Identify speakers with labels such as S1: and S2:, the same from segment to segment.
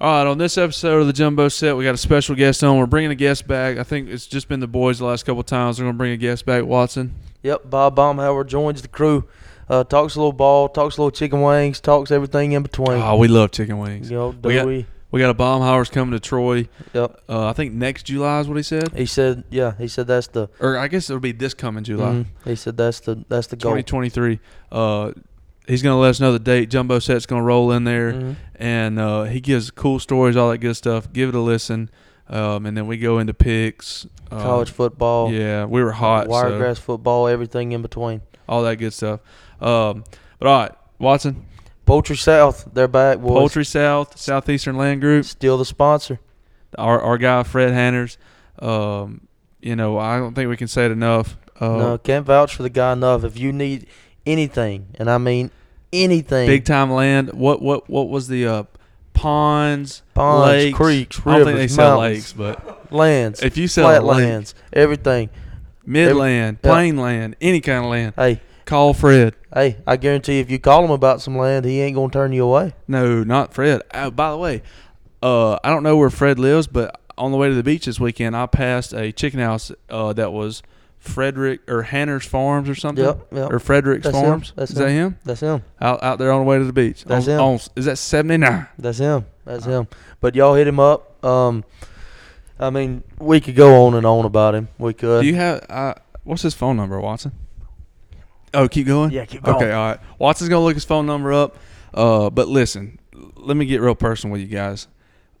S1: All right, on this episode of the Jumbo Set, we got a special guest on. We're bringing a guest back. I think it's just been the boys the last couple of times. They're going to bring a guest back, Watson.
S2: Yep, Bob Baumhauer joins the crew. Uh, talks a little ball, talks a little chicken wings, talks everything in between.
S1: Oh, we love chicken wings.
S2: You know, do
S1: we got-
S2: we?
S1: We got a Baumhauer's coming to Troy.
S2: Yep.
S1: Uh, I think next July is what he said.
S2: He said, yeah, he said that's the
S1: Or I guess it'll be this coming July.
S2: Mhm. He said that's the that's the goal.
S1: 2023. Uh, he's going to let us know the date. Jumbo set's going to roll in there,
S2: Mhm.
S1: and uh, he gives cool stories, all that good stuff. Give it a listen, um, and then we go into picks. Uh,
S2: College football,
S1: Yeah, we were hot. So
S2: wiregrass football, everything in between.
S1: all that good stuff. Um, but all right, Watson,
S2: Poultry South, they're back. Boys.
S1: Poultry South, Southeastern Land Group,
S2: still the sponsor.
S1: our our guy Fred Hanners. Um, you know, I don't think we can say it enough. Uh,
S2: no, can't vouch for the guy enough. If you need anything, and I mean anything,
S1: Big time land. What what what was the uh, ponds,
S2: Ponds,
S1: lakes,
S2: creeks,
S1: I don't think they
S2: rivers,
S1: sell
S2: mountains.
S1: lakes, but
S2: lands,
S1: if you sell a lake,
S2: flatlands, everything.
S1: midland,
S2: yeah.
S1: plain land, any kind of land,
S2: Hey,
S1: call Fred.
S2: hey, I guarantee if you call him about some land, he ain't gonna turn you away.
S1: No, not Fred. Oh, by the way, uh, I don't know where Fred lives, but on the way to the beach this weekend, I passed a chicken house uh, that was Frederick or Hanner's Farms or something.
S2: Yep, yep.
S1: Or Frederick's
S2: That's him.
S1: Farms.
S2: That's
S1: is that him?
S2: That's him.
S1: Out out there on the way to the beach.
S2: That's
S1: On-
S2: him.
S1: on- is that seventy nine?
S2: That's him. That's him. But y'all hit him up. Um, I mean, we could go on and on about him. We could.
S1: Do you have uh, what's his phone number, Watson? Oh, keep going.
S2: Yeah, keep
S1: Okay,
S2: going.
S1: all right. Watson's gonna look his phone number up. Uh, but listen, let me get real personal with you guys,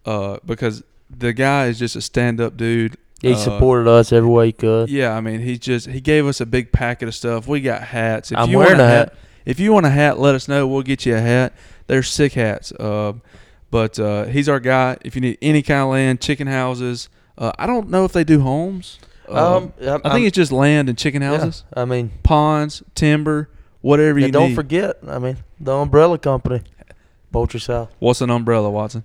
S1: uh, because the guy is just a stand-up dude.
S2: he
S1: Uh,
S2: supported us every way he could.
S1: Yeah, I mean, he just he gave us a big packet of stuff. We got hats.
S2: I'm wearing
S1: want
S2: a hat.
S1: If you want a hat, let us know. We'll get you a hat. They're sick hats. Uh, but uh, he's our guy. If you need any kind of land, chicken houses. Uh, I don't know if they do homes.
S2: Um, I-
S1: I
S2: I'm-
S1: think it's just land and chicken
S2: Yeah,
S1: houses,
S2: I mean,
S1: ponds, timber, whatever you
S2: and don't
S1: need.
S2: forget. I mean, the umbrella company, Poultry South.
S1: What's an umbrella, Watson?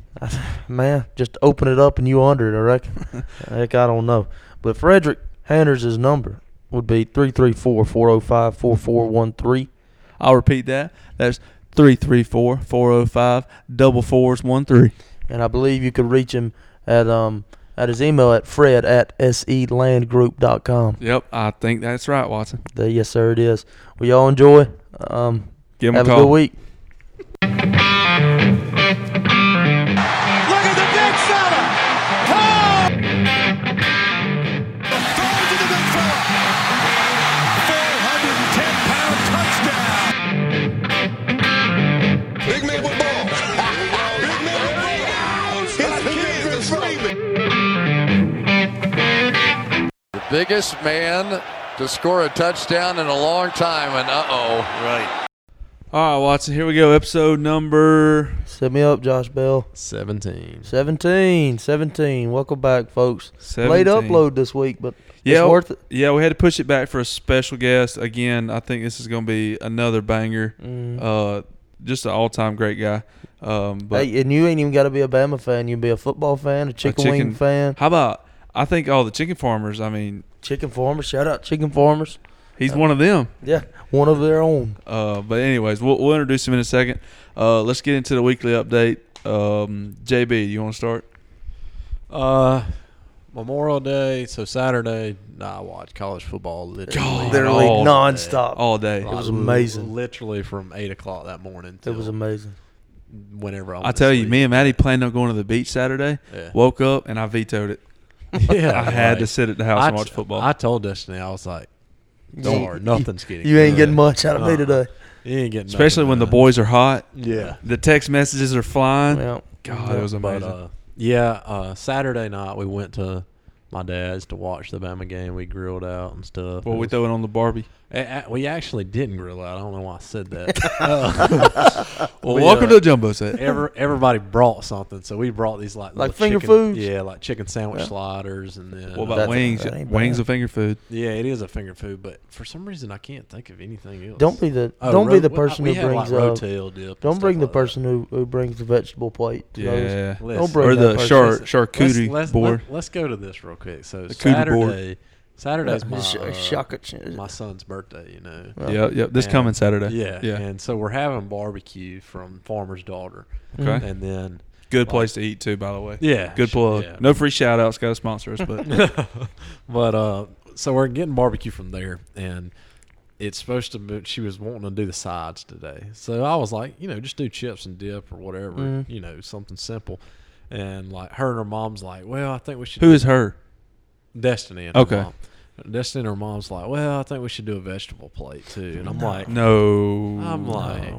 S2: Man, just open it up and you under it. I reckon. Heck, I don't know. But Frederick Hanners' number would be 334-405-4413.
S1: I'll repeat that. That's three three four four zero five double fours one three.
S2: and I believe you could reach him at um at his email at fred at E selandgroup.com.
S1: Yep, I think that's right, Watson.
S2: There, yes, sir, it is. Well, y'all enjoy. Um,
S1: Give him
S2: have
S1: a
S2: a,
S1: call.
S2: good week.
S3: Look at the big fella. Oh! Throws it to the big fella. 410 pound touchdown. Big man with ball. big man with ball. His hands are screaming.
S4: The biggest man to score a touchdown in a long time, and uh oh.
S1: All right, Watson. Here we go. Episode number.
S2: Set me up, Josh Bell.
S4: 17.
S2: 17, 17. Welcome back, folks.
S1: 17.
S2: Late upload this week, but
S1: Yeah,
S2: it's worth it.
S1: yeah. We had to push it back for a special guest again. I think this is going to be another banger.
S2: Mm-hmm.
S1: Uh, just an all-time great guy. Um, but
S2: Hey, and you ain't even got to be a Bama fan. You can be a football fan, a chicken,
S1: chicken-
S2: wing fan,
S1: how about? I think all the chicken farmers. I mean,
S2: chicken farmers. Shout out chicken farmers.
S1: he's
S2: Uh-huh.
S1: one of them.
S2: Yeah, one of their own.
S1: Uh, but anyways, we'll, we'll introduce him in a second. Uh, let's get into the weekly update. Um, JB, you want to start?
S5: Uh, Memorial Day, so Saturday. Nah, I watched college football literally.
S1: God,
S2: Literally
S1: all-
S5: Oh,
S2: nonstop.
S1: all day.
S5: Like,
S2: was amazing.
S5: Literally from eight o'clock that morning.
S2: It was
S5: till
S2: amazing.
S5: whenever I,
S1: I tell you, me and Maddie planned on going to the beach Saturday.
S5: Yeah.
S1: Woke up and I vetoed it.
S5: yeah,
S1: I had
S5: like,
S1: to sit at the house
S5: I
S1: and watch
S5: t-
S1: football.
S5: I told Destiny, I was like,
S2: Don't-
S5: "Sorry, nothing's getting.
S2: You ain't
S5: good.
S2: getting much out of me
S5: Uh-uh.
S2: today.
S5: You ain't getting.
S1: Especially
S5: nothing
S1: when the
S5: done.
S1: boys are hot.
S5: Yeah.
S1: The text messages are flying.
S2: Well,
S1: God, it was amazing.
S5: But uh, yeah, uh, Saturday night we went to my dad's to watch the Bama game. We grilled out and stuff.
S1: well,
S5: It
S1: we
S5: was-
S1: throw it on the Barbie.
S5: Eh, eh, we actually didn't grill out. I don't know why I said that.
S1: Well,
S5: We,
S1: welcome
S5: uh,
S1: to the Jumbo Set.
S5: Every, everybody brought something, so we brought these like
S2: Like
S5: little
S2: finger
S5: chicken,
S2: foods?
S5: Yeah, like chicken sandwich sliders, and then
S1: What about
S2: That's-
S1: wings?
S2: that ain't
S1: Wings
S2: bad.
S1: of finger food.
S5: yeah, it is a finger food, but for some reason I can't think of anything else.
S2: Don't be the
S5: Oh,
S2: don't be
S5: ro-
S2: the
S5: we-
S2: person
S5: we
S2: who
S5: had,
S2: brings
S5: like,
S2: up.
S5: rotel dip. and
S2: Don't
S5: stuff
S2: bring the
S5: like that.
S2: person who, who brings the vegetable plate. to those.
S1: Yeah.
S5: Listen,
S2: Don't bring
S1: Or
S2: that
S1: the
S2: person.
S1: char-
S5: let's,
S1: charcuterie
S5: let's,
S1: board.
S5: Let, us go to this real quick. So
S1: cootie board.
S5: Saturday, Saturday's my
S2: Sh-
S5: uh,
S2: shock it.
S5: my son's birthday. You know.
S1: Yep, yep. This
S5: And-
S1: coming Saturday.
S5: Oh. Yeah,
S1: Yeah.
S2: Mm.
S5: And so we're having barbecue from Farmer's Daughter.
S1: Okay.
S5: And then
S1: Good place to eat too, by the way.
S5: Yeah,
S1: Good
S5: sh-
S1: plug.
S5: yeah.
S1: No free shout outs, gotta sponsor us, but
S5: But uh, so we're getting barbecue from there, and it's supposed to. be She was wanting to do the sides today, so I was like, you know, just do chips and dip or whatever, you know, something simple. And like her and her mom's like, well, I think we should.
S1: who is her?
S5: Destiny? And her
S1: Okay.
S5: mom. Destiny and her mom's like, well, I think we should do a vegetable plate too. And I'm like,
S1: No.
S5: I'm like,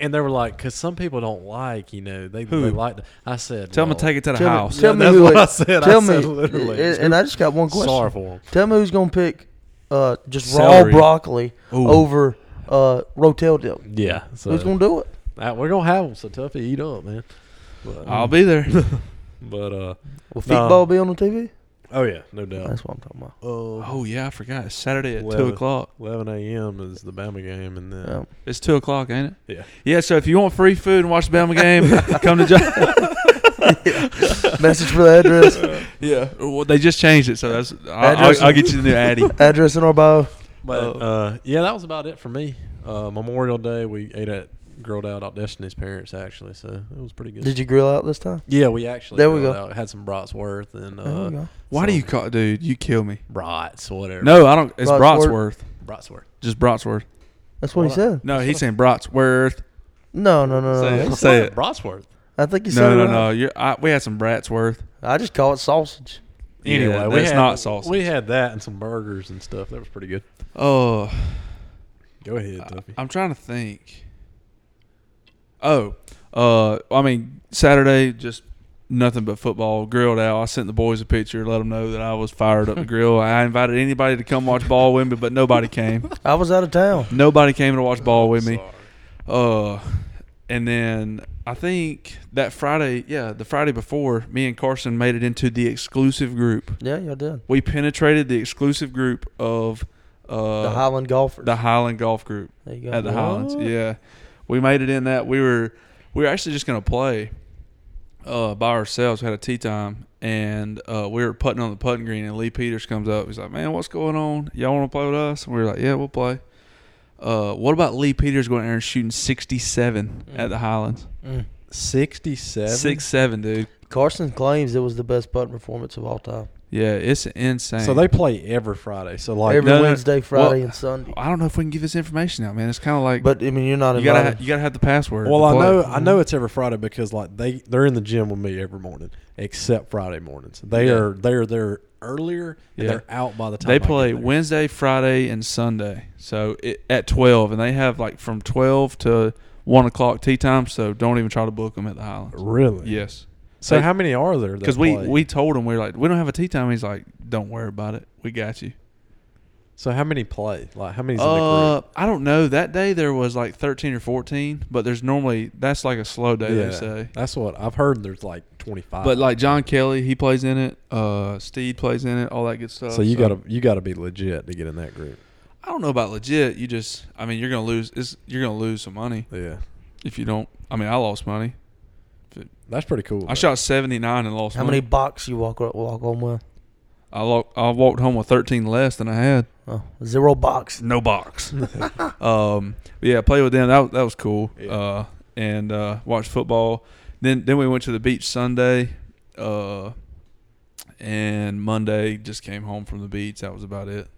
S5: and they were like, because some people don't like, you know, they, they
S1: Who?
S5: like. The, I said,
S1: Tell him
S5: well,
S1: to take it to the
S2: Tell me-
S1: house.
S2: tell me
S5: that's
S2: who
S5: what
S2: it-
S5: I said. I
S2: Tell me,
S5: said literally.
S2: and, and I just got one question.
S5: Sorry for 'em.
S2: Tell me who's gonna pick uh, just raw
S1: Celery.
S2: broccoli
S1: Ooh.
S2: over uh, rotel dip.
S5: Yeah, so
S2: Who's gonna do it?
S5: Uh, we're gonna have them, so Tuffy eat up, man. But,
S1: I'll be there.
S5: but uh,
S2: Will
S5: No.
S2: football be on the TV?
S5: oh yeah, no doubt.
S2: That's what I'm talking about.
S5: Oh,
S1: oh yeah, I forgot. It's Saturday at two
S5: Eleven.
S1: o'clock.
S5: 11 a.m. is the Bama game, and then
S2: Yeah.
S1: It's two o'clock, ain't it?
S5: yeah,
S1: Yeah, so if you want free food and watch the Bama game, come to John.
S2: Message for the address.
S1: yeah. Well, they just changed it, so that's I'll,
S2: Address-
S1: I'll, I'll get you the new Addy.
S2: address in our bio.
S5: but uh, yeah, that was about it for me. Uh, Memorial Day, we ate at grilled out at Destiny's parents actually, so it was pretty good.
S2: Did you grill out this time?
S5: Yeah, we actually
S2: There we
S5: grilled
S2: go.
S5: Out, had some Brotsworth and
S2: There
S5: uh,
S2: you go.
S1: Why do you call, dude? You kill me.
S5: Brats whatever.
S1: No, I don't. It's
S2: Brotsworth.
S1: Brotsworth.
S5: Brotsworth.
S1: Just Brotsworth.
S2: That's what he said.
S1: No, he's saying Brotsworth.
S2: No, no, no,
S1: Say
S2: no.
S1: it. Say it.
S5: Brotsworth.
S2: I think he said
S1: No,
S2: it
S1: no,
S2: right.
S1: no. You're, I, we had some Bratsworth.
S2: I just call it sausage.
S1: Anyway,
S5: yeah,
S1: yeah,
S5: we
S1: that's
S5: had-
S1: not sausage.
S5: We had that and some burgers and stuff. That was pretty good.
S1: oh,
S5: Go
S1: Uh,
S5: ahead, Tuffy.
S1: I'm trying to think. Oh, uh, I mean Saturday just nothing but football grilled out. I sent the boys a picture, let them know that I was fired up to grill. I invited anybody to come watch ball with me, but nobody came.
S2: I was out of town.
S1: Nobody came to watch ball with me. Uh, and then I think that Friday, yeah, the Friday before, me and Carson made it into the exclusive group.
S2: Yeah, y'all did.
S1: We penetrated the exclusive group of uh,
S2: The Highland golfers.
S1: the Highland Golf Group
S2: There you go.
S1: at the Highlands.
S5: What?
S1: Yeah, we made it in that. We were we were actually just gonna play uh, by ourselves. We had a tea time, and uh, we were putting on the putting green. And Lee Peters comes up. He's like, "Man, what's going on? Y'all want to play with us?" And we were like, "Yeah, we'll play." Uh, what about Lee Peters going there and shooting 67
S2: Mm.
S1: at the Highlands?
S5: Sixty-seven.
S1: Six seven, dude.
S2: Carson claims it was the best putting performance of all time.
S1: Yeah, it's insane.
S5: So they play every Friday. So like
S2: Every
S1: No, no, no.
S2: Wednesday, Friday, and Sunday.
S1: I don't know if we can give this information out, man. It's kind of like,
S2: But I mean, you're not
S1: you gotta
S2: invited.
S1: ha- you gotta have the password.
S5: well,
S1: to
S5: I
S1: play.
S5: know I know it's every Friday because like they they're in the gym with me every morning except Friday mornings. They
S1: Yeah.
S5: are they are there earlier and
S1: Yeah.
S5: they're out by the time I
S1: They
S5: get
S1: play
S5: there.
S1: Wednesday, Friday, and Sunday. So it, at twelve, and they have like from twelve to one o'clock tea time. So don't even try to book them at the Highlands.
S5: Really?
S1: Yes,
S5: So
S1: They-
S5: how many are there? that
S1: because we
S5: play?
S1: we told him we were like we don't have a tea time. He's like, don't worry about it. We got you.
S5: so how many play? Like how many's in the
S1: Uh,
S5: group?
S1: I don't know. That day there was like thirteen or fourteen, but there's normally that's like a slow day. They say.
S5: that's what I've heard. There's like twenty five.
S1: But like John Kelly, he plays in it. Uh, Steed plays in it. All that good stuff.
S5: so you gotta you gotta be legit to get in that group.
S1: I don't know about legit. You just. I mean, you're gonna lose. It's, you're gonna lose some money.
S5: Yeah,
S1: If you don't, I mean, I lost money.
S5: that's pretty cool.
S1: I shot 79 and lost
S2: How
S1: money.
S2: many bucks you walk walk on with?
S1: I, lo- I walked home with 13 less than I had.
S2: Oh, zero box.
S1: No box. um, but yeah, play with them. That, that was cool.
S5: Yeah.
S1: Uh, and uh, watched football. Then then we went to the beach Sunday, uh, and Monday just came home from the beach. That was about it.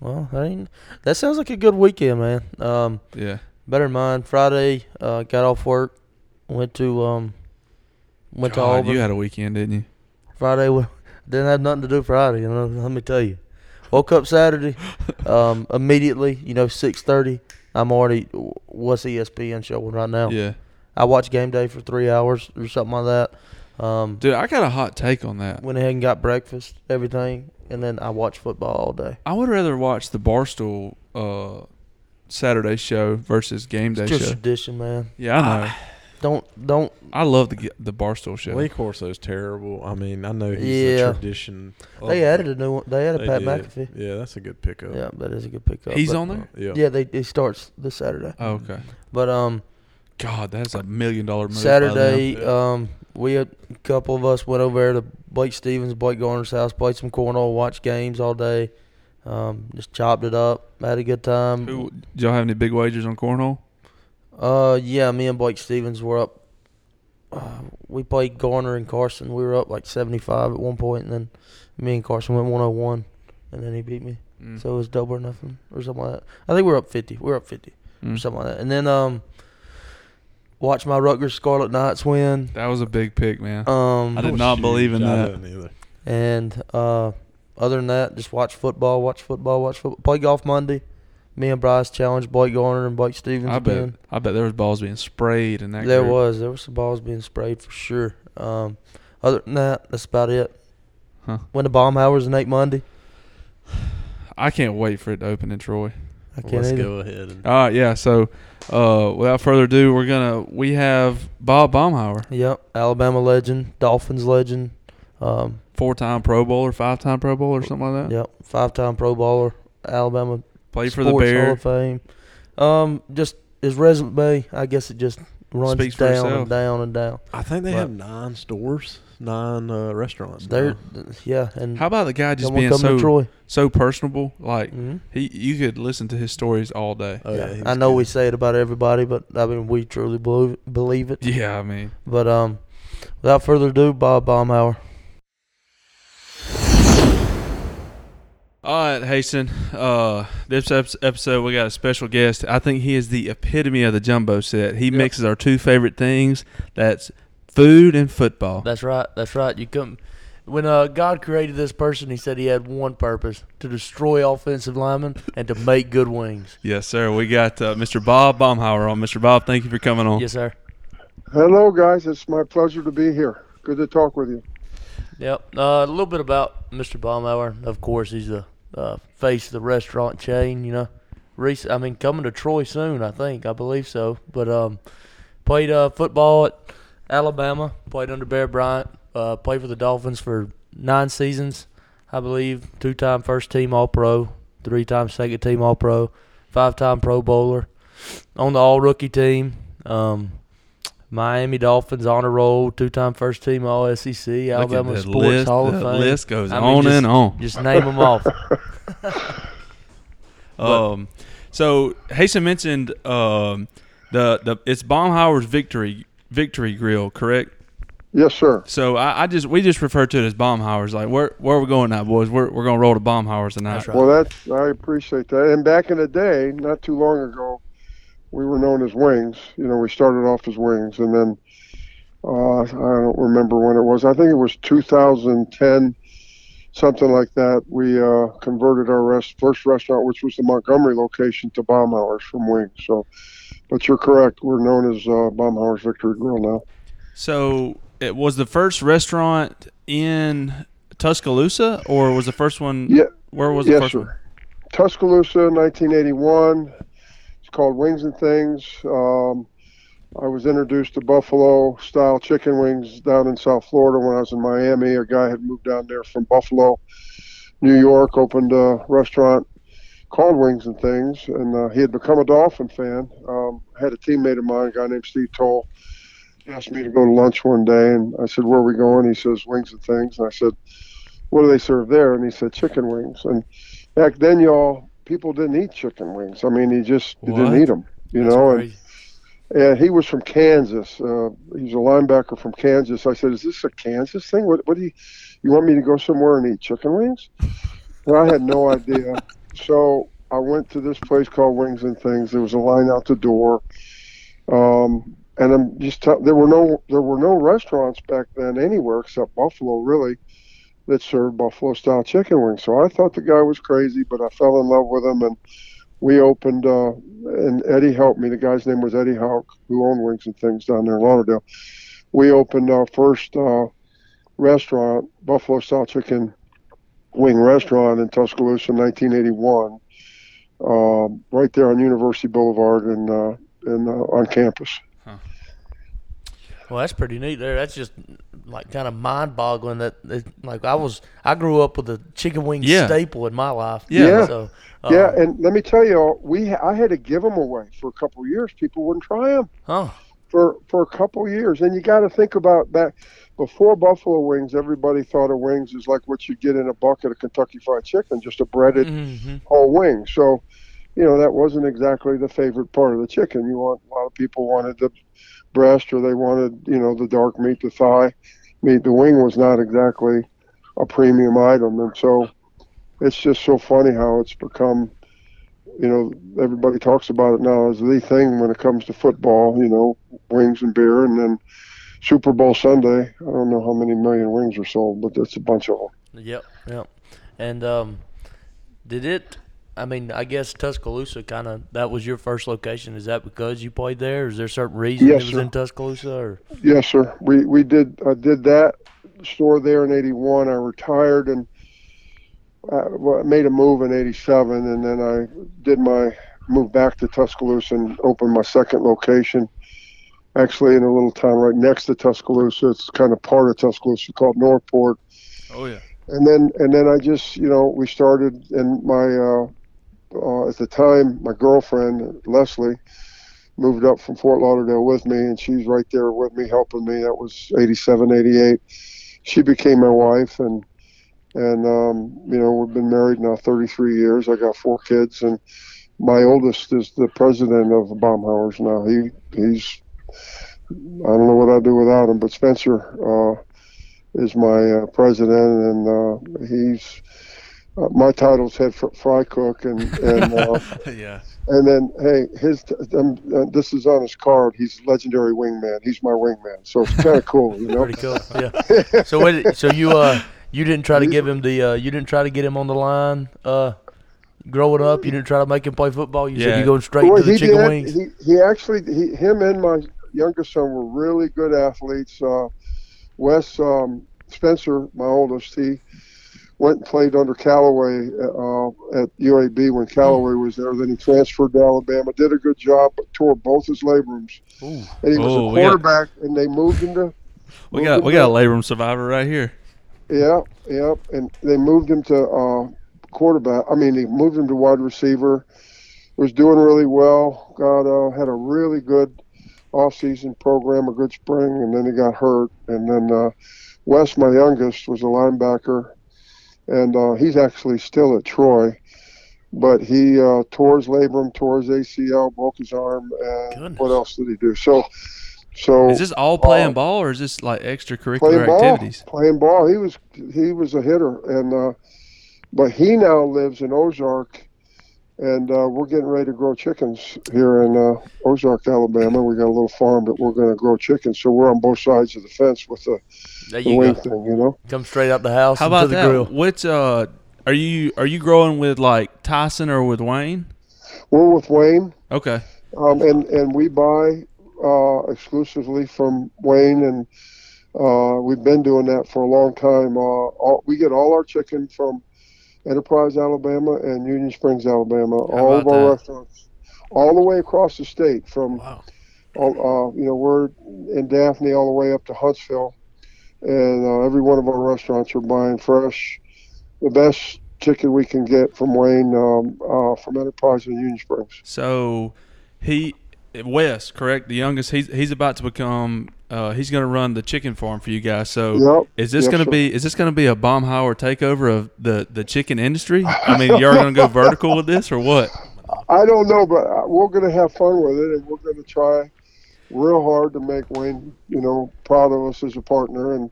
S2: Well, that ain't, that sounds like a good weekend, man. Um,
S1: Yeah.
S2: better than mine. Friday, uh, got off work, went to um, went to
S1: God,
S2: Auburn.
S1: you had a weekend, didn't you?
S2: Friday wa- didn't have nothing to do Friday. You know, let me tell you. Woke up Saturday, um, immediately. You know, six thirty. I'm already what's E ESPN showing right now.
S1: Yeah.
S2: I watched game day for three hours or something like that. Um,
S1: Dude, I got a hot take on that.
S2: went ahead and got breakfast, everything, and then I watched football all day.
S1: I would rather watch the Barstool uh, Saturday show versus game day
S2: It's just
S1: show.
S2: tradition, man.
S1: Yeah, I know.
S2: Don't don't.
S1: I love the the Barstool show.
S5: Lee Corso's terrible. I mean, I know he's
S2: Yeah.
S5: a tradition. of
S1: Oh,
S2: They
S5: it.
S2: added a new one. They added
S5: They
S2: Pat
S5: did.
S2: McAfee.
S5: Yeah, that's a good pickup. Uh,
S2: Yeah, that is a good pickup.
S1: He's
S2: but-
S1: on there.
S5: Yeah.
S2: Yeah, they it starts this Saturday.
S1: Oh, okay.
S2: But um,
S1: God, that's a million dollar move. by
S2: Saturday,
S1: them.
S2: um, we had a couple of us went over there to Blake Stevens, Blake Garner's house, played some cornhole, watched games all day. Um, just chopped it up, had a good time.
S1: Who, do y'all have any big wagers on cornhole?
S2: Uh, yeah, me and Blake Stevens were up. uh, we played Garner and Carson. We were up like 75 at one point, and then me and Carson went 101, and then he beat me.
S1: Mm.
S2: So it was double or nothing or something like that. I think we were up 50. We were up 50 or
S1: Mm.
S2: something like that. And then um, watched my Rutgers Scarlet Knights win.
S1: That was a big pick, man.
S2: Um,
S1: I did not believe in
S5: I
S1: that.
S5: didn't either.
S2: And uh, other than that, just watch football, watch football, watch football. Play golf Monday. Me and Bryce challenged Blake Garner and Blake Stevens
S1: I bet.
S2: again.
S1: I bet there was balls being sprayed in that.
S2: There
S1: group.
S2: was there was some balls being sprayed for sure. Um, other than that, that's about it.
S1: Huh.
S2: When the bomb hours and eight Monday,
S1: I can't wait for it to open in Troy.
S2: I can't
S5: Let's
S2: either.
S5: go ahead and
S1: All right, yeah. So, uh, without further ado, we're gonna we have Bob Baumhauer,
S2: Yep, Alabama legend, Dolphins legend. Um,
S1: four-time Pro Bowler, five-time Pro Bowler, something like that.
S2: Yep, five-time Pro Bowler, Alabama
S1: Played for the
S2: Sports Hall
S1: Bear.
S2: of Fame. Um, just his resume, I guess it just runs
S1: Speaks for
S2: down
S1: itself.
S2: and down and down.
S5: I think they
S2: But-
S5: have nine stores, nine uh, restaurants.
S2: There,
S5: now.
S2: yeah, and
S1: How about the guy just
S2: someone
S1: being
S2: come to
S1: so
S2: Troy.
S1: so personable? Like
S2: Mhm.
S1: he, you could listen to his stories all day.
S5: Oh,
S2: yeah,
S5: he's
S2: I know
S5: good.
S2: we say it about everybody, but I mean we truly believe believe it.
S1: Yeah, I mean,
S2: But um, without further ado, Bob Baumhauer.
S1: All right, Hasten. Uh, this ep- episode, we got a special guest. I think he is the epitome of the jumbo set. He mixes our two favorite things. That's food and football.
S2: That's right. That's right. You come when uh, God created this person, He said He had one purpose: to destroy offensive linemen and to make good wings.
S1: yes, sir. We got uh, Mr. Bob Baumhauer on. Mr. Bob, thank you for coming on.
S2: Yes, sir.
S6: Hello, guys. It's my pleasure to be here. Good to talk with you.
S2: Yep. Uh, a little bit about Mr. Baumhauer. Of course, he's the uh, face of the restaurant chain. You know, Rec- I mean, coming to Troy soon. I think. I believe so. But um, played uh, football at Alabama. Played under Bear Bryant. Uh, played for the Dolphins for nine seasons, I believe. Two-time first-team All-Pro. Three-time second-team All-Pro. Five-time Pro Bowler. On the All-Rookie team. Um, Miami Dolphins honor roll, two-time first-team All-SEC,
S1: Look at
S2: E Alabama
S1: the
S2: Sports
S1: list.
S2: Hall of
S1: The
S2: Fame.
S1: list goes
S2: I mean,
S1: on
S2: just-
S1: and on.
S2: Just name them off.
S1: Um, so Hasten mentioned um, the the it's Baumhauer's victory victory grill, correct?
S6: Yes, sir.
S1: So I, I just we just refer to it as Baumhauer's. Like where where are we going now, boys? We're we're gonna roll to Baumhauer's tonight.
S2: That's right.
S6: Well, that's I appreciate that. And back in the day, not too long ago, we were known as Wings. You know, we started off as Wings, and then uh, I don't remember when it was. I think it was 2010, something like that. We uh, converted our rest, first restaurant, which was the Montgomery location, to Baumhauer's from Wings. So, but you're correct. We're known as uh, Baumhauer's Victory Grill now.
S1: So it was the first restaurant in Tuscaloosa, or was the first one?
S6: Yeah.
S1: Where was the
S6: yes,
S1: first
S6: sir.
S1: one?
S6: Tuscaloosa, 1981. It's called Wings and Things. Um, I was introduced to Buffalo style chicken wings down in South Florida when I was in Miami. A guy had moved down there from Buffalo, New York, opened a restaurant called Wings and Things, and uh, he had become a Dolphin fan. Um, I had a teammate of mine, a guy named Steve Toll, he asked me to go to lunch one day, and I said, "Where are we going?" He says, "Wings and Things," and I said, "What do they serve there?" And he said, "Chicken wings." And back then y'all people didn't eat chicken wings i mean you just you
S1: What?
S6: didn't eat them you know and, and he was from kansas uh, he's a linebacker from kansas i said is this a kansas thing what, what do you you want me to go somewhere and eat chicken wings and i had no idea so i went to this place called wings and things there was a line out the door um, and i'm just tell there were no there were no restaurants back then anywhere except buffalo really that served buffalo style chicken wings. So I thought the guy was crazy, but I fell in love with him, and we opened. Uh, and Eddie helped me. The guy's name was Eddie Houck, who owned Wings and Things down there in Lauderdale. We opened our first uh, restaurant, buffalo style chicken wing restaurant in Tuscaloosa, in 1981, um, right there on University Boulevard and uh, and uh, on campus.
S2: Well, that's pretty neat there. That's just like kind of mind boggling that, that like I was I grew up with a chicken wing
S1: Yeah.
S2: staple in my life.
S1: Yeah.
S6: Yeah.
S2: So
S6: yeah, and let me tell you, we I had to give them away for a couple of years. People wouldn't try them.
S2: um, huh.
S6: for for a couple years. And you got to think about that. Before Buffalo wings, everybody thought of wings as like what you get in a bucket of Kentucky Fried Chicken, just a breaded
S2: Mm-hmm.
S6: whole wing. So, you know, that wasn't exactly the favorite part of the chicken. You want a lot of people wanted the breast, or they wanted, you know, the dark meat, the thigh meat. The wing was not exactly a premium item, and so it's just so funny how it's become. You know, everybody talks about it now as the thing when it comes to football. You know, wings and beer, and then Super Bowl Sunday. I don't know how many million wings are sold, but that's a bunch of them.
S2: Yep, yep. And um, did it? I mean, I guess Tuscaloosa kind of that was your first location. Is that because you played there? Is there a certain reason
S6: Yes,
S2: it was
S6: sir.
S2: in Tuscaloosa? Or
S6: Yes, sir. We we did. I did that store there in '81. I retired and uh, well, I made a move in '87, and then I did my move back to Tuscaloosa and opened my second location. Actually, in a little town right next to Tuscaloosa, it's kind of part of Tuscaloosa called Northport.
S1: Oh yeah.
S6: And then and then I just you know we started and my uh, uh, at the time my girlfriend Leslie moved up from Fort Lauderdale with me, and she's right there with me helping me. That was 87, 88. She became my wife, and and um, you know we've been married now 33 years. I got four kids, and my oldest is the president of the Baumhauers now. He he's I don't know what I'd do without him, but Spencer uh, is my uh, president, and uh, he's. Uh, my title's head fr- fry cook, and and uh,
S1: yeah.
S6: and then, hey, his um, uh, this is on his card. He's legendary wingman. He's my wingman, so it's kind of cool, you know.
S2: pretty cool. Yeah. so wait, so you uh you didn't try to give him the uh you didn't try to get him on the line uh growing up. You didn't try to make him play football. You said
S1: Yeah.
S2: you're going straight
S6: Boy,
S2: to the
S6: he
S2: chicken
S6: did.
S2: wings.
S6: He, he actually, he, him and my youngest son were really good athletes. Uh, Wes um, Spencer, my oldest, he went and played under Callaway uh, at UAB when Callaway was there. Then he transferred to Alabama. Did a good job, but tore both his labrums. And he was
S1: Oh,
S6: a
S1: we got-
S6: quarterback, and they moved him to
S1: We got we got a labrum survivor right here.
S6: Yeah, yeah, and they moved him to uh, quarterback. I mean, they moved him to wide receiver. Was doing really well. Got uh, had a really good off-season program, a good spring, and then he got hurt. And then uh, Wes, my youngest, was a linebacker, and uh, he's actually still at Troy, but he uh, tore his labrum, tore his ACL, broke his arm, and what
S2: Goodness.
S6: else did he do? So, so
S1: Is this all playing ball or is this like extracurricular
S6: Oh, uh, playing ball,
S1: activities?
S6: Playing ball. He was he was a hitter, and uh, but he now lives in Ozark, and uh, we're getting ready to grow chickens here in uh, Ozark, Alabama. We got a little farm that we're going to grow chickens, so we're on both sides of the fence with the,
S2: There
S6: the
S2: you
S6: wing
S2: go.
S6: thing, you know.
S2: Come straight out the house
S1: How
S2: and
S1: about
S2: to the
S1: that?
S2: grill.
S1: What uh, are you are you growing with like Tyson or with Wayne?
S6: We're with Wayne,
S1: Okay.
S6: um, and and we buy uh, exclusively from Wayne, and uh, we've been doing that for a long time. Uh, all, we get all our chicken from Enterprise, Alabama, and Union Springs, Alabama.
S1: How
S6: all of
S1: about
S6: our
S1: that?
S6: restaurants, all the way across the state, from all, uh, you know we're in Daphne all the way up to Huntsville, and uh, every one of our restaurants are buying fresh, the best chicken we can get from Wayne, um, uh, from Enterprise and Union Springs.
S1: So he Wes, correct? The youngest. He's he's about to become. Uh, he's going to run the chicken farm for you guys. So
S6: Yep.
S1: is this
S6: Yes,
S1: going to
S6: sir.
S1: be is this going to be a Baumhauer takeover of the the chicken industry? I mean, you're going to go vertical with this or what?
S6: I don't know, but uh, we're going to have fun with it, and we're going to try real hard to make Wayne, you know, proud of us as a partner. And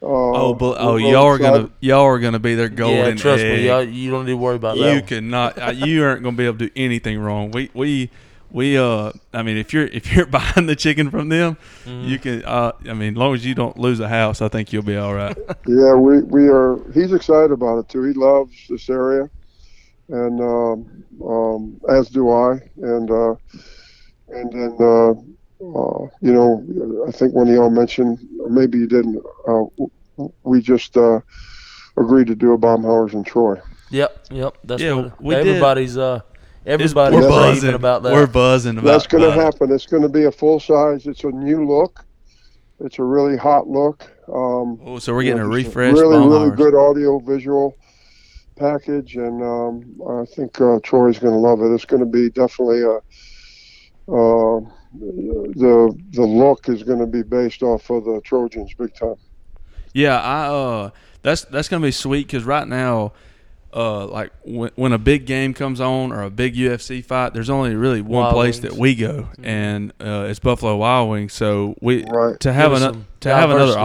S6: uh,
S1: Oh, but, oh,
S6: we're really
S1: y'all are going
S6: excited.
S1: to y'all are going to be their golden
S2: Yeah, trust me,
S1: egg.
S2: y'all, you don't need to worry about
S1: you
S2: that. one.
S1: cannot. uh, You aren't going to be able to do anything wrong. We we we uh. I mean, if you're if you're buying the chicken from them,
S2: Mm-hmm.
S1: you can. Uh, I mean, as long as you don't lose a house, I think you'll be all right.
S6: Yeah, we we are. He's excited about it too. He loves this area, and um, um, as do I. And uh, and then uh, uh, you know, I think one of y'all mentioned, or maybe you didn't. Uh, w- w- we just uh, agreed to do a Baumhauer's in Troy.
S2: Yep, yep. That's
S1: Yeah,
S2: what
S1: we did.
S2: everybody's uh
S1: It's-
S2: everybody's
S1: we're
S2: raving
S1: buzzing
S2: about that.
S1: We're buzzing about
S6: That's going to
S1: about it.
S6: happen. It's going to be a full size. It's a new look. It's a really hot look. Um,
S1: Oh, so we're getting a
S6: Yeah, it's
S1: refresh.
S6: Really,
S1: bomb
S6: really
S1: hours.
S6: good audio visual package, and um, I think uh, Troy's going to love it. It's going to be definitely a. Uh, the the look is going to be based off of the Trojans big time.
S1: Yeah, I uh, that's that's gonna be sweet because right now, uh, like when, when a big game comes on or a big UFC fight, there's only really one
S2: Wild
S1: place
S2: Wings. Mm-hmm.
S1: that we go, and uh, it's Buffalo Wild Wings. So we
S6: Right.
S1: to have
S2: Give us
S1: an,
S2: some
S1: to have another
S2: diversity.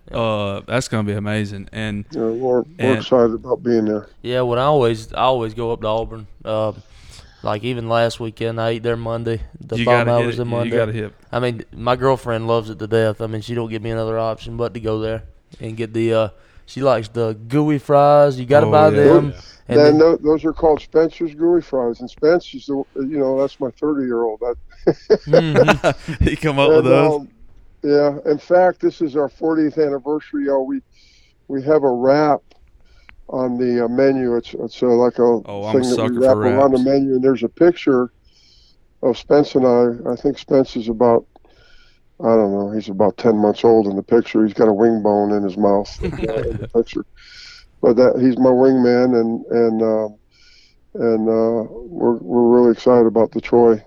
S1: option, uh, that's gonna be amazing. And
S6: Yeah, we're, we're
S1: And-
S6: excited about being there.
S2: Yeah, when I always I always go up to Auburn. Um, like even last weekend, I ate there Monday. The
S1: you
S2: bomb
S1: gotta hit
S2: hours
S1: it.
S2: the
S1: You
S2: Monday.
S1: gotta hit.
S2: I mean, my girlfriend loves it to death. I mean, she don't give me another option but to go there and get the. Uh, she likes the gooey fries. You got to
S1: Oh,
S2: buy
S1: yeah.
S2: them. And
S6: then
S2: then,
S6: tho- those are called Spencer's Gooey Fries, and Spencer's, the, you know, that's my 30 year old.
S1: he come up with those.
S6: um, yeah, in fact, this is our 40th anniversary. Y'all, we we have a wrap on the uh, menu. It's it's uh, like a
S1: Oh, I'm a
S6: thing that
S1: sucker
S6: we
S1: for
S6: wrap around the
S1: wraps.
S6: menu, and there's a picture of Spence and I. I think Spence is about. I don't know. He's about ten months old in the picture. He's got a wing bone in his mouth uh, in the picture, but that he's my wingman, and and um and uh, we're we're really excited about the Troy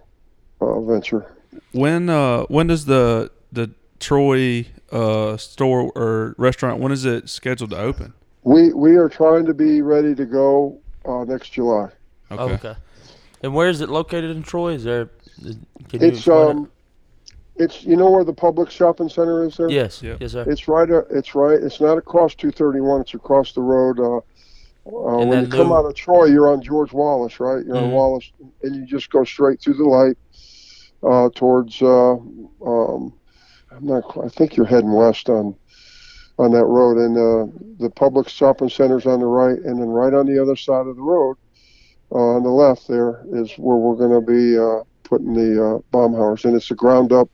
S6: uh, venture.
S1: When uh, when does the the Troy uh, store or restaurant when is it scheduled to open?
S6: We we are trying to be ready to go uh, next July.
S2: Oh, okay. And where is it located in Troy? Is there? is- Can you
S6: It's
S2: explain it?
S6: um, it's you know where the public shopping center is there.
S2: Yes.
S1: Yep.
S2: Yes, sir.
S6: It's right. uh, It's right. It's not across 231. It's across the road. Uh, uh,
S2: And
S6: when
S2: then
S6: you come
S2: Lou-
S6: out of Troy, you're on George Wallace, right? You're on
S2: Mhm.
S6: Wallace, and you just go straight through the light uh, towards. Uh, um, I'm not. qu- I think you're heading west on on that road, and uh, the public shopping center's on the right, and then right on the other side of the road, uh, on the left, there is where we're going to be uh, putting the uh, bomb house, and it's a ground up.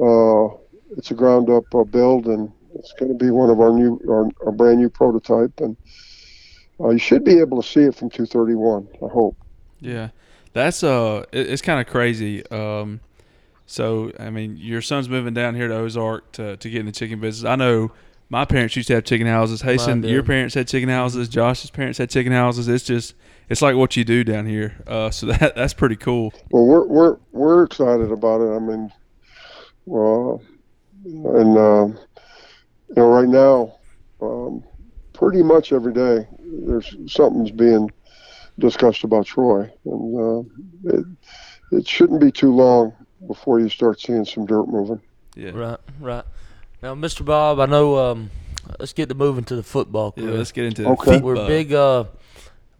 S6: Uh, it's a ground up uh, build and it's going to be one of our new our, our brand new prototype and uh, you should be able to see it from 231 i hope
S1: Yeah, that's uh, it, it's kind of crazy. Um, so I mean, your son's moving down here to Ozark to to get in the chicken business. I know my parents used to have chicken houses. Hasten,
S2: did. Mm-hmm.
S1: your parents had chicken houses. Josh's parents had chicken houses. It's just it's like what you do down here. Uh, so that that's pretty cool.
S6: well we're we're we're excited about it i mean well and um you know right now um, pretty much every day there's something's being discussed about troy and uh, it, it shouldn't be too long before you start seeing some dirt moving
S1: Yeah,
S2: Right. Right. Now, Mr. Bob, I know. Um, let's get to moving to the football.
S1: yeah.
S2: career.
S1: Let's get into
S6: Okay.
S1: feet
S2: We're
S1: bug.
S2: big. Uh,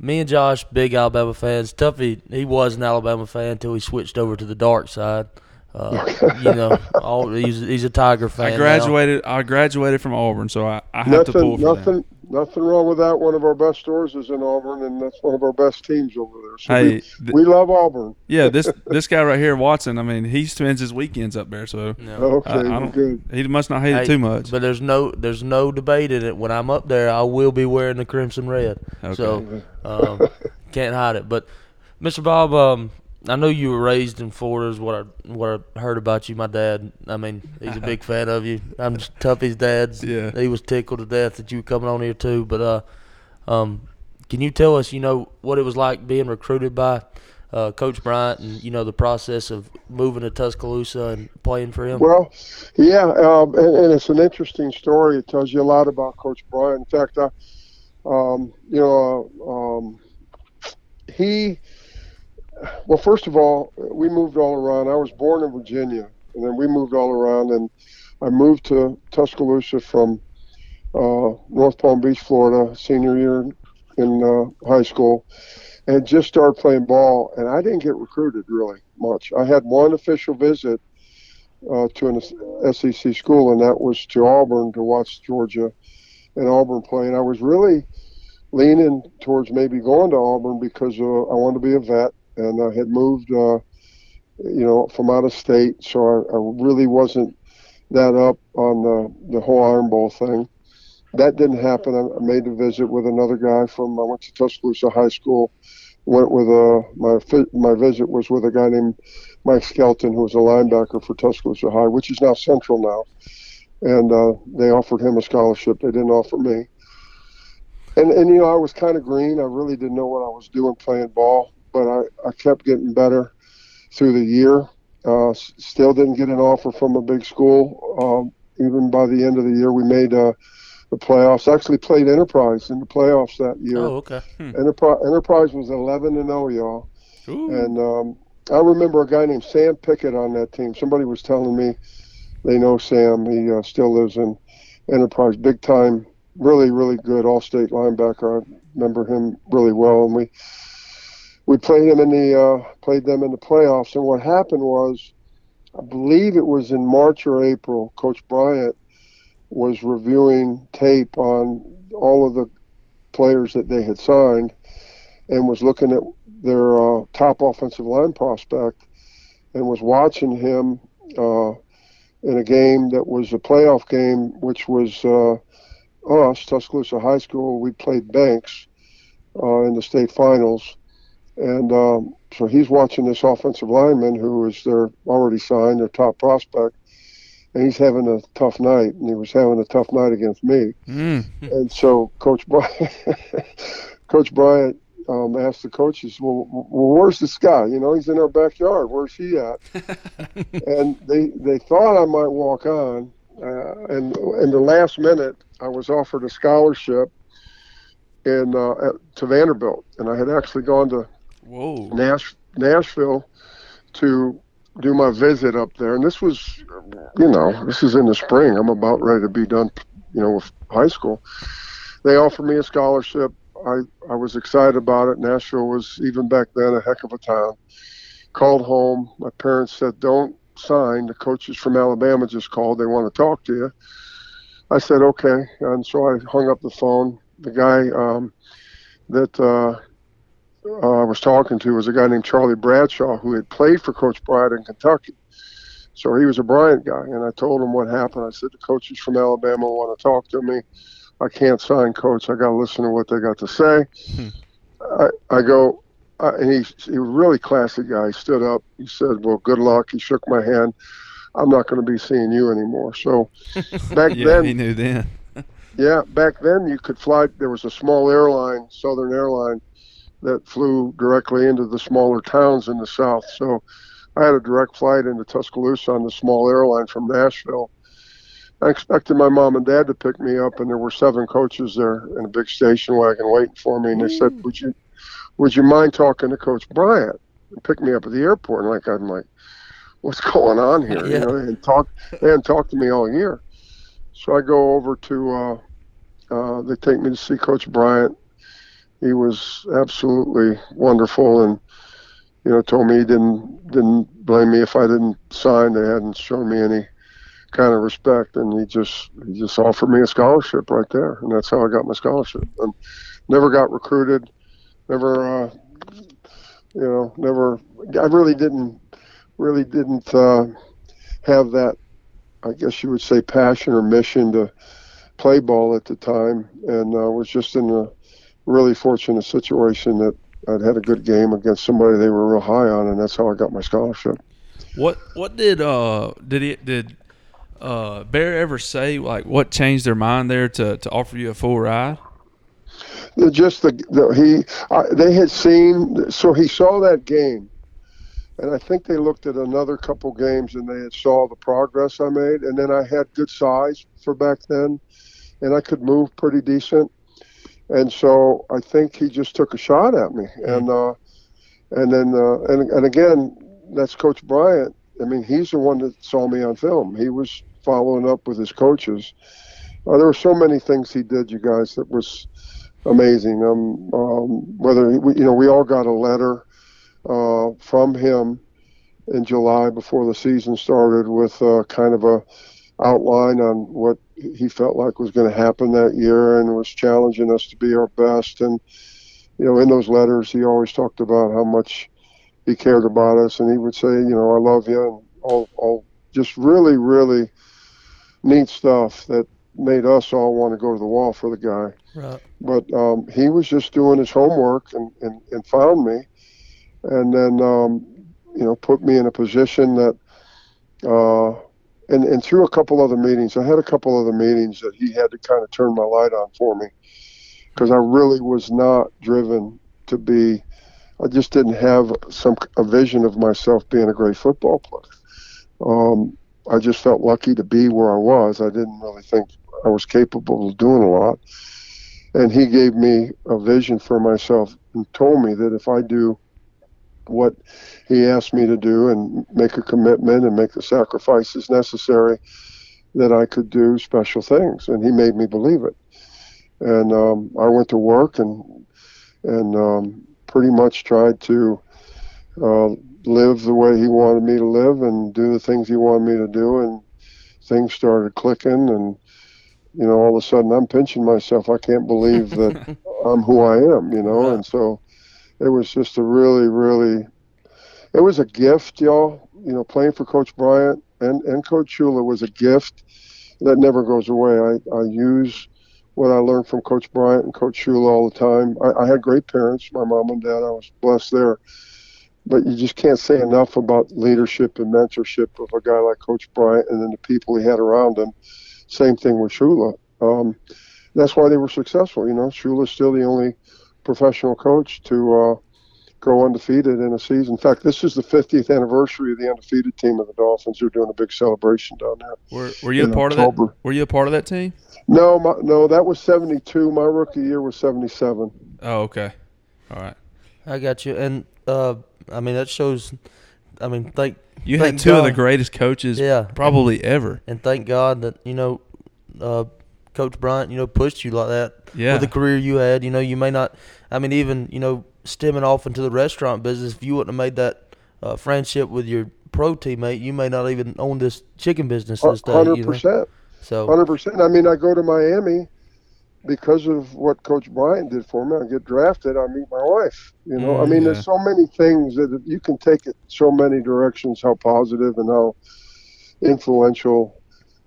S2: me and Josh, big Alabama fans. Tuffy, he was an Alabama fan until he switched over to the dark side. Uh, you know, all, he's he's a Tiger fan.
S1: I
S2: now.
S1: graduated. I graduated from Auburn, so I, I have to pull
S6: Nothing,
S1: for that.
S6: nothing, nothing wrong with that. One of our best stores is in Auburn, and that's one of our best teams over there. So
S1: Hey,
S6: we,
S1: th-
S6: we love Auburn.
S1: yeah, this this guy right here, Watson. I mean, he spends his weekends up there, so
S2: No.
S6: Okay,
S1: I- I
S6: we're
S1: don't-
S6: good.
S1: he must not hate
S2: Hey,
S1: it too much.
S2: But there's no there's no debate in it. When I'm up there, I will be wearing the crimson red. So um, can't hide it. But Mr. Bob, um, I know you were raised in Florida. Is what I what I heard about you. My dad. I mean, he's a big fan of you. I'm just Tuffy's dad.
S1: Yeah.
S2: He was tickled to death that you were coming on here too. But uh, um, can you tell us, you know, what it was like being recruited by? Uh, Coach Bryant, and you know the process of moving to Tuscaloosa and playing for him.
S6: Well, yeah, um, and, and it's an interesting story. It tells you a lot about Coach Bryan. In fact, I, um, you know, uh, um, he. Well, first of all, we moved all around. I was born in Virginia, and then we moved all around, and I moved to Tuscaloosa from uh, North Palm Beach, Florida, senior year in uh, high school, and just started playing ball. And I didn't get recruited really much. I had one official visit uh, to an SEC school, and that was to Auburn to watch Georgia and Auburn play. And I was really leaning towards maybe going to Auburn because uh, I wanted to be a vet, and I had moved, uh, you know, from out of state, so I, I really wasn't that up on the, the whole Iron Bowl thing. That didn't happen. I I made a visit with another guy from I went to Tuscaloosa High School. Went with uh, my fi- my visit was with a guy named Mike Skelton, who was a linebacker for Tuscaloosa High, which is now Central now, and uh, they offered him a scholarship. They didn't offer me. And and you know I was kind of green. I really didn't know what I was doing playing ball, but I I kept getting better through the year. Uh, s- still didn't get an offer from a big school. Um, even by the end of the year, we made uh, the playoffs. Actually played Enterprise in the playoffs that year.
S2: Oh, okay.
S6: Enterprise, Enterprise was 11 and 0, y'all.
S1: Ooh.
S6: And um, I remember a guy named Sam Pickett on that team. Somebody was telling me they know Sam. He uh, still lives in Enterprise, big time, really, really good all-state linebacker. I remember him really well, and we we played him in the uh, played them in the playoffs. And what happened was, I believe it was in March or April. Coach Bryant was reviewing tape on all of the players that they had signed, and was looking at their uh, top offensive line prospect and was watching him uh, in a game that was a playoff game, which was uh, us, Tuscaloosa High School. We played Banks uh, in the state finals. And um, so he's watching this offensive lineman who is their already signed, their top prospect. And he's having a tough night, and he was having a tough night against me
S1: Mm.
S6: and so Coach Bryant, Coach Bryant um, asked the coaches, well, w- "Well, where's this guy? You know, he's in our backyard. Where's he at?" and they they thought I might walk on, uh, and in the last minute, I was offered a scholarship in uh, at, to Vanderbilt, and I had actually gone to
S1: Whoa.
S6: Nash, Nashville to do my visit up there. And this was, you know, this is in the spring. I'm about ready to be done, you know, with high school. They offered me a scholarship. I, I was excited about it. Nashville was, even back then, a heck of a town. Called home. My parents said, don't sign. The coaches from Alabama just called. They want to talk to you. I said, okay. And so I hung up the phone. The guy um, that uh, uh, I was talking to was a guy named Charlie Bradshaw who had played for Coach Bryant in Kentucky. So he was a Bryant guy, and I told him what happened. I said the coaches from Alabama want to talk to me. I can't sign coach. I got to listen to what they got to say. I, I go, I, and he he was a really classy guy. He stood up. He said, "Well, good luck." He shook my hand. I'm not going to be seeing you anymore. So back
S1: Yeah,
S6: then,
S1: he knew then.
S6: yeah, back then you could fly. There was a small airline, Southern Airline, that flew directly into the smaller towns in the south. So I had a direct flight into Tuscaloosa on the small airline from Nashville. I expected my mom and dad to pick me up, and there were seven coaches there in a big station wagon waiting for me. And they said, "Would you, would you mind talking to Coach Bryant?" And picked me up at the airport. And like I'm like, "What's going on here?" You
S2: Yeah.
S6: know, and talk. They hadn't talked to me all year. So I go over to. Uh, uh, they take me to see Coach Bryant. He was absolutely wonderful, and you know, told me he didn't didn't blame me if I didn't sign. They hadn't shown me any kind of respect, and he just he just offered me a scholarship right there, and that's how I got my scholarship. And never got recruited, never, uh, you know, never. I really didn't really didn't uh, have that. I guess you would say passion or mission to play ball at the time, and uh, was just in a really fortunate situation that I'd had a good game against somebody they were real high on, and that's how I got my scholarship.
S1: What What did uh did it did uh Bear ever say like what changed their mind there to to offer you a full ride?
S6: They're Just the, the he I, they had seen so he saw that game, and I think they looked at another couple games and they had saw the progress I made, and then I had good size for back then, and I could move pretty decent, and so I think he just took a shot at me, and uh, and then uh, and and again that's Coach Bryant. I mean he's the one that saw me on film. He was following up with his coaches. Uh, there were so many things he did, you guys, that was amazing. Um, um, whether we, you know, we all got a letter uh, from him in July before the season started with uh, kind of a outline on what he felt like was going to happen that year and was challenging us to be our best. And you know, in those letters, he always talked about how much he cared about us, and he would say, you know, I love you, and all, all just really, really neat stuff that made us all want to go to the wall for the guy
S2: Right.
S6: but um, he was just doing his homework and, and, and found me and then um, you know put me in a position that uh, and, and through a couple other meetings i had a couple other meetings that he had to kind of turn my light on for me because i really was not driven to be i just didn't have some a vision of myself being a great football player um, i just felt lucky to be where i was i didn't really think I was capable of doing a lot. And he gave me a vision for myself and told me that if I do what he asked me to do and make a commitment and make the sacrifices necessary, that I could do special things. And he made me believe it. And um, I went to work and and um, pretty much tried to uh, live the way he wanted me to live and do the things he wanted me to do. And things started clicking. And you know, all of a sudden, I'm pinching myself. I can't believe that I'm who I am. You know, and so it was just a really, really, it was a gift, y'all. You know, playing for Coach Bryant and, and Coach Shula was a gift that never goes away. I, I use what I learned from Coach Bryant and Coach Shula all the time. I, I had great parents, my mom and dad. I was blessed there. But you just can't say enough about leadership and mentorship of a guy like Coach Bryant and then the people he had around him. Same thing with Shula. Um, that's why they were successful. You know, Shula's still the only professional coach to uh, go undefeated in a season. In fact, this is the 50th anniversary of the undefeated team of the Dolphins. They're doing a big celebration down there.
S1: Were, were you a
S6: in
S1: part of
S6: October.
S1: that? Were you a part of that team?
S6: No, my, no, that was 72. My rookie year was 77.
S1: Oh, okay. All right.
S2: I got you. And uh, I mean that shows. I mean thank
S1: You
S2: thank
S1: had two of the
S2: God-
S1: greatest coaches,
S2: Yeah.
S1: probably ever.
S2: And thank God that you know, uh, Coach Bryant, you know, pushed you like that.
S1: Yeah.
S2: With the career you had, you know, you may not. I mean, even you know, stemming off into the restaurant business, if you wouldn't have made that uh, friendship with your pro teammate, you may not even own this chicken business to this day. You know?
S6: 100%.
S2: So
S6: Hundred percent. I mean, I go to Miami because of what Coach Bryant did for me. I get drafted. I meet my wife. You know, I
S1: Mm,
S6: mean,
S1: yeah.
S6: there's so many things that you can take it so many directions. How positive and how influential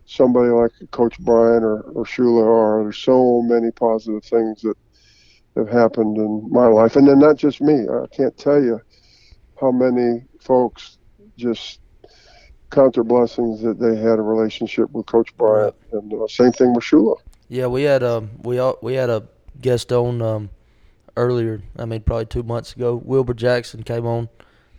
S6: somebody like Coach Bryant or, or Shula are. There's so many positive things that have happened in my life, and then not just me. I can't tell you how many folks just counter blessings that they had a relationship with Coach Bryant, and uh, same thing with Shula.
S2: yeah, we had um we all, we had a guest on um earlier. I mean, probably two months ago, Wilbur Jackson came on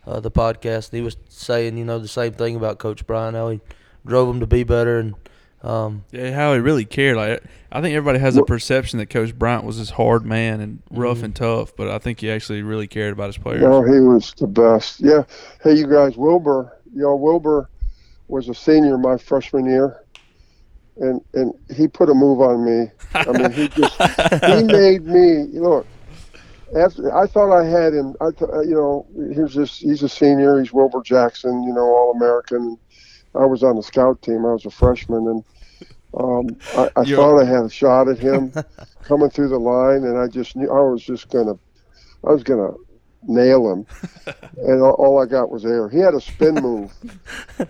S2: uh, the podcast. And he was saying, you know, the same thing about Coach Bryant. How he drove him to be better and. Um,
S1: Yeah, how he really cared. Like I think everybody has a
S6: Well-
S1: perception that Coach Bryant was this hard man and
S2: Mm-hmm.
S1: rough and tough, but I think he actually really cared about his players.
S6: No, he was the best. Yeah. Hey, you guys, Wilbur, y'all, Wilbur was a senior my freshman year, and and he put a move on me. I mean, he just he made me look. After I thought I had him, I th- uh, you know, here's this. He's a senior. He's Wilbur Jackson. You know, all American. I was on the scout team. I was a freshman, and um, I, I
S1: You're-
S6: thought I had a shot at him coming through the line, and I just knew I was just gonna, I was gonna nail him, and all, all I got was air. He had a spin move.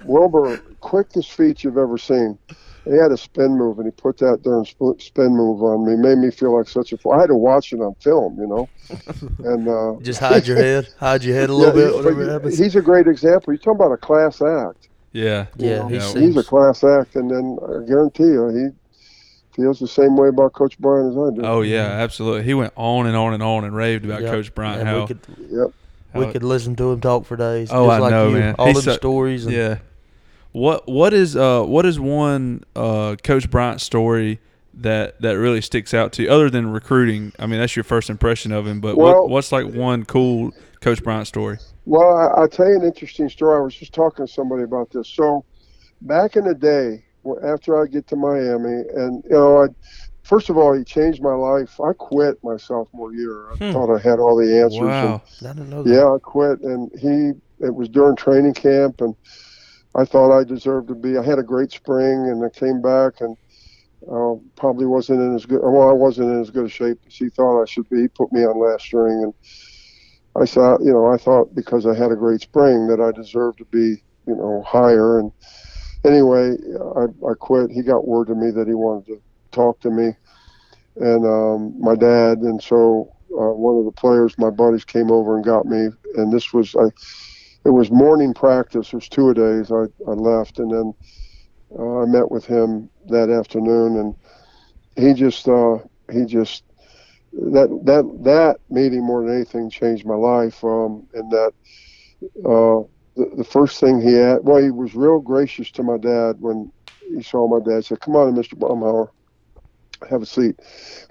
S6: Wilbur, quickest feet you've ever seen. He had a spin move, and he put that darn sp- spin move on me. Made me feel like such a fool. I had to watch it on film, you know. And uh,
S2: Just hide your head. Hide your head a little
S6: yeah,
S2: bit,
S6: he's-
S2: whatever
S6: but
S2: happens.
S6: He's a great example. You're talking about a class act.
S1: Yeah.
S2: yeah, he
S1: Yeah,
S6: He's a
S2: seems.
S6: class act, and then I guarantee you, he feels the same way about Coach Bryant as I do.
S1: Oh yeah, absolutely. He went on and on and on and raved about
S2: Yep.
S1: Coach Bryant.
S2: And
S1: how,
S2: we could
S6: Yep.
S1: how
S2: we could listen to him talk for days.
S1: Oh,
S2: just
S1: I
S2: like
S1: know,
S2: you.
S1: man.
S2: All
S1: He's
S2: them
S1: so-
S2: stories. And,
S1: Yeah. What what is uh what is one uh Coach Bryant story that that really sticks out to you other than recruiting? I mean, that's your first impression of him, but
S6: Well-
S1: what, what's like one cool Coach Bryant story?
S6: Well, I, I'll tell you an interesting story. I was just talking to somebody about this. So, back in the day, well, after I get to Miami, and you know, I first of all, he changed my life. I quit my sophomore year. I thought I had all the answers. and
S1: Wow.
S2: I don't know.
S6: yeah, I quit, and he. It was during training camp, and I thought I deserved to be. I had a great spring, and I came back, and uh, probably wasn't in as good. Well, I wasn't in as good a shape as he thought I should be. He put me on last string, and I thought, you know, I thought because I had a great spring that I deserved to be, you know, higher. And anyway, I, I quit. He got word to me that he wanted to talk to me, and um, my dad, and so uh, one of the players, my buddies, came over and got me. And this was, I, it was morning practice. It was two a days. I, I left, and then uh, I met with him that afternoon, and he just, uh, he just that that that meeting more than anything changed my life. Um, and that uh, the, the first thing he had, well, he was real gracious to my dad when he saw my dad. He said, "Come on, in, Mr. Baumhauer, have a seat.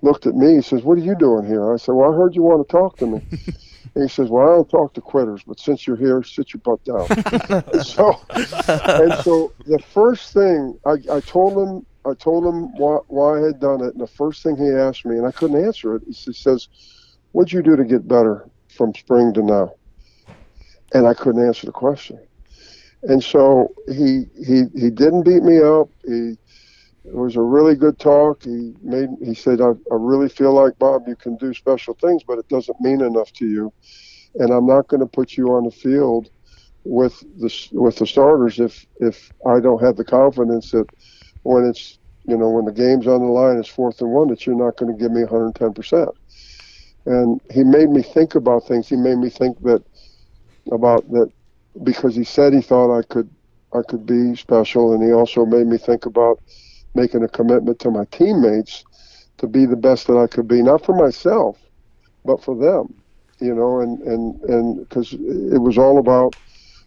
S6: Looked at me. He says, What are you doing here? I said, Well, I heard you want to talk to me. and he says, Well, I don't talk to quitters, but since you're here, sit your butt down. And so, and so the first thing I, I told him, I told him why, why I had done it. And the first thing he asked me, and I couldn't answer it, he s- he says, What'd you do to get better from spring to now? And I couldn't answer the question. And so he, he, he didn't beat me up. He, it was a really good talk. He made he said, I, I really feel like Bob, you can do special things, but it doesn't mean enough to you. And I'm not going to put you on the field with the s- with the starters if if I don't have the confidence that when it's you know when the game's on the line, it's fourth and one, that you're not going to give me 110 percent. And he made me think about things. He made me think that about that because he said he thought I could I could be special, and he also made me think about making a commitment to my teammates to be the best that I could be, not for myself, but for them, you know, and, and, and cause it was all about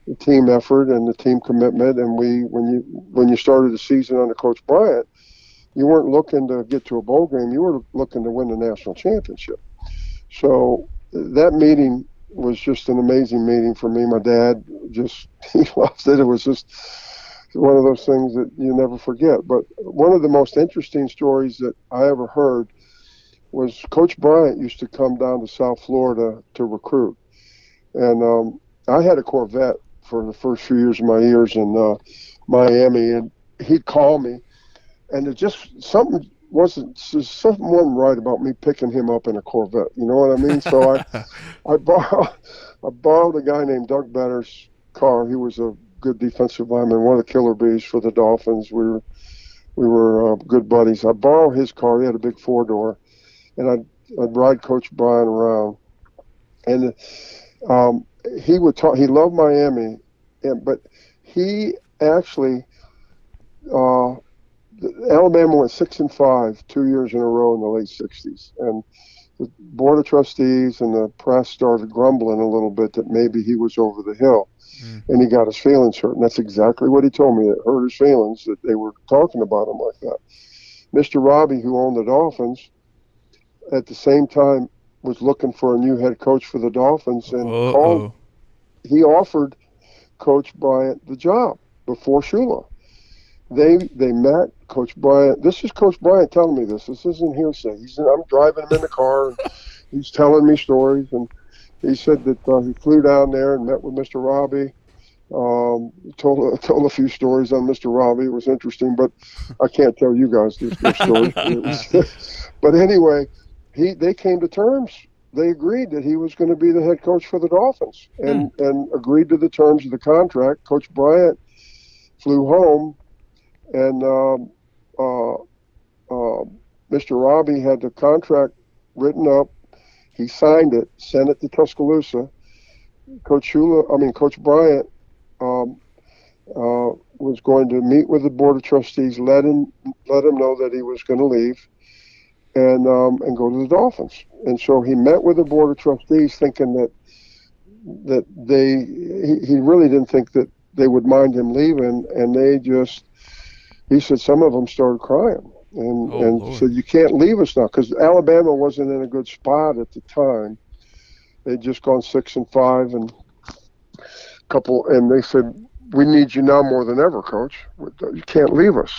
S6: the team effort and the team commitment. And we, when you, when you started the season under coach Bryant, you weren't looking to get to a bowl game. You were looking to win the national championship. So that meeting was just an amazing meeting for me. My dad just, he loved it. It was just, one of those things that you never forget. But one of the most interesting stories that I ever heard was Coach Bryant used to come down to South Florida to recruit, and um, I had a Corvette for the first few years of my years in uh, Miami, and he'd call me, and it just something wasn't just something wasn't right about me picking him up in a Corvette. You know what I mean? So I I borrowed I borrowed a guy named Doug Better's car. He was a good defensive lineman, one of the killer bees for the Dolphins. We were we were uh, good buddies. I borrowed his car. He had a big four door, and I'd, I'd ride Coach Brian around, and um, he would talk. He loved Miami, and, but he actually uh, Alabama went six and five two years in a row in the late '60s, and the board of trustees and the press started grumbling a little bit that maybe he was over the hill and he got his feelings hurt. And that's exactly what he told me. It hurt his feelings that they were talking about him like that. Mr. Robbie, who owned the Dolphins, at the same time was looking for a new head coach for the Dolphins and called
S1: Uh-oh.
S6: he offered Coach Bryant the job before Shula. They they met Coach Bryant. This is Coach Bryant telling me this. This isn't hearsay. He's I'm driving him in the car. And he's telling me stories, and he said that uh, he flew down there and met with Mr. Robbie. Um, told told a few stories on Mr. Robbie. It was interesting, but I can't tell you guys these these stories. It was- but anyway, he they came to terms they agreed that he was going to be the head coach for the Dolphins and, and agreed to the terms of the contract. Coach Bryant flew home, and um, uh, uh, Mr. Robbie had the contract written up. He signed it, sent it to Tuscaloosa. Coach Shula, I mean, Coach Bryant um, uh, was going to meet with the Board of Trustees, let him, let him know that he was going to leave and um, and go to the Dolphins. And so he met with the board of trustees, thinking that that they he, he really didn't think that they would mind him leaving, and they just he said some of them started crying and
S1: Oh,
S6: and
S1: Lord.
S6: said you can't leave us now because Alabama wasn't in a good spot at the time. They'd just gone six and five and couple, and they said we need you now more than ever, coach. You can't leave us.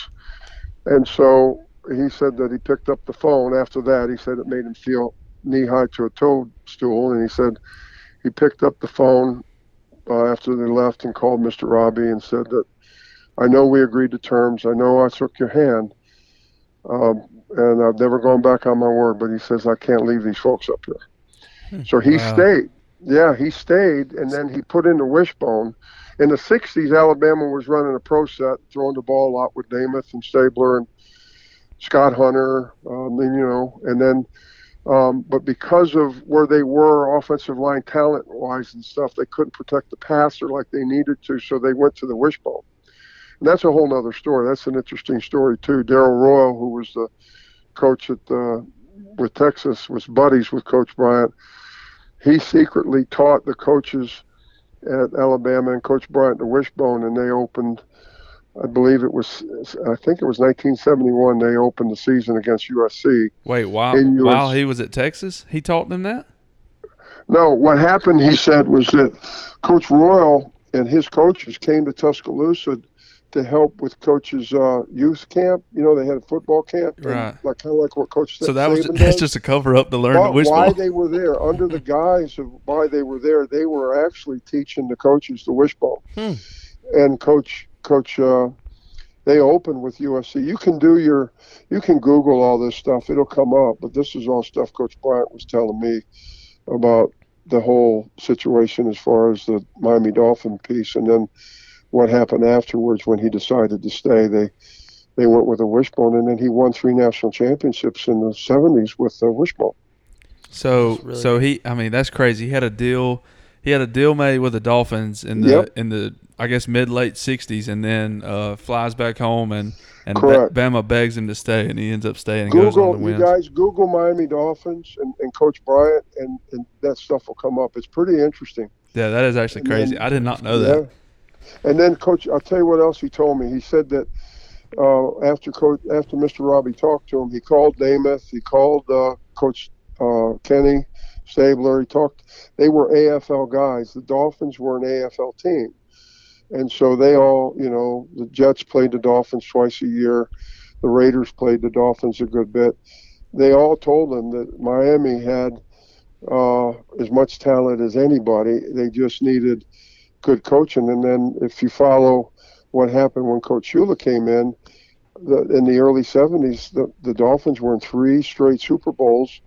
S6: And so he said that he picked up the phone after that. He said it made him feel knee high to a toadstool. And he said he picked up the phone uh, after they left and called Mr. Robbie and said that I know we agreed to terms. I know I shook your hand. Um, and I've never gone back on my word, but he says I can't leave these folks up here. So he
S1: Wow.
S6: stayed. Yeah, he stayed, and then he put in the wishbone. In the '60s, Alabama was running a pro set, throwing the ball a lot with Namath and Stabler and Scott Hunter, um, and, you know, and then, um, but because of where they were offensive line talent wise and stuff, they couldn't protect the passer like they needed to, so they went to the wishbone. And that's a whole nother story. That's an interesting story too. Daryl Royal, who was the coach at uh, with Texas, was buddies with Coach Bryant. He secretly taught the coaches at Alabama and Coach Bryant the wishbone, and they opened I believe it was, I think it was 1971. They opened the season against USC.
S1: Wait, while
S6: And you were-
S1: while he was at Texas, he taught them that.
S6: No, what happened, he said, was that Coach Royal and his coaches came to Tuscaloosa to help with Coach's uh, youth camp. You know, they had a football camp, and
S1: Right.
S6: Like kind of like what Coach.
S1: So that was
S6: Saban
S1: that's
S6: does.
S1: just a cover up to learn
S6: Why-
S1: the wishbone.
S6: why they were there under the guise of why they were there. They were actually teaching the coaches the wishbone,
S1: Hmm.
S6: and coach coach. Uh, they open with USC. You can do your, you can Google all this stuff. It'll come up. But this is all stuff Coach Bryant was telling me about the whole situation as far as the Miami Dolphin piece, and then what happened afterwards when he decided to stay. They they went with a wishbone, and then he won three national championships in the '70s with the wishbone.
S1: So
S2: That's really-
S1: so he I mean that's crazy. He had a deal he had a deal made with the Dolphins in the
S6: Yep.
S1: in the I guess mid late sixties and then uh, flies back home and and Ba-
S6: Correct.
S1: Bama begs him to stay and he ends up staying and goes on
S6: Google,
S1: to
S6: you
S1: win.
S6: guys, Google Miami Dolphins and, and Coach Bryant, and, and that stuff will come up. It's pretty interesting.
S1: yeah, that is actually
S6: and then-
S1: crazy. I did not know that.
S6: Yeah. And then Coach, I'll tell you what else he told me. He said that uh, after Coach, after Mr. Robbie talked to him, he called Namath, he called uh, Coach uh, Kenny Stabler. He talked. They were AFL guys. The Dolphins were an AFL team, and so they all, you know, the Jets played the Dolphins twice a year. The Raiders played the Dolphins a good bit. They all told him that Miami had uh, as much talent as anybody. They just needed good coaching. And then if you follow what happened when Coach Shula came in, the, in the early 70s, the, the Dolphins were in three straight Super Bowls,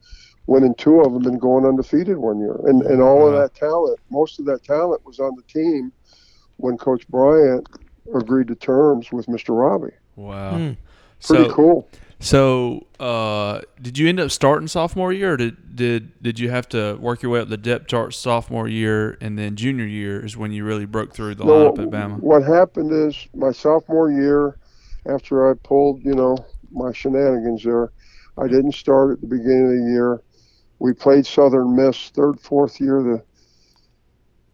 S6: winning two of them and going undefeated one year. And, and all of
S1: Wow.
S6: that talent, most of that talent was on the team when Coach Bryant agreed to terms with Mr. Robbie.
S1: Wow.
S2: Hmm.
S6: Pretty
S1: So
S6: cool.
S1: so uh, did you end up starting sophomore year or did, did did you have to work your way up the depth chart sophomore year and then junior year is when you really broke through the
S6: No,
S1: lineup at Bama?
S6: What happened is my sophomore year, after I pulled, you know, my shenanigans there, I didn't start at the beginning of the year. We played Southern Miss third, fourth year of the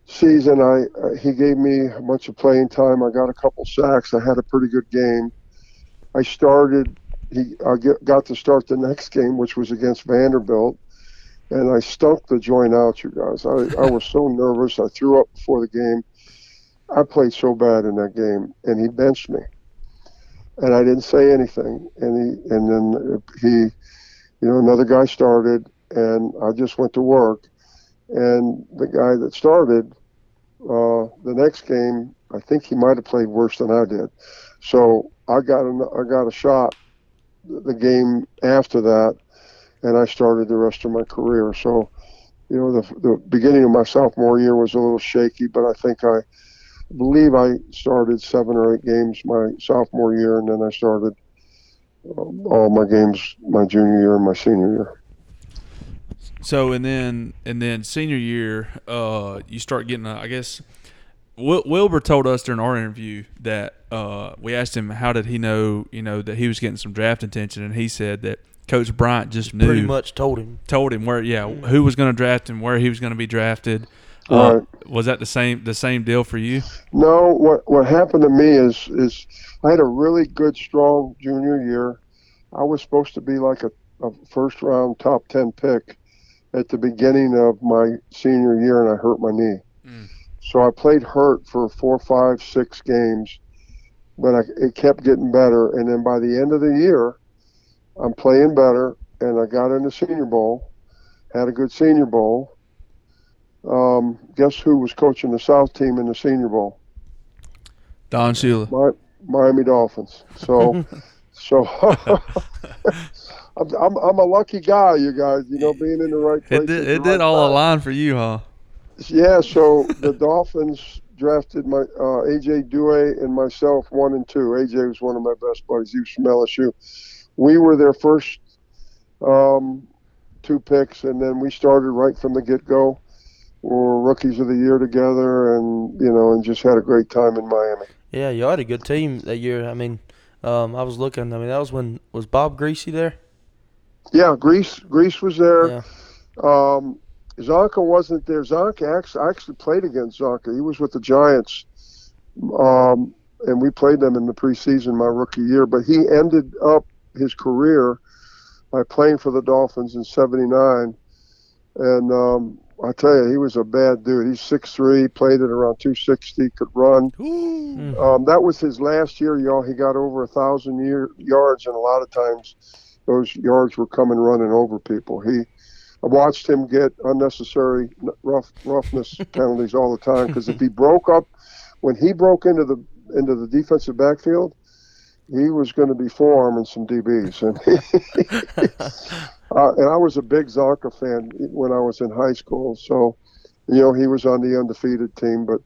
S6: season. I uh, he gave me a bunch of playing time. I got a couple sacks. I had a pretty good game. I started. He I get, got to start the next game, which was against Vanderbilt. And I stunk the joint out, you guys. I, I was so nervous. I threw up before the game. I played so bad in that game, and he benched me, and I didn't say anything. And he, and then he, you know, another guy started, and I just went to work, and the guy that started, uh, the next game, I think he might have played worse than I did, so I got an, I got a shot, the game after that, and I started the rest of my career. So, you know, the the beginning of my sophomore year was a little shaky, but I think I believe I started seven or eight games my sophomore year, and then I started um, all my games my junior year and my senior year.
S1: So and then and then senior year, uh, you start getting. A, I guess Wil- Wilbur told us during our interview that uh, we asked him how did he know you know that he was getting some draft attention, and he said that Coach Bryant just knew,
S2: Pretty much told him.
S1: told him where yeah who was going to draft and where he was going to be drafted.
S6: Right.
S1: Uh, was that the same the same deal for you?
S6: No, what what happened to me is is I had a really good, strong junior year. I was supposed to be like a, a first round top ten pick at the beginning of my senior year, and I hurt my knee.
S1: Mm.
S6: So I played hurt for four, five, six games, but I, it kept getting better. And then by the end of the year, I'm playing better, and I got in the Senior Bowl, had a good Senior Bowl. Um, guess who was coaching the South team in the Senior Bowl?
S1: Don Shula.
S6: Mi- Miami Dolphins. So, so I'm, I'm I'm a lucky guy, you guys. You know, being in the right
S1: It
S6: place. at
S1: did
S6: the
S1: it did
S6: right
S1: all
S6: time.
S1: align for you, huh?
S6: Yeah. So the Dolphins drafted my uh, AJ Due and myself, one and two. AJ was one of my best buddies. He was from LSU. We were their first um, two picks, and then we started right from the get go. We were rookies of the year together, and you know, and just had a great time in Miami.
S2: Yeah, y'all had a good team that year. I mean, um, I was looking. I mean, that was when was Bob Greasy there?
S6: Yeah, Greece. Greece was there.
S2: Yeah.
S6: Um, Zonka wasn't there. Zonka actually, I actually played against Zonka. He was with the Giants. Um, and we played them in the preseason my rookie year. But he ended up his career by playing for the Dolphins in '79, and um, I tell you, he was a bad dude. He's six three, played at around 260, could run. Um, that was his last year, y'all. He got over a thousand year, yards, and a lot of times those yards were coming running over people. He I watched him get unnecessary n- rough roughness penalties all the time because if he broke up when he broke into the into the defensive backfield, he was going to be forearming some DBs, and uh, and I was a big Zonka fan when I was in high school. So, you know, he was on the undefeated team, but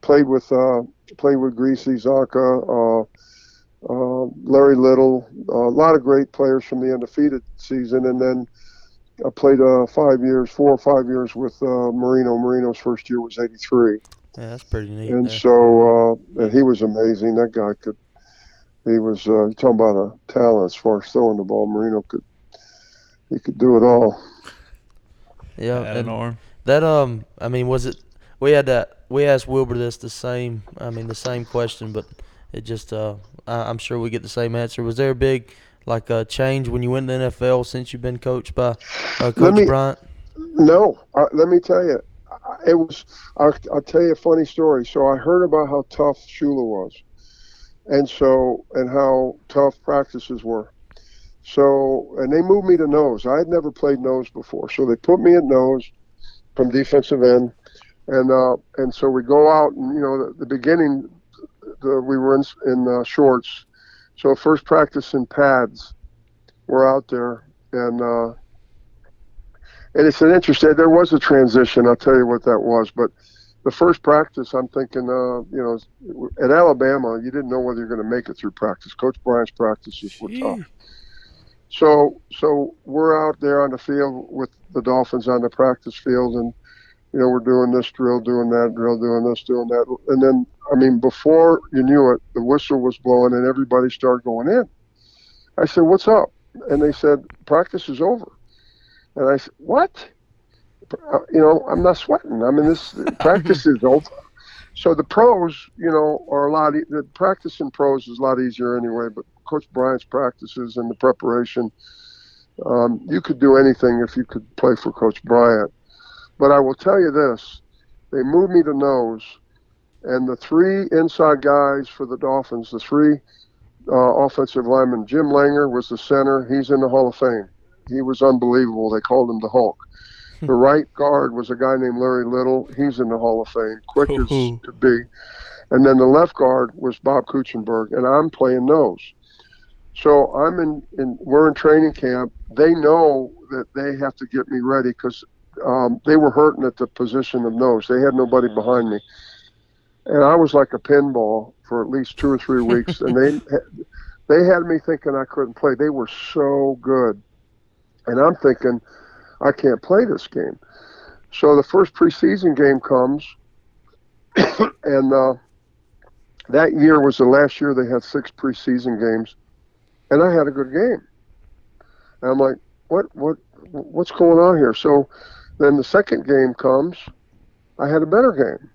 S6: played with uh, played with Greasy Zonka, uh, uh, Larry Little, a lot of great players from the undefeated season, and then I played uh, five years, four or five years with uh, Marino. Marino's first year was '83.
S2: Yeah, that's pretty neat.
S6: And
S2: there.
S6: so uh, and he was amazing. That guy could. He was uh, talking about a talent as far as throwing the ball. Marino could. He could do it all.
S2: yeah,
S1: Had an
S2: and
S1: arm.
S2: that um, I mean, was it? We had that. We asked Wilbur this the same. I mean, the same question, but it just. Uh, I, I'm sure we get the same answer. Was there a big like uh, change when you went to the NFL since you've been coached by uh, Coach
S6: me-
S2: Bryant?
S6: No, I, let me tell you, I- it was. I, I'll tell you a funny story. So I heard about how tough Shula was, and so and how tough practices were. So and they moved me to nose. I had never played nose before, so they put me at nose from defensive end, and uh, and so we go out and you know the, the beginning, the, we were in in uh, shorts, so first practice in pads, we're out there and. Uh, and it's an interesting. There was a transition. I'll tell you what that was. But the first practice, I'm thinking, uh, you know, at Alabama, you didn't know whether you're going to make it through practice. Coach Bryant's practices were tough. So, so we're out there on the field with the Dolphins on the practice field, and you know, we're doing this drill, doing that drill, doing this, doing that, and then, I mean, before you knew it, the whistle was blowing, and everybody started going in. I said, "What's up?" And they said, "Practice is over." And I said, "What? Uh, You know, I'm not sweating. I mean, this practice is over." So the pros, you know, are a lot. E- the practice in pros is a lot easier anyway. But Coach Bryant's practices and the preparation, um, you could do anything if you could play for Coach Bryant. But I will tell you this: they moved me to nose, and the three inside guys for the Dolphins, the three uh, offensive linemen, Jim Langer was the center. He's in the Hall of Fame he was unbelievable. They called him the Hulk. The right guard was a guy named Larry Little. He's in the Hall of Fame, quick as could be. And then the left guard was Bob Kuchenberg, and I'm playing nose. So I'm in, in we're in training camp. They know that they have to get me ready because um, they were hurting at the position of nose. They had nobody behind me, and I was like a pinball for at least two or three weeks. and they they had me thinking I couldn't play. They were so good. And I'm thinking, I can't play this game. So the first preseason game comes, and uh, that year was the last year they had six preseason games, and I had a good game. And I'm like, what, what, what's going on here? So then the second game comes, I had a better game.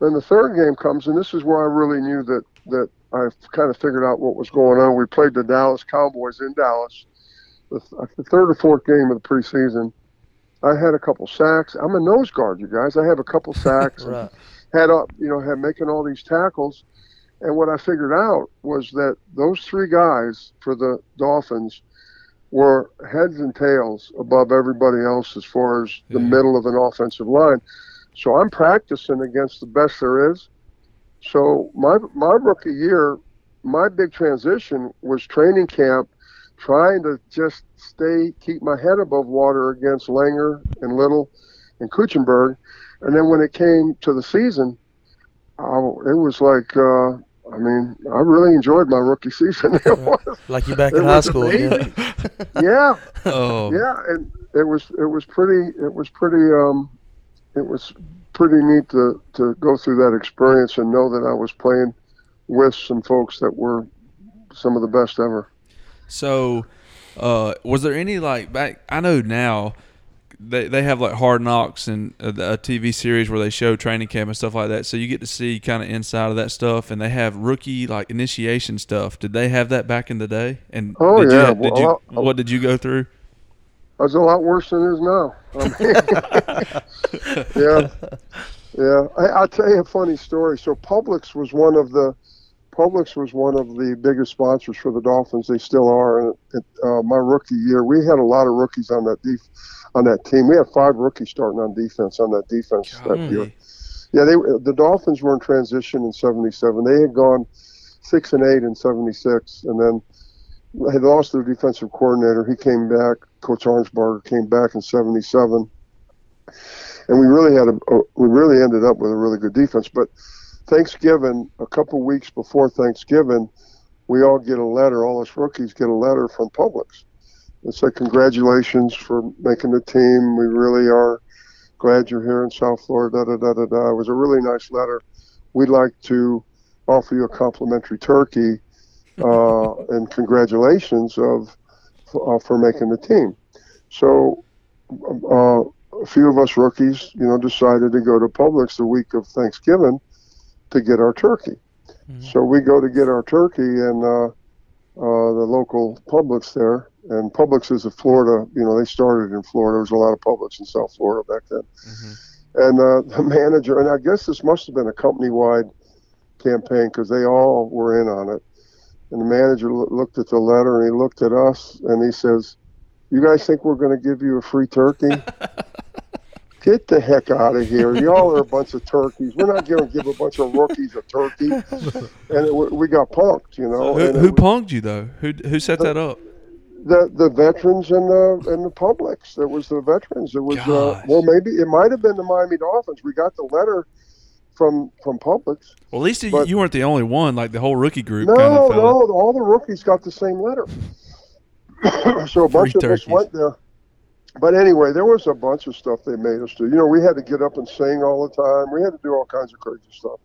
S6: Then the third game comes, and this is where I really knew that that I kind of figured out what was going on. We played the Dallas Cowboys in Dallas the, uh, the third or fourth game of the preseason, I had a couple sacks. I'm a nose guard, you guys. I have a couple sacks. and
S2: Right.
S6: Had up, you know, had making all these tackles, and what I figured out was that those three guys for the Dolphins were heads and tails above everybody else as far as the
S1: Yeah.
S6: middle of an offensive line. So I'm practicing against the best there is. So my my rookie year, my big transition was training camp trying to just stay, keep my head above water against Langer and Little and Kuchenberg. And then when it came to the season, I, it was like, uh, I mean, I really enjoyed my rookie season. It was-
S2: Like you back
S6: it
S2: in high
S6: was
S2: school again?
S6: amazing. yeah,
S1: Oh,
S6: yeah, and it was it was pretty it was pretty um, it was pretty neat to to go through that experience and know that I was playing with some folks that were some of the best ever.
S1: So, uh, was there any like back? I know now they they have like Hard Knocks and a, a TV series where they show training camp and stuff like that. So you get to see kind of inside of that stuff, and they have rookie like initiation stuff. Did they have that back in the day? And
S6: Oh,
S1: did
S6: yeah.
S1: you, did you,
S6: Well, I-
S1: what did you go through?
S6: That's a lot worse than it is now. I mean, yeah, yeah. I, I'll tell you a funny story. So Publix was one of the Publix was one of the biggest sponsors for the Dolphins. They still are. And, and, uh, my rookie year, we had a lot of rookies on that def- on that team. We had five rookies starting on defense on that defense that year. Yeah, they were- the Dolphins were in transition in '77. They had gone six and eight in '76, and then had lost their defensive coordinator. He came back. Coach Arnsberger came back in '77, and we really had a, a- we really ended up with a really good defense. But Thanksgiving, a couple weeks before Thanksgiving, we all get a letter. All us rookies get a letter from Publix. It said, "Congratulations for making the team. We really are glad you're here in South Florida." Da da da da da. It was a really nice letter. We'd like to offer you a complimentary turkey uh, and congratulations of uh, for making the team. So, uh, a few of us rookies, you know, decided to go to Publix the week of Thanksgiving to get our turkey. So we go to get our turkey, and uh, uh, the local Publix there, and Publix is a Florida, you know, they started in Florida. There was a lot of Publix in South Florida back then.
S1: Mm-hmm.
S6: And uh, the manager, and I guess this must have been a company-wide campaign because they all were in on it. And the manager loo- looked at the letter and he looked at us and he says, You guys think we're going to give you a free turkey? Get the heck out of here. Y'all are a bunch of turkeys. We're not going to give a bunch of rookies a turkey. And it, we got punked, you know.
S1: who
S6: Oh, and it
S1: who
S6: was-
S1: punked you though? Who who set that up?
S6: the the veterans and the and the publics. It was the veterans. It was uh,
S1: Gosh.
S6: well, maybe it might have been the Miami Dolphins. We got the letter from from Publix.
S1: Well, at least you-
S6: But-
S1: you weren't the only one. Like the whole rookie group.
S6: No,
S1: kind of fell
S6: no, all the rookies got the same letter. so a bunch of us
S1: turkeys.
S6: went there. But anyway, there was a bunch of stuff they made us do. You know, we had to get up and sing all the time. We had to do all kinds of crazy stuff.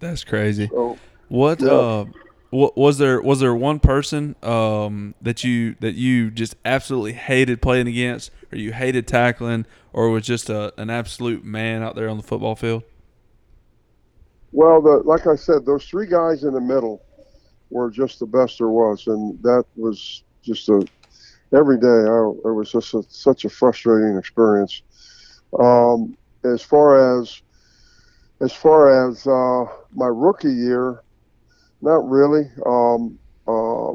S1: That's crazy.
S6: So
S1: What
S6: Yeah.
S1: uh, what was there was there one person um that you that you just absolutely hated playing against, or you hated tackling, or was just a, an absolute man out there on the football field?
S6: Well, the, like I said, those three guys in the middle were just the best there was, and that was just a every day. I, it was just a, such a frustrating experience. Um, as far as as far as uh, my rookie year, not really. Um, uh,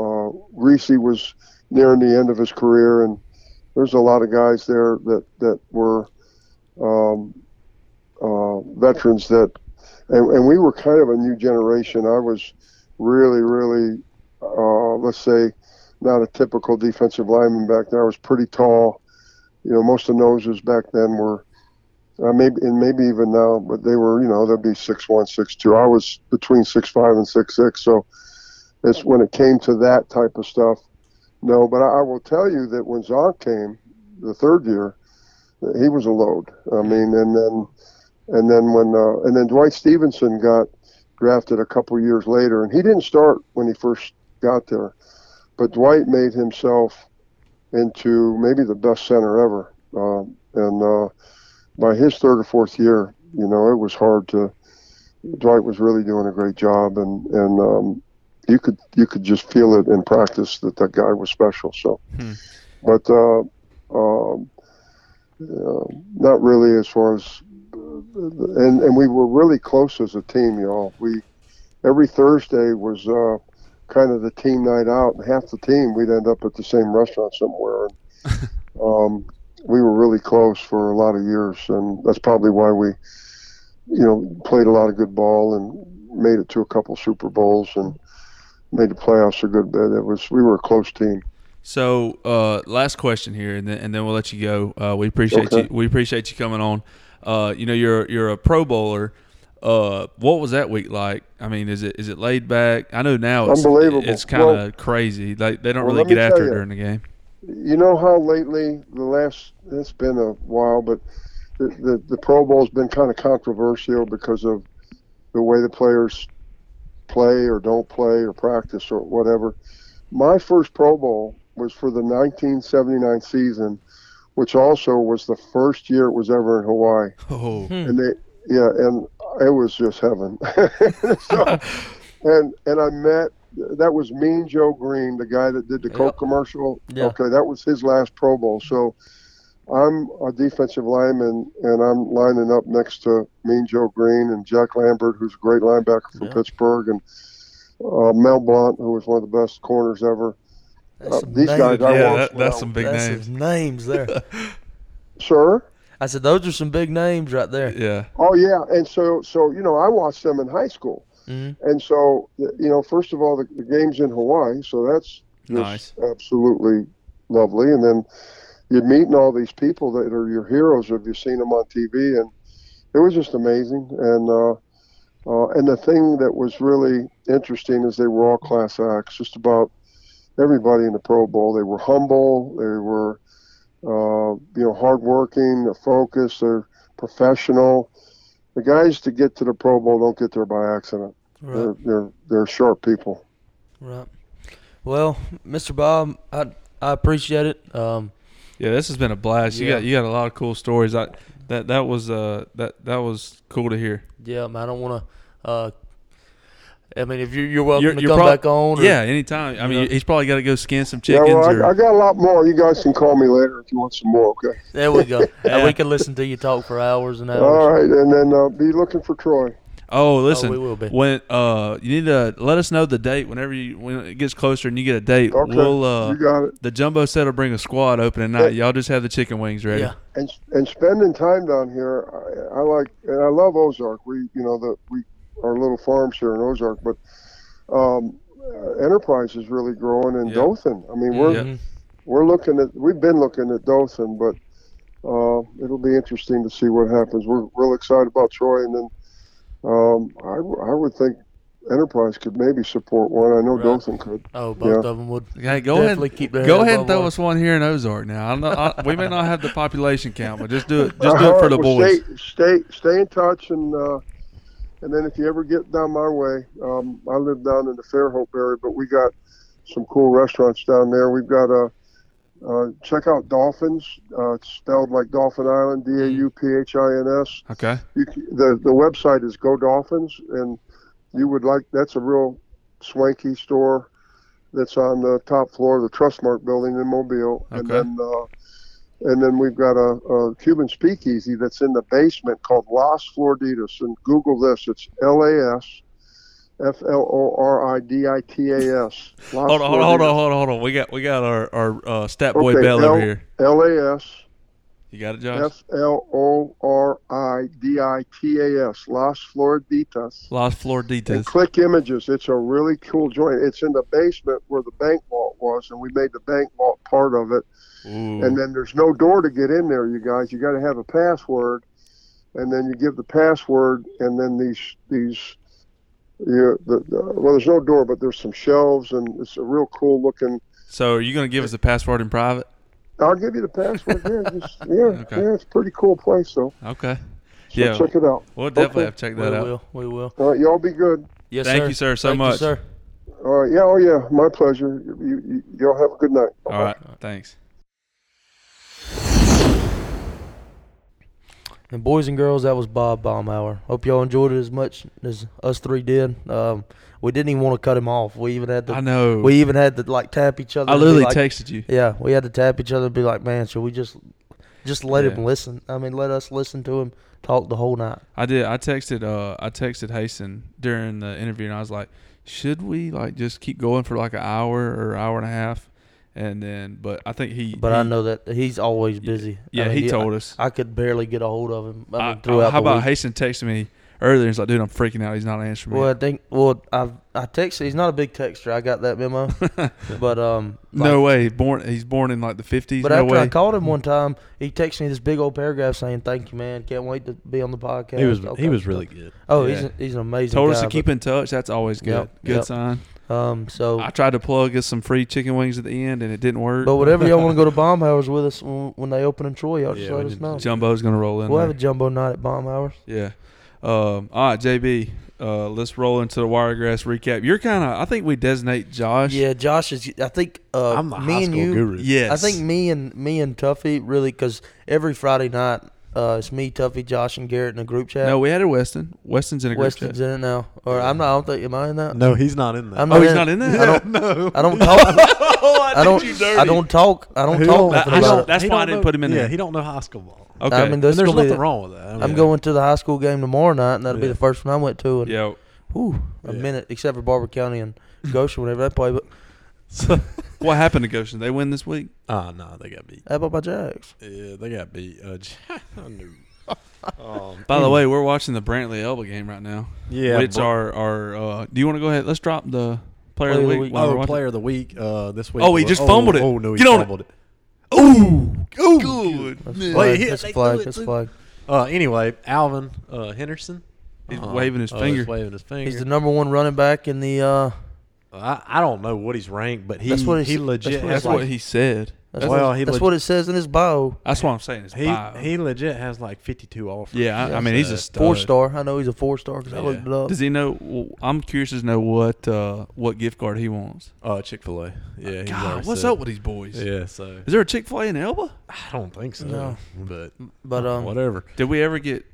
S6: uh, Reese was nearing the end of his career, and there's a lot of guys there that that were um, uh, veterans that and, and we were kind of a new generation. I was really, really, uh, let's say, not a typical defensive lineman back then. I was pretty tall. You know, most of the noses back then were, uh, maybe and maybe even now, but they were, you know, they'd be six one, six two. I was between six five and six six. So it's when it came to that type of stuff. No, but I, I will tell you that when Zonk came, the third year, he was a load. I mean, and then and then when uh, and then Dwight Stevenson got drafted a couple years later, and he didn't start when he first got there, but Dwight made himself into maybe the best center ever, um, and uh, by his third or fourth year, you know, it was hard to. Dwight was really doing a great job, and and um, you could you could just feel it in practice that that guy was special. So,
S1: Hmm.
S6: but uh, um, uh, not really as far as and and we were really close as a team, y'all. We every Thursday was uh, kind of the team night out, and half the team we'd end up at the same restaurant somewhere. um, we were really close for a lot of years, and that's probably why we, you know, played a lot of good ball and made it to a couple Super Bowls and made the playoffs a good bit. It was we were a close team.
S1: So, uh, last question here, and then, and then we'll let you go. Uh, we appreciate
S6: Okay.
S1: you. We appreciate you coming on. Uh, you know, you're you're a Pro Bowler. Uh, what was that week like? I mean, is it is it laid back? I know now it's
S6: Unbelievable.
S1: It's kind of
S6: Well-
S1: crazy. Like they don't
S6: Well,
S1: really
S6: let me
S1: get after
S6: tell
S1: it
S6: you.
S1: during the game.
S6: you know how lately the last it's been a while, but the the, the Pro Bowl's been kind of controversial because of the way the players play or don't play or practice or whatever. My first Pro Bowl was for the 1979 season which also was the first year it was ever in Hawaii.
S1: Oh,
S6: And they, yeah, and it was just heaven. so, and and I met that was Mean Joe Green, the guy that did the Coke commercial.
S2: Yeah.
S6: Okay, that was his last Pro Bowl. So I'm a defensive lineman, and I'm lining up next to Mean Joe Green and Jack Lambert, who's a great linebacker from
S2: Yeah.
S6: Pittsburg, and uh, Mel Blunt, who was one of the best corners ever.
S2: That's
S6: Uh,
S2: some
S6: these
S2: names.
S6: guys I
S1: yeah,
S6: watched
S1: that, that's
S6: well.
S1: some big
S2: That's
S1: names.
S2: some names there.
S6: Sir.
S2: I said those are some big names right there.
S1: Yeah,
S6: Oh yeah, and so so you know I watched them in high school,
S2: Mhm.
S6: and so you know first of all the, the games in Hawaii, so that's just
S1: Nice.
S6: absolutely lovely, and then you're meeting all these people that are your heroes if you've seen them on TV, and it was just amazing, and uh, uh, and the thing that was really interesting is they were all class acts, just about everybody in the Pro Bowl. They were humble, they were uh, you know hardworking, they're focused, they're professional. The guys to get to the Pro Bowl don't get there by accident.
S2: Right,
S6: They're, they're they're sharp people.
S2: right. Well, Mr. Bob, I I appreciate it. Um,
S1: yeah. This has been a blast. You
S2: Yeah.
S1: got you got a lot of cool stories. I that that was uh that that was cool to hear.
S2: yeah, man, I don't want to. Uh, I mean, if you're you're welcome to come
S1: prob-
S2: back on. or-
S1: Yeah, anytime. I mean,
S2: know.
S1: he's probably got to go skin some
S6: Yeah,
S1: chickens.
S6: well,
S1: or,
S6: I, I got a lot more. You guys can call me later if you want some more. Okay.
S2: There we go. And we can listen to you talk for hours and hours.
S6: All right, and then uh, be looking for Troy.
S1: oh, listen.
S2: we will be.
S1: When uh, you need to let us know the date whenever you when it gets closer and you get a date.
S6: Okay,
S1: We'll uh,
S6: you got it.
S1: the jumbo set will bring a squad opening night. Y'all just have the chicken wings ready.
S2: Yeah.
S6: and and spending time down here, I, I like and I love Ozark. We you know the we our little farms here in Ozark, but um, uh, Enterprise is really growing in
S1: Yeah.
S6: Dothan. I mean we're
S1: Yeah.
S2: Mm-hmm.
S6: we're looking at we've been looking at Dothan, but uh, it'll be interesting to see what happens. We're real excited about Troy, and then um, I w- I would think Enterprise could maybe support one. I know Dothan could.
S2: Oh, both
S6: Yeah.
S2: of them would.
S1: Hey, go
S2: Definitely
S1: ahead.
S2: keep their
S1: go
S2: head
S1: ahead
S2: above
S1: and throw
S2: water.
S1: us one here in Ozark. Now I know, I, we may not have the population count, but just do it. Just do
S6: All
S1: it for
S6: right,
S1: the
S6: well,
S1: boys.
S6: Stay, stay, stay in touch, and uh, and then if you ever get down my way, um, I live down in the Fairhope area, but we got some cool restaurants down there. We've got a uh, uh, check out Dolphins. Uh, it's spelled like Dolphin Island, D A U P H I N S.
S1: Okay.
S6: You c- the the website is Go Dolphins, and you would like that's a real swanky store that's on the top floor of the Trustmark building in Mobile, and
S1: Okay.
S6: then uh, and then we've got a, a Cuban speakeasy that's in the basement called Las Floriditas, and Google this, it's L A S. F L O R I D I T A S.
S1: Hold on, hold on, hold on, hold on, hold on. We got we got our our uh, stat boy
S6: Okay,
S1: Bell
S6: L-
S1: over here.
S6: L A S
S1: You got it, Josh.
S6: F L O R I D I T A S. Las Floriditas.
S1: Las Floriditas.
S6: and click images. It's a really cool joint. It's in the basement where the bank vault was, and we made the bank vault part of it.
S1: Ooh.
S6: And then there's no door to get in there, you guys. You got to have a password, and then you give the password, and then these these. Yeah, the, the, well, there's no door, but there's some shelves, and it's a real cool looking.
S1: so are you going to give us the password in private?
S6: I'll give you the password. Yeah, just, yeah,
S1: Okay.
S6: yeah, it's a pretty cool place, though.
S1: Okay.
S6: So
S1: yeah.
S6: check it out.
S1: We'll definitely
S6: Okay.
S1: have to check
S2: We
S1: that out.
S2: will. We will.
S6: All right, y'all be good.
S2: Yes,
S1: Thank
S2: sir.
S1: you, sir, so
S2: Thank you,
S1: much.
S2: sir.
S6: All right, yeah, oh yeah, my pleasure. You, you, y'all have a good night.
S1: All right. Thanks.
S2: And boys and girls, that was Bob Baumhauer. Hope y'all enjoyed it as much as us three did. Um, we didn't even want to cut him off. We even had to.
S1: I know.
S2: We even had to like tap each other.
S1: I
S2: and be
S1: literally
S2: like,
S1: texted you.
S2: Yeah, we had to tap each other and be like, man, should we just just let
S1: Yeah.
S2: him listen? I mean, let us listen to him talk the whole night.
S1: I did. I texted. Uh, I texted Hasten during the interview, and I was like, "Should we like just keep going for like an hour or hour and a half?" And then, but I think he.
S2: But
S1: he,
S2: I know that he's always busy.
S1: Yeah,
S2: I mean,
S1: he told us.
S2: I could barely get a hold of him. I
S1: I-
S2: mean,
S1: I-
S2: throughout
S1: how
S2: the
S1: about
S2: week.
S1: Hasten texted me earlier? He's like, "Dude, I'm freaking out. He's not answering me."
S2: Well, I think. Well, I I text. He's not a big texter. I got that memo. but um,
S1: no way. Born. He's born in like the 50s.
S2: But
S1: no
S2: after
S1: way.
S2: I called him one time, he texted me this big old paragraph saying, "Thank you, man. Can't wait to be on the podcast."
S5: He was
S2: Okay.
S5: he was really good.
S2: Oh, he's
S1: Yeah.
S2: a, he's an amazing.
S1: Told
S2: guy,
S1: us to keep in touch. That's always good.
S2: Yep,
S1: good
S2: yep.
S1: sign.
S2: but, Um. So,
S1: I tried to plug us some free chicken wings at the end, and it didn't work.
S2: but whatever y'all want to go to Bomb Hours with us when, when they open in Troy, y'all just
S5: Yeah, we
S2: let us
S5: need to
S2: know.
S1: Jumbo's gonna roll in.
S2: We'll have
S1: there.
S2: a jumbo night at Bomb Hours.
S1: Yeah. Um, all right, JB. Uh, let's roll into the Wiregrass recap. You're kind of, I think we designate Josh.
S2: Yeah, Josh is. I think uh,
S5: I'm the
S2: me
S5: high
S2: and
S5: school
S2: you,
S5: guru.
S1: Yes.
S2: I think me and me and Tuffy really because every Friday night uh, it's me, Tuffy, Josh, and Garrett in a group chat.
S1: No, we had a Weston. Weston's in a group
S2: uh, Weston's
S1: chat.
S2: in it now, or I'm not. I don't think am I in that?
S5: No, he's not in there.
S2: I'm
S1: Oh, he's not in
S2: I
S1: that.
S2: don't. I don't talk.
S1: oh, I,
S2: I don't. I don't talk. I don't
S5: He
S2: talk.
S5: don't-
S1: I-
S2: nothing
S1: I
S2: about
S1: don't-
S2: it.
S1: that's
S5: he
S1: why I
S5: don't
S1: didn't
S5: know-
S1: put him in
S5: Yeah,
S1: there.
S5: he don't know high school ball.
S1: Okay.
S2: I mean, that's
S5: And there's
S2: gonna be
S5: nothing
S2: it.
S5: wrong with that. I
S2: I'm
S5: mean,
S2: going to the high school game tomorrow night, and that'll be
S5: Yeah.
S2: the first one I went to in
S1: Yo,
S2: whew, a
S5: Yeah.
S2: minute, except for Barber County and Goshen, whenever they play. But
S1: what happened to Goshen? They win this week.
S5: Ah, no, they got beat.
S2: how about my Jags?
S5: Yeah, they got beat. Uh, J- I knew. Um,
S1: By
S2: Mm.
S1: the way, we're watching the Brantley Elba game right now.
S5: yeah,
S1: Which
S5: Bra-
S1: our our. Uh, do you want to go ahead? Let's drop the player of
S2: Player
S1: the
S2: of the
S1: week.
S2: week.
S1: while we're
S5: Oh,
S1: watching.
S5: player of the week uh, this week.
S1: Oh, he
S5: was-
S1: just fumbled it.
S5: Oh no, he
S1: Get on it.
S5: fumbled it. Ooh, ooh,
S2: That's a
S5: Wait,
S2: flag.
S5: he-
S2: That's a
S5: they
S2: flag.
S5: threw it
S2: That's a
S5: too.
S2: flag.
S5: Uh, anyway, Alvin uh, Henderson.
S2: Oh,
S1: He's
S5: Uh,
S1: waving his
S5: uh,
S1: finger.
S5: He's waving his finger.
S2: He's the number one running back in the. Uh,
S5: I, I don't know what he's ranked, but he
S2: That's what he
S5: he
S2: s-
S5: legit
S2: that's what
S5: has
S1: That's
S5: like
S1: what he said.
S2: that's
S5: Well,
S2: what,
S5: he
S2: that's
S5: leg-
S2: what it says in his bio.
S1: That's what I'm saying. Is
S5: he,
S1: bio.
S5: he legit has like 52 offers.
S1: yeah, I, I
S2: Yes.
S1: mean he's
S5: Uh,
S1: a stud.
S2: Four star. I know he's a four star because I
S5: Yeah.
S2: looked it up.
S1: Does he know? well, I'm curious to know what uh, what gift card he wants.
S5: Uh, Chick Fil A. Yeah. he's
S1: God,
S5: already
S1: what's
S5: said.
S1: up with these boys?
S5: Yeah. So
S1: Is there a Chick Fil A in Elba?
S5: I don't think so.
S2: No.
S5: But
S2: But um,
S5: whatever.
S1: Did we ever get?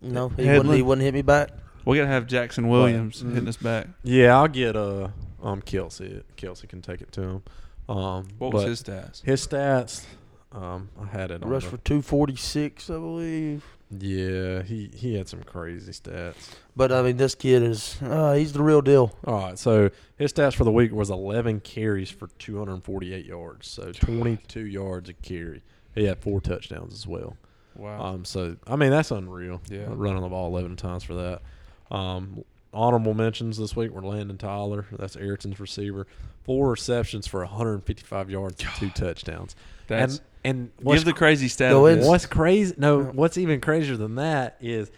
S2: no, he
S1: Headland?
S2: wouldn't. He wouldn't hit me back.
S1: We gotta have Jackson Williams
S5: Mm.
S1: hitting us back.
S5: Yeah, I'll get uh um Kelsey. Kelsey can take it to him. Um,
S1: What was
S5: but
S1: his stats?
S5: his stats? Um, I had it. on
S2: Rushed
S5: the-
S2: for two forty six, I believe.
S5: Yeah, he he had some crazy stats.
S2: But I mean, this kid is. Uh, he's the real deal.
S5: All right, so his stats for the week was 11 carries for 248 yards, so 22 yards a carry. He had four touchdowns as well.
S1: Wow.
S5: Um, so I mean that's unreal.
S1: Yeah.
S5: running the ball 11 times for that. Um, honorable mentions this week were Landon Tyler, that's Ayrton's receiver, four receptions for 155 yards, and two touchdowns.
S1: That's-
S5: and and
S1: Give
S5: what's
S1: the crazy stat.
S2: Go
S1: of
S2: in.
S1: this.
S5: What's crazy? No, what's even crazier than that is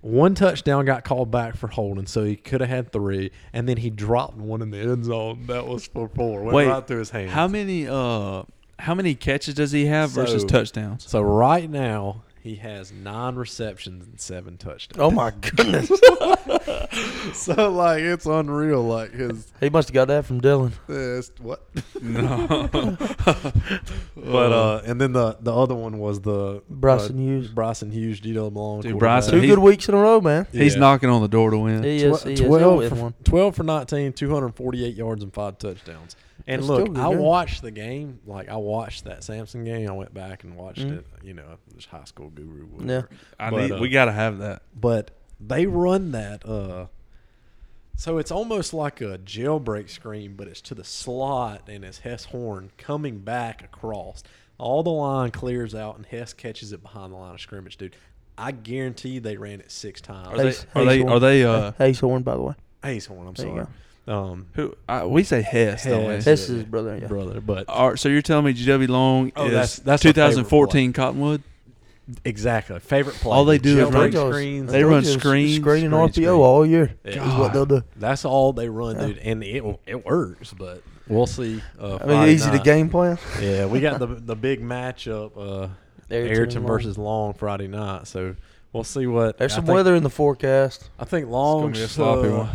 S5: one touchdown got called back for holding, so he could have had three, and then he dropped one in the end zone. That was for four. Went
S1: Wait,
S5: right through his hand.
S1: How many uh how many catches does he have versus
S5: So-
S1: touchdowns?
S5: so right now he has nine receptions and seven touchdowns.
S2: Oh my goodness.
S5: So like it's unreal. Like his
S2: he must have got that from Dylan.
S5: this what?
S1: No.
S5: But uh, and then the the other one was the
S2: Bryson
S5: uh,
S2: Hughes.
S5: Bryson Hughes, Gino Malone,
S1: Dude,
S5: quarterback.
S1: Bryson
S2: Two
S1: He-
S2: good weeks in a row, man.
S1: He's
S5: Yeah.
S1: knocking on the door to win.
S2: He
S5: Twe-
S2: is. He is. He'll
S5: 12,
S2: win
S5: for,
S2: one.
S5: 12 for 19, 248 yards and five touchdowns. And
S2: That's still
S5: look,
S2: good,
S5: I
S2: yeah.
S5: watched the game. Like I watched that Samson game. I went back and watched
S2: Mhm.
S5: it. You know, it was high school guru. Whatever.
S1: I
S5: But,
S1: need,
S5: uh,
S1: we gotta have that.
S5: But they run that. uh So it's almost like a jailbreak screen, but it's to the slot and it's Hess Horn coming back across. All the line clears out and Hess catches it behind the line of scrimmage, dude. I guarantee they ran it six times.
S1: they-
S2: Hayes-
S1: are they-
S2: Hayes
S1: are they,
S2: Horn.
S1: uh,
S2: Hayes Horn, by the way.
S5: Hayes Horn, I'm
S2: There you
S5: sorry. Um,
S1: Who I, we say Hess, don't we?
S5: Hess.
S2: This is his brother. Yeah.
S5: brother, but
S1: All right, so you're telling me GW Long
S5: Oh,
S1: is
S5: that's- that's my favorite
S1: 2014 Cottonwood?
S5: Exactly. Favorite play.
S1: All they do is
S5: Jailbreak
S1: run
S2: Jailbreak
S5: screens.
S1: They
S2: I
S1: run
S2: told you,
S1: screens.
S2: Screen and
S5: Screen,
S2: RPO
S5: screen.
S2: all year.
S5: Yeah.
S2: Is what they'll do.
S5: That's all they run, dude, and it it works. But we'll see. Uh,
S2: I mean,
S5: Friday
S2: easy to
S5: night.
S2: game plan.
S5: Yeah, we got the the big matchup, uh,
S2: Ayrton
S5: Ayrton,
S2: and Long.
S5: versus Long Friday night. So we'll see what.
S2: There's
S5: I
S2: some
S5: think-
S2: weather in the forecast.
S5: I think
S1: be
S5: Long's
S1: a sloppy
S5: uh,
S1: one.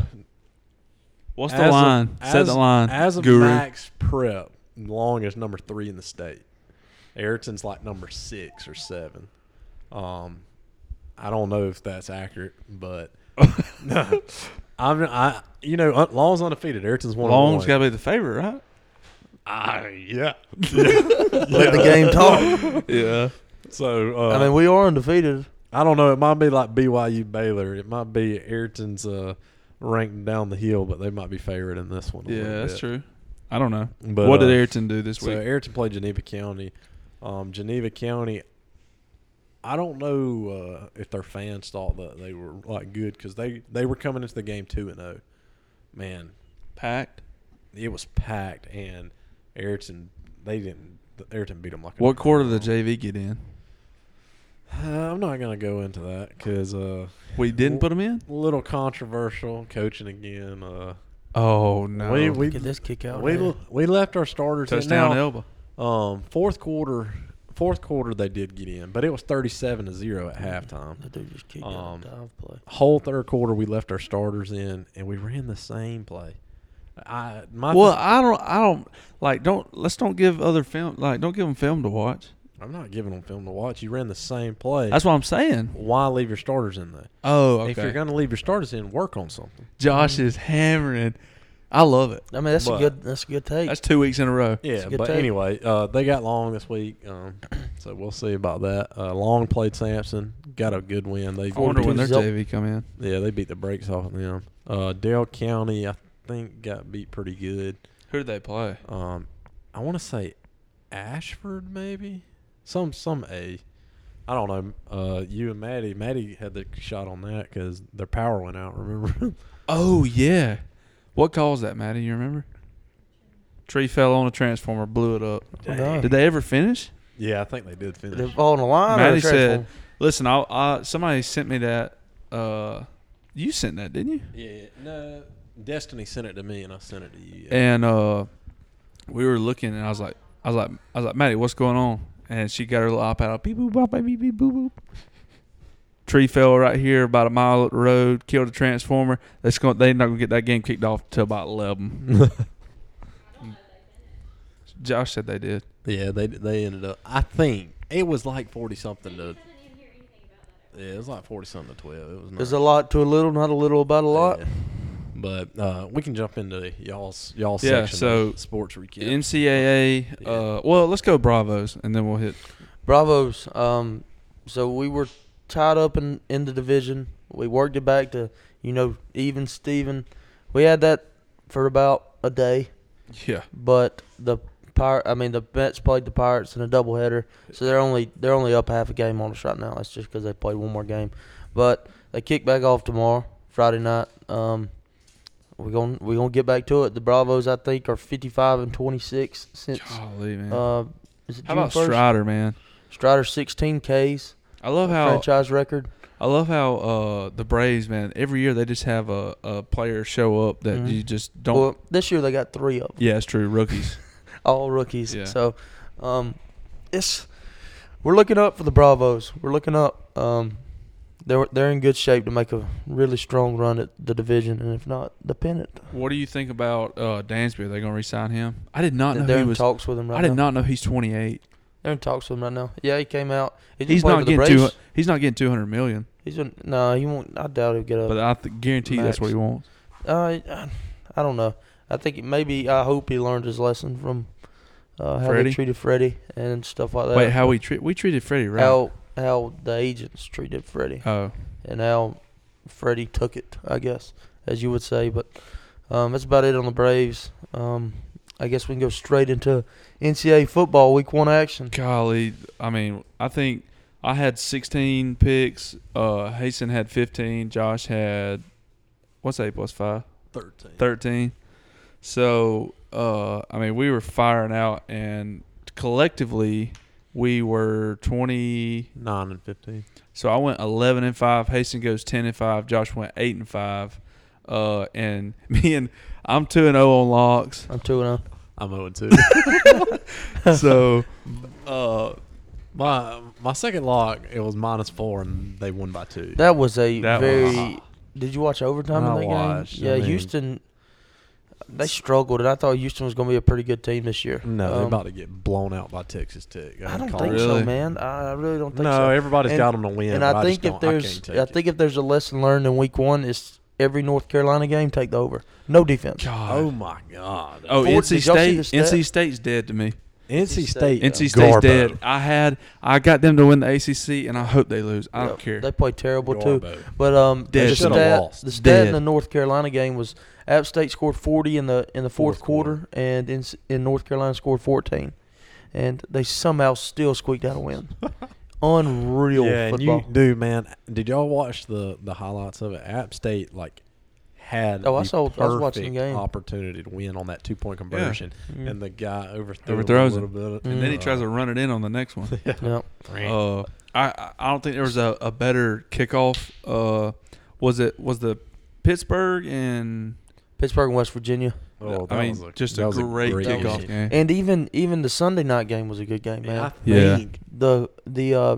S1: What's the
S5: as of-
S1: line? Set
S5: as-
S1: the line.
S5: As of
S1: Guru.
S5: max prep, Long is number three in the state. Ayrton's like number six or seven. Um, I don't know if that's accurate, but no, I'm I you know un- Long's undefeated. Ayrton's one.
S1: Long's got
S5: got
S1: to be the favorite, right?
S5: yeah.
S2: Let the game talk.
S1: Yeah.
S5: So uh,
S2: I mean, we are undefeated.
S5: I don't know. It might be like BYU Baylor. It might be Ayrton's uh, ranked down the hill, but they might be favored in this one. a
S1: Yeah,
S5: little
S1: that's
S5: bit.
S1: true. I don't know.
S5: But,
S1: what did
S5: uh,
S1: Ayrton do this
S5: So
S1: week?
S5: Ayrton played Geneva County. Um, Geneva County, I don't know uh, if their fans thought that they were like good because they they were coming into the game two and zero. Man,
S1: Packed.
S5: it was packed, and Ayrton they didn't. Ayrton beat them like. a-
S1: What quarter did the JV get in?
S5: Uh, I'm not gonna go into that because uh,
S1: We didn't
S5: Well-
S1: put him in.
S5: a little controversial coaching again. Uh,
S1: Oh no!
S5: we we
S2: Get this kick out.
S5: we,
S2: man.
S5: we left our starters in.
S1: touchdown
S5: now.
S1: Elba.
S5: Um, fourth quarter, fourth quarter they did get in, but it was thirty-seven to zero at halftime.
S2: That dude just kicked
S5: Um,
S2: out the dive play.
S5: Whole third quarter we left our starters in and we ran the same play. I my
S1: Well, I don't. I don't like. Don't let's don't give other film like don't give them film to watch.
S5: I'm not giving them film to watch. You ran the same play.
S1: That's what I'm saying.
S5: why leave your starters in though.
S1: Oh,
S5: If you're gonna leave your starters in, work on something.
S1: Josh is hammering. I love it.
S2: I mean, that's
S5: but-
S2: a good that's a good take.
S1: That's two weeks in a row.
S2: It's
S5: Yeah,
S2: a good
S5: but
S2: take.
S5: anyway, uh, they got long this week, um, so we'll see about that. Uh, long played Sampson, got a good win. They
S1: I wonder when their
S2: 42
S1: JV come in.
S5: yeah they beat the brakes off of them. Uh, Dale County, I think, got beat pretty good.
S1: Who did they play?
S5: Um, I want to say Ashford, maybe some some A. I don't know. Uh, you and Maddie, Maddie had the shot on that because their power went out. Remember?
S1: Oh yeah. What caused that, Matty? You remember? Tree fell on a transformer, blew it up.
S2: Dang.
S1: Did they ever finish?
S5: yeah, I think they did finish.
S2: They're on the line. or
S1: Maddie
S2: a
S1: said,
S2: transformer?
S1: "Listen, I, I somebody sent me that. Uh, you sent that, didn't you?
S5: Yeah, no. Destiny sent it to me, and I sent it to you.
S1: And uh, we were looking, and I was like, I was like, I was like, Maddie, what's going on? And she got her little iPad out. Beep boop bop beep beep boop boop. Tree fell right here, about a mile up the road, killed a transformer. That's going. They're not gonna get that game kicked off till about eleven. Josh said they did.
S5: yeah, they they ended up. I think it was like forty something to. Yeah, it was like forty something to twelve. It was.
S2: "There's
S5: nice.
S2: a lot to a little, not a little about a lot."
S5: Yeah. But uh, we can jump into y'all's y'all's
S1: Yeah,
S5: section.
S1: so
S5: of sports recap.
S1: NCAA. Uh, well, let's go Bravos, and then we'll hit.
S2: Bravos. Um, so we were tied up in, in the division. We worked it back to you know even Steven. We had that for about a day,
S1: Yeah.
S2: but the pirate. I mean, the Mets played the Pirates in a doubleheader, so they're only they're only up half a game on us right now. That's just because they played one more game, but they kick back off tomorrow, Friday night. Um, we're gonna we're gonna get back to it. The Bravos, I think, are fifty five and twenty six since.
S1: Golly, man.
S2: Uh, is it
S1: How
S2: June
S1: about
S2: 1st?
S1: Strider, man?
S2: Strider 16 Ks,
S1: I love how
S2: franchise record.
S1: I love how uh, the Braves, man. Every year they just have a, a player show up that
S2: Mhm.
S1: you just don't.
S2: Well, this year they got three of them,
S1: yeah, it's true. Rookies.
S2: all rookies.
S1: Yeah.
S2: So, um, it's we're looking up for the Bravos. We're looking up. Um, they're they're in good shape to make a really strong run at the division, and if not, the pennant.
S1: what do you think about uh, Dansby? Are they going to resign him? I did not know
S2: they're
S1: he
S2: in
S1: was.
S2: talks with him right
S1: I did
S2: now.
S1: not know he's 28.
S2: They're in talks with him right now. Yeah, he came out. He just
S1: He's
S2: played
S1: not
S2: with the
S1: getting two.
S2: Braves.
S1: He's not getting 200 million,
S2: He's been, no, he won't. I doubt he'll get up.
S1: but uh, I th- guarantee you that's what he wants.
S2: Uh, I- I don't know. I think it- maybe I hope he learned his lesson from uh, how
S1: Freddie?
S2: they treated Freddie and stuff like that.
S1: Wait, how we treat we treated Freddie right?
S2: how how the agents treated Freddie
S1: oh,
S2: and how Freddie took it, I guess, as you would say. But um, that's about it on the Braves. Um, I guess we can go straight into NCAA football week one action.
S1: golly! I mean, I think I had 16 picks. Uh, Hasten had 15. Josh had what's eight plus five?
S5: thirteen.
S1: 13. So, uh, I mean, we were firing out, and collectively, we were 20.
S5: Nine and fifteen.
S1: So I went 11 and 5. Hasten goes 10 and 5. Josh went 8 and 5. Uh, and me and I'm 2 and 0 on locks.
S2: I'm two and oh. zero.
S5: I'm zero and two.
S1: So, uh,
S5: my my second lock it was minus four, and they won by two.
S2: That was a
S1: That
S2: very.
S1: was-
S2: did you watch overtime
S5: I
S2: in that
S5: watched.
S2: game? Yeah,
S5: I mean-
S2: Houston. They struggled, and I thought Houston was going to be a pretty good team this year.
S5: no, they're
S2: Um,
S5: about to get blown out by Texas Tech.
S2: I don't
S5: call
S2: think
S5: it.
S1: Really?
S2: so, man. I I really don't think
S5: No,
S2: so.
S5: everybody's
S2: And-
S5: got 'em to win,
S2: And
S5: but
S2: I
S5: I just
S2: think if
S5: don't- I can't
S2: there's,
S5: take
S2: I,
S5: it.
S2: think if there's a lesson learned in Week One is every North Carolina game take the over, no defense.
S1: God.
S5: Oh my God!
S1: Oh,
S2: Ford,
S1: NC
S2: did y'all see the
S1: State.
S2: stat?
S1: NC State's dead to me.
S5: NC State. uh,
S1: NC State's
S5: Garbo.
S1: dead. I had, I got them to win the ACC, and I hope they lose. I don't
S2: Yeah,
S1: care.
S2: They play terrible
S5: Garbo.
S2: too. But um,
S1: Dead.
S2: the
S1: Should've
S2: stat,
S5: lost.
S2: the stat
S1: Dead.
S2: in the North Carolina game was App State scored 40 in the in the fourth,
S5: Fourth quarter.
S2: quarter, and in, in North Carolina scored 14, and they somehow still squeaked out a win. Unreal
S5: Yeah, and
S2: football.
S5: you do, man. Did y'all watch the the highlights of it? App State like had
S2: Oh, I
S5: the
S2: saw- I was
S5: perfect
S2: watching the game. Mm-hmm.
S5: opportunity to win on that two point conversion,
S2: Mm.
S5: and the guy overthrew him
S1: Overthrows
S5: a
S1: him.
S5: little bit.
S1: And then he tries to run it in on the next one.
S2: Yep.
S1: Uh, I I don't think there was a, a better kickoff. Uh, was it was the Pittsburgh and
S2: Pittsburgh and West Virginia.
S5: Oh,
S1: I
S5: that was
S1: mean,
S5: a-
S1: just
S5: that
S1: a
S5: was a
S1: great,
S5: great
S1: kickoff
S5: game.
S1: game.
S2: And even even the Sunday night game was a good game, man.
S1: Yeah.
S2: The the uh,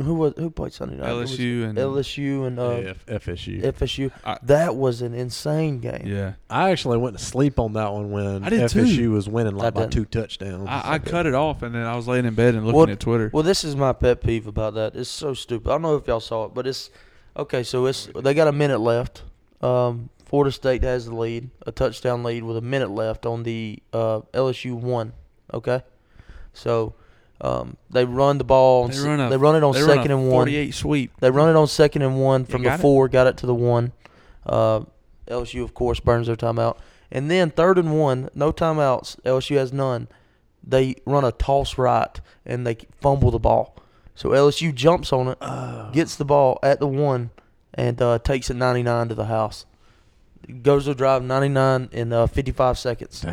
S2: who was who played Sunday night? It was
S1: LSU and
S2: LSU and uh,
S5: F- FSU.
S2: FSU.
S1: I-
S2: that was an insane game.
S1: yeah,
S5: I actually went to sleep on that one when
S1: I did too.
S5: FSU was winning like
S2: I
S5: by
S2: didn't.
S5: two touchdowns.
S1: I, I cut it off, and then I was laying in bed and looking
S2: Well-
S1: at Twitter.
S2: Well, this is my pet peeve about that. It's so stupid. I don't know if y'all saw it, but it's okay. So it's they got a minute left. Um, Florida State has the lead, a touchdown lead with a minute left on the uh, LSU one. Okay, so um, they run the ball. On,
S1: they
S2: s-
S1: run a,
S2: they run it on
S1: they run a
S2: second and one.
S1: Forty-eight sweep.
S2: They run it on second and one from the
S1: got it.
S2: four, got it to the one. Uh, LSU, of course, burns their timeout. And then third and one, no timeouts. LSU has none. They run a toss right and they fumble the ball. So LSU jumps on it,
S5: Oh,
S2: gets the ball at the one, and uh, takes it 99 to the house. Goes to drive 99 in uh, 55 seconds.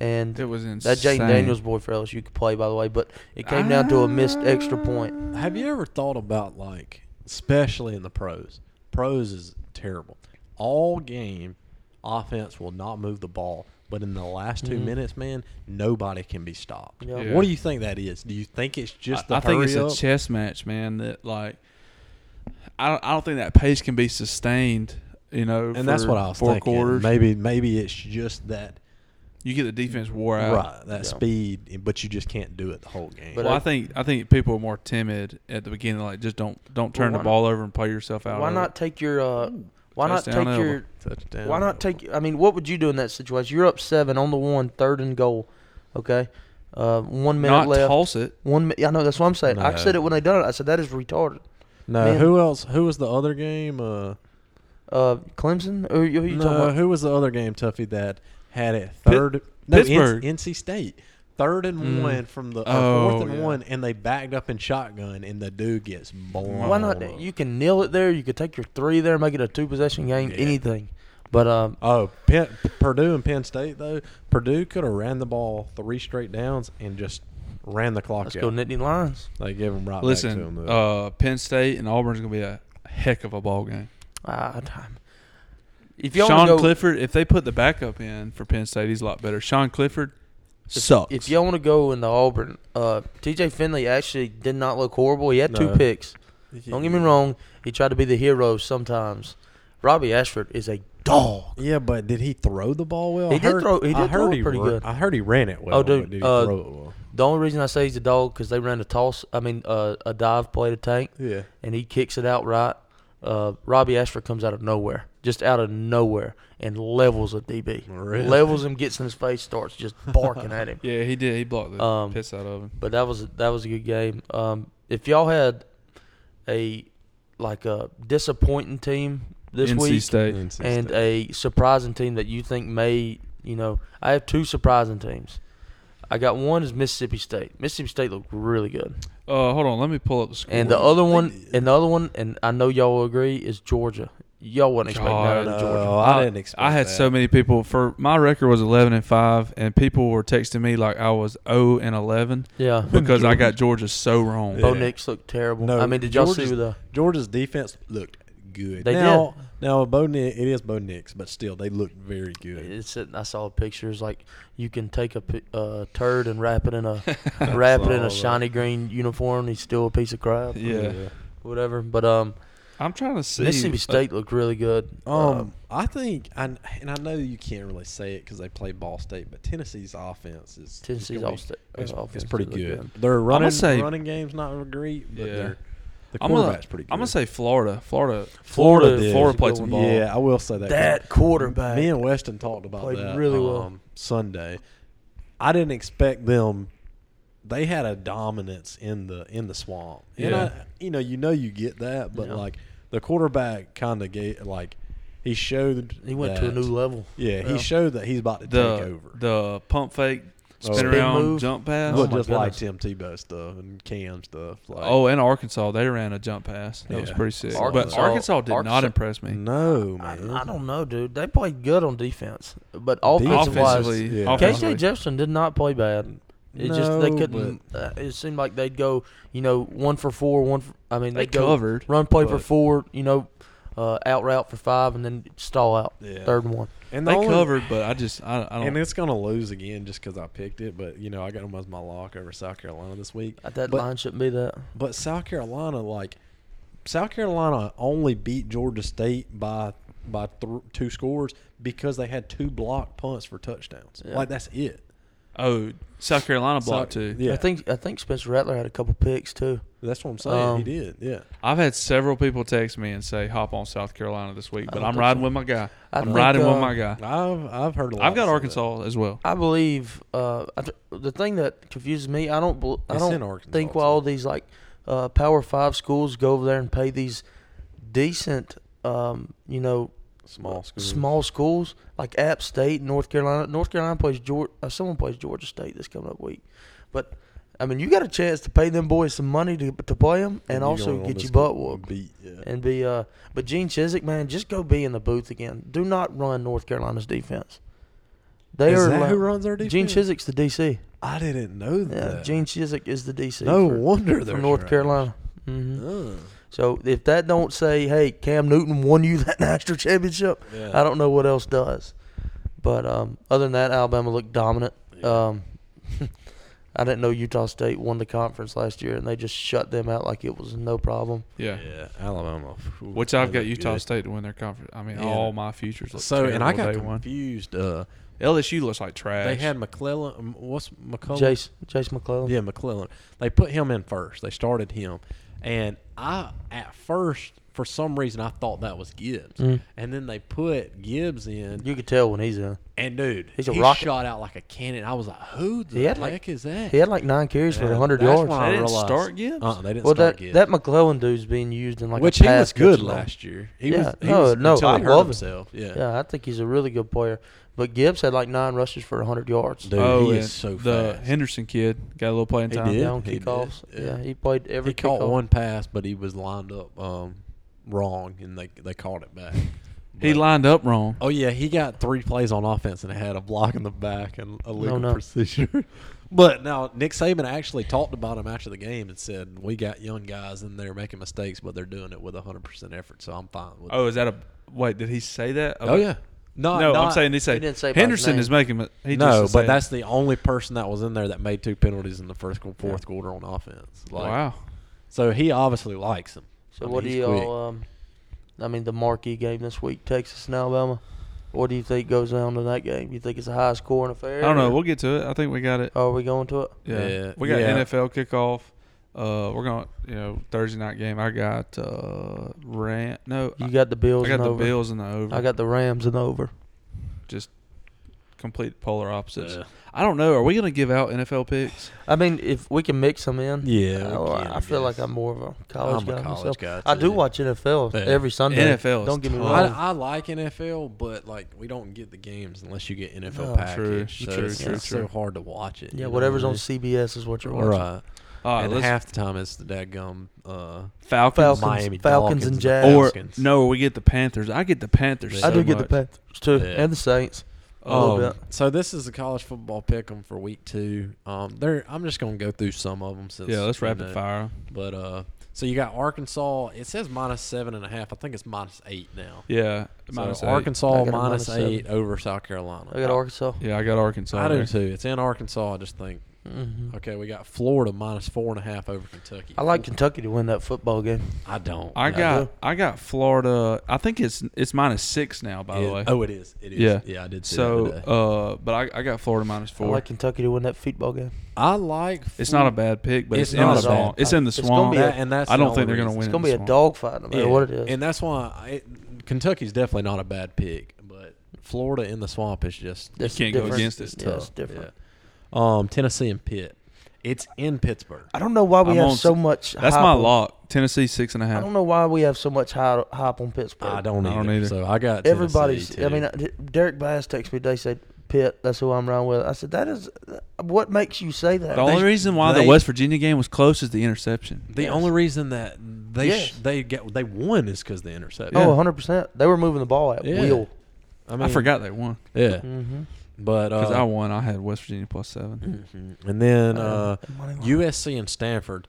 S2: And
S1: It was insane.
S2: that Jane Daniels boy for LSU could play, by the way, but it came down to a missed extra point.
S5: Have you ever thought about like, especially in the pros? Pros is terrible. All game, offense will not move the ball, but in the last 2 minutes, man, nobody can be stopped.
S2: Mm-hmm. Yeah.
S1: Yeah.
S5: What do you think that is? Do you think it's just the
S1: I, I think it's
S5: hurry
S1: a
S5: up?
S1: chess match, man. That like, I don't, I don't think that pace can be sustained. You know,
S5: and that's
S1: for
S5: what I was
S1: four
S5: thinking.
S1: quarters.
S5: Maybe maybe it's just that
S1: you get the defense wore out.
S5: right that
S2: Yeah.
S5: speed, but you just can't do it the whole game.
S2: But uh,
S1: well, I think I think people are more timid at the beginning. Like, just don't don't turn
S2: why
S1: the ball over and play yourself out.
S2: Why
S1: of
S2: not
S1: It.
S2: take your uh
S5: Hmm.
S2: why not take
S1: touchdown
S2: your
S5: Touchdown.
S2: why not take I mean, what would you do in that situation? You're up seven on the one, third and goal. Okay. Uh one minute
S1: Not
S2: left.
S1: toss it.
S2: One mi- I know that's what I'm saying. I
S5: No.
S2: said it when they done it. I said that is retarded.
S5: No,
S2: Man.
S5: who else? Who was the other game? Uh,
S2: Uh Clemson? Who, who you talking
S5: no,
S2: about?
S5: who was the other game, Tuffy, that had it third? no, N-
S1: Pittsburgh.
S5: NC State. Third and
S2: Mm.
S5: one from the or
S1: Oh,
S5: fourth and
S1: yeah.
S5: one, and they backed up in shotgun, and the dude gets blown.
S2: Why not
S5: up.
S2: you can kneel it there, you could take your three there, make it a two possession game,
S5: Yeah.
S2: anything. But um
S5: Oh, Penn, Purdue and Penn State though. Purdue could have ran the ball three straight downs and just ran the clock.
S2: let's
S5: out.
S2: go Nittany Lions.
S5: They gave him right back to him.
S1: Listen,
S5: though.
S1: uh, Penn State and Auburn's gonna be a heck of a ball game.
S2: Ah, time. If y'all
S1: Sean
S2: wanna go,
S1: Clifford, if they put the backup in for Penn State, he's a lot better. Sean Clifford sucks.
S2: If y'all want to go into Auburn, uh, T.J. Finley actually did not look horrible. He had two
S5: No.
S2: picks. Don't get me wrong. He tried to be the hero sometimes. Robbie Ashford is a dog.
S5: Oh, Yeah, but did he throw the ball well?
S2: Oh, He
S5: I
S2: did
S5: heard,
S2: throw- he
S5: I
S2: did
S5: heard
S2: throw it
S5: he
S2: pretty
S5: ran-
S2: good.
S5: I heard he ran it well.
S2: Oh, dude,
S5: but did he
S2: uh,
S5: throw it well?
S2: The only reason I say he's a dog because they ran a toss. I mean, uh, a dive play to tank,
S5: Yeah.
S2: and he kicks it out right. Uh, Robbie Ashford comes out of nowhere, just out of nowhere, and levels a DB.
S5: Really?
S2: Levels him, gets in his face, starts just barking at him.
S1: yeah, he did. He blocked the
S2: Um,
S1: piss out of him.
S2: But that was that was a good game. Um, if y'all had a like a disappointing team this
S1: NC
S2: week
S1: State.
S2: and a surprising team that you think may, you know, I have two surprising teams. I got one is Mississippi State. Mississippi State looked really good,
S1: Uh, hold on, let me pull up the score.
S2: and uh, the other one, and the other one, and I know y'all will agree is Georgia. Y'all wasn't expecting that out
S1: God,
S2: of Georgia.
S5: no, I didn't expect.
S1: I had so many people for my record was eleven and five, and people were texting me like I was zero and eleven
S2: Yeah,
S1: because I got Georgia so wrong.
S2: Bo
S5: Yeah.
S2: Nix looked terrible.
S5: No,
S2: I mean, did y'all
S5: Georgia's-
S2: see the?
S5: Georgia's defense looked good.
S2: They
S5: now, now Bo Nix, it is Bo Nix, but still they looked very good.
S2: It's I saw pictures like you can take a pi- uh, turd and wrap it in a wrap it in
S5: all
S2: a
S5: that.
S2: shiny green uniform. He's still a piece of crap.
S1: Yeah.
S2: whatever. But um,
S1: I'm trying to see. uh,
S2: Mississippi State looked really good.
S5: Um, I think, I, and I know you can't really say it because they play Ball State, but Tennessee's offense is
S2: Tennessee's
S5: gonna
S2: all sta-
S5: be- It's,
S2: offense
S5: it's pretty
S2: did look
S5: good. Their running
S1: say-
S5: running game's not great, but
S1: Yeah.
S5: their the
S1: I'm
S5: quarterback's
S1: gonna,
S5: pretty good.
S1: I'm gonna say Florida. Florida.
S2: Florida
S5: did.
S1: Florida played some ball.
S5: Yeah, I will say that. 'cause
S2: That quarterback.
S5: Me and Weston talked about
S2: Played
S5: that
S2: really well.
S5: um, Sunday. I didn't expect them. They had a dominance in the in the swamp, and
S1: Yeah.
S5: I, you know, you know, you get that, but
S2: Yeah.
S5: like the quarterback kind of gave like he showed
S2: He went to a
S5: that-
S2: new level.
S5: Yeah,
S2: Yeah.
S5: he showed that he's about to
S1: The
S5: take over.
S1: the pump fake, spin
S5: Spin
S1: around,
S2: move.
S1: jump pass.
S5: Looked
S2: Oh my
S5: just like Tim
S2: goodness.
S5: Tebow stuff and Cam stuff. Like,
S1: Oh, and Arkansas, they ran a jump pass. That was
S5: Yeah. Mm-hmm.
S1: pretty sick.
S2: Arkansas-
S1: but Arkansas did not
S2: Arkansas-
S1: impress me.
S5: no,
S2: I,
S5: man.
S2: I don't know, dude. They played good on defense, but offensive
S1: Offensively,
S2: wise,
S5: Yeah.
S2: KJ
S1: offensively.
S2: Jefferson did not play bad. It just they
S5: No,
S2: couldn't. Uh, it seemed like they'd go, you know, one for four, one. For, I mean,
S1: They
S2: they'd go
S1: covered,
S2: run play for
S1: but-
S2: four, you know, uh, out route for five, and then stall out
S5: Yeah.
S2: third and one.
S5: And the
S1: They
S5: only-
S1: covered, but I just I, I
S5: And
S1: don't.
S5: it's gonna lose again just because I picked it. But you know, I got them as my lock over South Carolina this week.
S2: Uh, That
S5: But-
S2: line shouldn't be that.
S5: But South Carolina, like South Carolina, only beat Georgia State by by th- two scores because they had two block punts for touchdowns. Like that's it.
S1: Oh, South Carolina blocked
S5: So-
S1: too.
S5: Yeah,
S2: I think I think Spencer Rattler had a couple picks too.
S5: that's what I'm saying.
S2: um,
S5: he did. Yeah,
S1: I've had several people text me and say hop on South Carolina this week, but
S2: don't
S1: I'm
S2: think
S1: riding with my guy.
S2: I
S1: I'm
S2: think,
S1: riding
S2: uh,
S1: with my guy.
S5: I've I've heard a lot.
S1: I've got
S5: say
S1: Arkansas as well.
S2: I believe uh, I th- the thing that confuses me. I don't. bel I
S5: It's in
S2: don't
S5: Arkansas,
S2: think why
S5: too.
S2: all these like uh, Power Five schools go over there and pay these decent, um, you know,
S5: that. small school.
S2: small schools like App State, North Carolina. North Carolina plays Georgia. Uh, someone plays Georgia State this coming up week, but I mean, you got a chance to pay them boys some money to to play them and
S5: You
S2: also
S5: going on
S2: get
S5: this
S2: your butt
S5: good
S2: whooped
S5: Beat. Yeah.
S2: and be. Uh, but Gene Chiswick, man, just go be in the booth again. Do not run North Carolina's defense. They
S5: Is
S2: are
S5: that
S2: like-
S5: who runs their defense?
S2: Gene Chiswick's the DC.
S5: I didn't know
S2: Yeah,
S5: that.
S2: Gene Chiswick is the DC.
S5: No
S2: for,
S5: wonder
S2: for
S5: they're
S2: North
S5: trash.
S2: Carolina. hmm
S5: Ugh.
S2: So if that don't say, "Hey, Cam Newton won you that national championship,"
S5: Yeah.
S2: I don't know what else does. But um, other than that, Alabama looked dominant. Um, I didn't know Utah State won the conference last year, and they just shut them out like it was no problem.
S1: Yeah.
S5: Yeah, Alabama. Ooh,
S1: Which I've got
S5: they look
S1: Utah
S5: good.
S1: State to win their conference. I mean,
S5: Yeah.
S1: all my futures look
S5: So and I got
S1: day one.
S5: confused. Uh,
S1: LSU looks like trash.
S5: they had McClellan. um, What's McClellan?
S2: Jace, Jace McClellan.
S5: Yeah, McClellan. They put him in first. They started him, and I at first for some reason I thought that was Gibbs, and then they put Gibbs in,
S2: Mm. You could tell when he's in.
S5: and dude,
S2: He's a
S5: he
S2: rocket.
S5: shot out like a cannon. I was like, who the
S2: He had,
S5: heck
S2: like-
S5: is that?
S2: He had like nine carries for
S5: And
S2: 100
S5: that's
S2: yards.
S5: when I
S1: They didn't
S5: realized-
S1: start Gibbs?
S5: Uh, they didn't
S2: Well,
S5: start
S2: that
S5: Gibbs.
S2: that McClellan dude's being used in like
S5: which
S2: a
S5: he
S2: pass
S5: was good
S2: catching role.
S5: last year. He
S2: Yeah,
S5: was. He
S2: no,
S5: was
S2: no,
S5: until
S2: I love
S5: he hurt
S2: him.
S5: himself. Yeah.
S2: Yeah, I think he's a really good player. But Gibbs had like nine rushes for 100 yards.
S5: Dude,
S1: oh,
S5: he
S1: and
S5: is so
S1: the
S5: fast.
S1: Henderson kid got a little playing
S5: He
S1: time.
S5: did.
S2: down
S5: he did,
S2: kickoffs.
S5: yeah.
S2: Yeah. he played every
S5: he caught
S2: kickoff.
S5: one pass, but he was lined up um, wrong, and they they called it back.
S1: He
S5: But-
S1: lined up wrong.
S5: Oh yeah, he got three plays on offense and had a block in the back and a legal
S2: no.
S5: procedure. but now Nick Saban actually talked about him after the game and said, "We got young guys and they're making mistakes, but they're doing it with 100 percent effort. So I'm fine with." it."
S1: Oh, is that a wait? Did he say that?
S5: oh yeah, not,
S1: No, I'm
S5: not-
S1: saying they say,
S2: He didn't say by his
S1: Henderson
S2: name.
S1: is making. mi- He just
S5: no,
S1: is
S5: but
S1: saying-
S5: that's the only person that was in there that made two penalties in the first qu- fourth quarter on offense. Like,
S1: wow.
S5: So he obviously likes him.
S2: So
S5: I mean,
S2: what do
S5: he's quick.
S2: y'all? Um, I mean, the marquee game this week, Texas and Alabama. What do you think goes down in that game? You think it's a high scoring affair?
S1: I don't know.
S2: or
S1: We'll get to it. I think we got it.
S2: Are Oh, we going to it?
S1: Yeah.
S5: Oh, Yeah.
S1: We got
S5: Yeah.
S1: NFL kickoff. Uh, we're going. to You know, Thursday night game. I got uh, Ram. No,
S2: You got the Bills.
S1: I got
S2: and
S1: the
S2: over.
S1: Bills in the over.
S2: I got the Rams and over.
S1: just complete polar opposites.
S5: Yeah.
S1: I don't know. Are we going to give out NFL picks?
S2: I mean, if we can mix them in,
S5: Yeah, we
S2: I,
S5: can,
S2: I
S5: I
S2: feel like
S5: guess.
S2: I'm more of a college
S5: I'm a
S2: guy.
S5: college
S2: myself.
S5: guy,
S2: I do
S5: too.
S2: watch NFL
S5: Yeah.
S2: every Sunday.
S1: NFL is
S2: Don't get me
S1: tough.
S2: wrong.
S5: I, I like NFL, but like we don't get the games unless you get NFL
S2: No.
S5: package.
S1: True,
S5: so
S1: true,
S5: it's,
S1: true,
S5: it's
S1: true.
S5: so hard to watch it.
S2: yeah,
S5: you know
S2: whatever's
S5: what I
S2: on
S5: mean?
S2: CBS is what you're watching.
S5: Right.
S1: All right,
S5: and
S1: let's
S5: half the time it's the dadgum uh,
S1: Falcons,
S2: Falcons,
S5: Miami
S2: Falcons
S5: Falcons
S2: and
S5: and
S2: Jazz.
S1: or
S5: Falcons.
S1: no, we get the Panthers. I get the Panthers.
S5: Yeah.
S2: I
S1: so
S2: do get the oh,
S1: much. Oh.
S2: Panthers too,
S5: Yeah.
S2: and the Saints. A little
S5: Um,
S2: bit.
S5: so this is the college football pick'em for week two. Um, there I'm just gonna go through some of them since
S1: Yeah, let's
S5: you
S1: rapid
S5: know,
S1: fire.
S5: But uh, so you got Arkansas. It says minus seven and a half. I think it's minus eight now.
S1: Yeah, minus
S5: so
S1: eight.
S5: Arkansas
S2: I got a
S5: minus
S2: minus seven.
S5: eight over South Carolina.
S2: I got Arkansas.
S1: Yeah, I got Arkansas.
S5: I do
S1: there.
S5: too. It's in Arkansas. I just think.
S1: Mm-hmm.
S5: Okay, we got Florida minus four and a half over Kentucky.
S2: I like Kentucky to win that football game.
S5: I don't.
S1: I
S5: No.
S1: got I got Florida. I think it's it's minus six now. By
S5: It-
S1: the way.
S5: Oh, it is. It is.
S1: Yeah.
S5: Yeah, I did. See
S1: so,
S5: that today.
S1: uh, but I, I got Florida minus
S2: I
S1: four.
S2: like Kentucky to win that football game.
S5: I like.
S1: it's not a bad pick, but it's,
S5: It's
S1: in the
S5: not a bad
S1: swamp.
S2: pick.
S1: It's in the
S2: It's gonna
S1: swamp.
S2: be a-
S5: That- and that's
S1: I
S5: the
S1: don't think
S5: only
S1: they're going to
S5: reason.
S1: win.
S2: It's
S1: in
S2: gonna
S1: the
S2: be a
S1: swamp.
S2: dogfight, no matter
S5: Yeah.
S2: what it is.
S5: And that's why I, Kentucky's definitely not a bad pick, but Florida in the swamp is just.
S2: That's
S1: can't go
S2: different.
S1: against it. It's
S2: Yeah, it's
S5: tough.
S2: different.
S5: Yeah. Um, Tennessee and Pitt. It's in Pittsburgh.
S2: I don't know why we
S1: I'm
S2: have
S1: on-
S2: so much.
S1: That's
S2: hype
S1: my
S2: on-
S1: lock. Tennessee six and a
S2: I
S1: half.
S2: don't know why we have so much hype hype on Pittsburgh.
S5: I don't,
S1: I
S5: either,
S1: don't either.
S5: So I got Tennessee,
S2: Everybody's. I
S5: too.
S2: mean, uh, I- Derek Bass texted me. They said Pitt. That's who I'm around with. I said that is. What makes you say that?
S1: The only
S5: They-
S1: reason why the
S5: they-
S1: West Virginia game was close is the interception.
S5: the only reason that they
S2: Yes.
S5: sh- they get they won is because the interception.
S2: Oh, 100 percent. They were moving the ball at
S5: Yeah.
S2: will. Mm-hmm.
S5: I,
S1: I
S5: mean,
S1: forgot they won
S5: Yeah, but
S1: because
S5: uh, Mm-hmm.
S1: I won. I had West Virginia plus seven.
S5: And then uh,
S2: money line.
S5: USC and Stanford.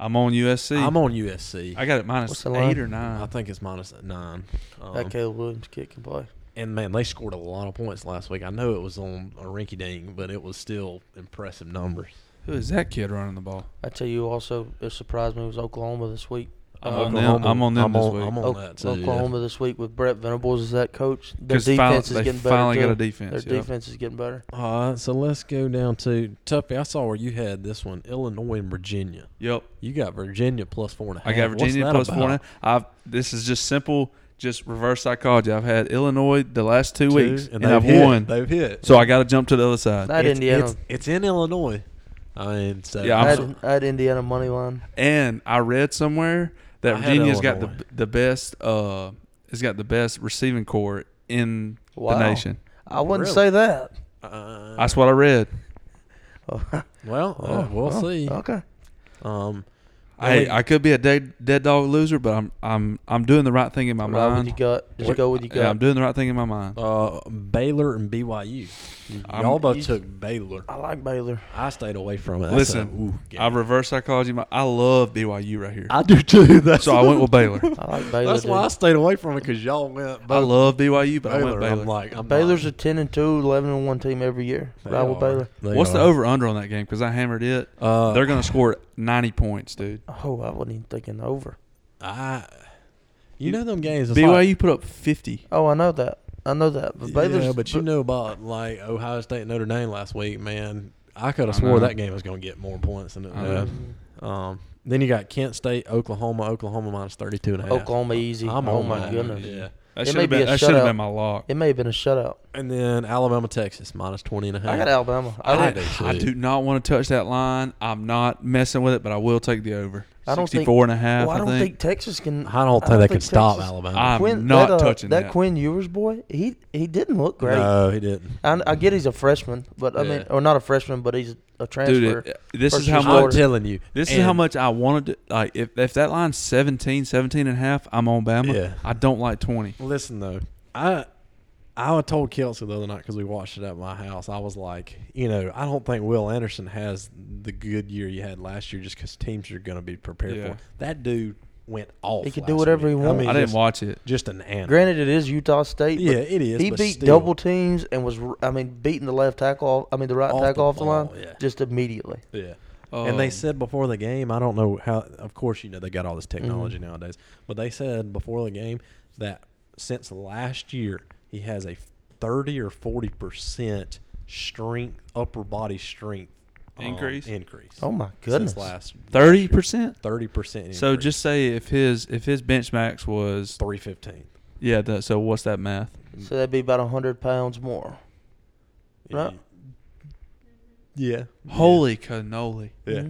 S1: I'm on USC.
S5: I'm on USC.
S1: I got it minus
S2: What's the
S1: eight
S2: line?
S1: or
S5: I
S1: nine.
S5: think it's minus nine. Um,
S2: That Caleb Williams kick and play.
S5: And man, they scored a lot of points last week. I know it was on a rinky dink, but it was still impressive numbers.
S1: Who is that kid running the ball?
S2: I tell you, also it surprised me was Oklahoma this week.
S1: I'm
S2: Uh,
S1: on them. I'm on them
S5: I'm
S1: this
S5: on,
S1: week.
S5: I'm on
S2: O-
S5: that too. yeah.
S2: Oklahoma this week with Brett Venables as that coach. Their
S1: 'Cause finally-
S2: defense
S1: they
S2: is getting better.
S1: finally got
S2: too.
S1: a defense,
S2: Their
S1: yeah.
S2: defense is getting better.
S5: All right, so let's go down to Tuffy. I saw where you had this one, Illinois and Virginia.
S1: Yep.
S5: You got Virginia plus four and a half.
S1: I got
S5: What's
S1: Virginia
S5: that
S1: plus
S5: about?
S1: four. Now. I've this is just simple, just reverse psychology. I've had Illinois the last two,
S5: Two,
S1: weeks,
S5: and
S1: and,
S5: they've
S1: I've
S5: hit.
S1: won.
S5: They've hit.
S1: So I got to jump to the other side.
S2: I had
S5: it's,
S2: Indiana.
S5: It's, it's in Illinois. I mean, so
S1: Yeah,
S2: I
S1: I'm
S2: had,
S1: so-
S2: I had Indiana money line.
S1: And I read somewhere that
S5: I had
S1: Virginia's got the
S5: Illinois.
S1: the best uh has got the best receiving core in
S2: Wow.
S1: the nation.
S2: I wouldn't
S5: Really?
S2: say that.
S5: uh,
S1: That's what I read.
S5: well, uh, we'll
S2: Oh,
S5: see.
S2: Okay.
S5: Um,
S1: Hey,
S5: Really?
S1: I could be a dead dead dog loser, but I'm I'm I'm doing the right thing in my
S2: Ride with
S1: mind.
S2: your gut. Just
S5: What-
S2: go Oh, with your gut.
S1: Yeah, I'm doing the right thing in my mind.
S5: uh, Baylor and BYU.
S1: I'm-
S5: Y'all both took Baylor.
S2: I like Baylor.
S5: I stayed away from it. That's a- ooh,
S1: Listen,
S5: game.
S1: I reverse psychology. My, I love BYU right here,
S5: I do too. That's
S1: so I went with Baylor.
S2: I like Baylor.
S5: That's why I
S2: dude.
S5: stayed away from it because y'all went.
S1: I
S5: Both
S1: love BYU, but I
S5: Baylor.
S1: went Baylor.
S5: I'm like, I'm
S2: Baylor's
S5: not.
S2: a 10 and 2, 11 and 1 team every year.
S5: They
S2: Ride with
S5: are.
S2: Baylor.
S5: They
S1: What's the
S5: are.
S1: over under on that game? Because I hammered it.
S5: Uh,
S1: They're gonna score ninety points, dude.
S2: Oh, I wasn't even thinking over.
S5: I, you know them games. It's
S1: BYU
S5: Like,
S1: put up fifty.
S2: Oh, I know that. I know that. But Baylor's.
S5: yeah, but you know about like Ohio State and Notre Dame last week, man. I could have
S1: I
S5: swore
S1: know.
S5: that game was going to get more points than it
S1: I know.
S5: did. Um, then you got Kent State, Oklahoma, Oklahoma minus 32 and a half.
S2: Oklahoma easy.
S5: I'm
S2: oh,
S5: on
S2: my
S5: that,
S2: goodness.
S5: Yeah.
S1: That
S2: It
S1: should
S2: may
S1: have
S2: be
S1: been.
S2: a
S1: That should have
S2: shutout.
S1: been my lock.
S2: It may have been a shutout.
S5: And then Alabama, Texas minus 20 and a half.
S2: I got Alabama. I,
S5: I
S2: don't-
S5: do.
S1: I do not want to touch that line. I'm not messing with it, but I will take the over.
S2: I don't think-
S1: 64 and a half,
S2: Well, I
S1: I
S2: don't think.
S1: think.
S2: Texas can.
S5: I don't think they can stop
S2: Texas-
S5: Alabama.
S1: I'm not
S2: that,
S1: touching that.
S2: Quinn Ewers boy, he he didn't look great.
S5: No, he didn't.
S2: I, I get he's a freshman, but I
S5: Yeah.
S2: mean, or not a freshman, but he's a transfer.
S1: Dude, it- this is
S2: versus
S1: how
S5: I'm
S1: much.
S2: Florida.
S5: telling you.
S1: This is
S5: And-
S1: how much I wanted to like. If, if that line's 17, 17 and a half, I'm on Bama.
S5: Yeah.
S1: I don't like twenty.
S5: Listen though, I I told Kelsey the other night because we watched it at my house. I was like, you know, I don't think Will Anderson has the good year you had last year just because teams are going to be prepared for
S1: Yeah.
S5: for. That dude went off.
S2: He could
S5: last
S2: do whatever
S5: week.
S2: he
S5: I,
S2: wants.
S5: mean,
S1: I didn't
S5: just,
S1: watch it.
S5: Just an animal.
S2: Granted, it is Utah State. but
S5: Yeah, it is,
S2: He
S5: but
S2: beat
S5: still.
S2: double teams and was, r- I mean, beating the left tackle, off, I mean, the right
S5: Off
S2: tackle
S5: the
S2: off the
S5: ball,
S2: line
S5: yeah.
S2: just immediately.
S5: Yeah. and they
S1: Um,
S5: said before the game, I don't know how. Of course, you know they got all this technology nowadays, but they said before the game that since last year he has a thirty or forty percent strength, upper body strength um,
S1: Increase?
S5: Increase.
S2: Oh my goodness!
S5: Since last
S1: Thirty percent.
S5: thirty percent.
S1: So just say if his if his bench max was
S5: three fifteen.
S1: yeah. That, so what's that math?
S2: So that'd be about hundred pounds more. Right.
S5: Yeah. Mm-hmm.
S1: Holy cannoli!
S5: Yeah.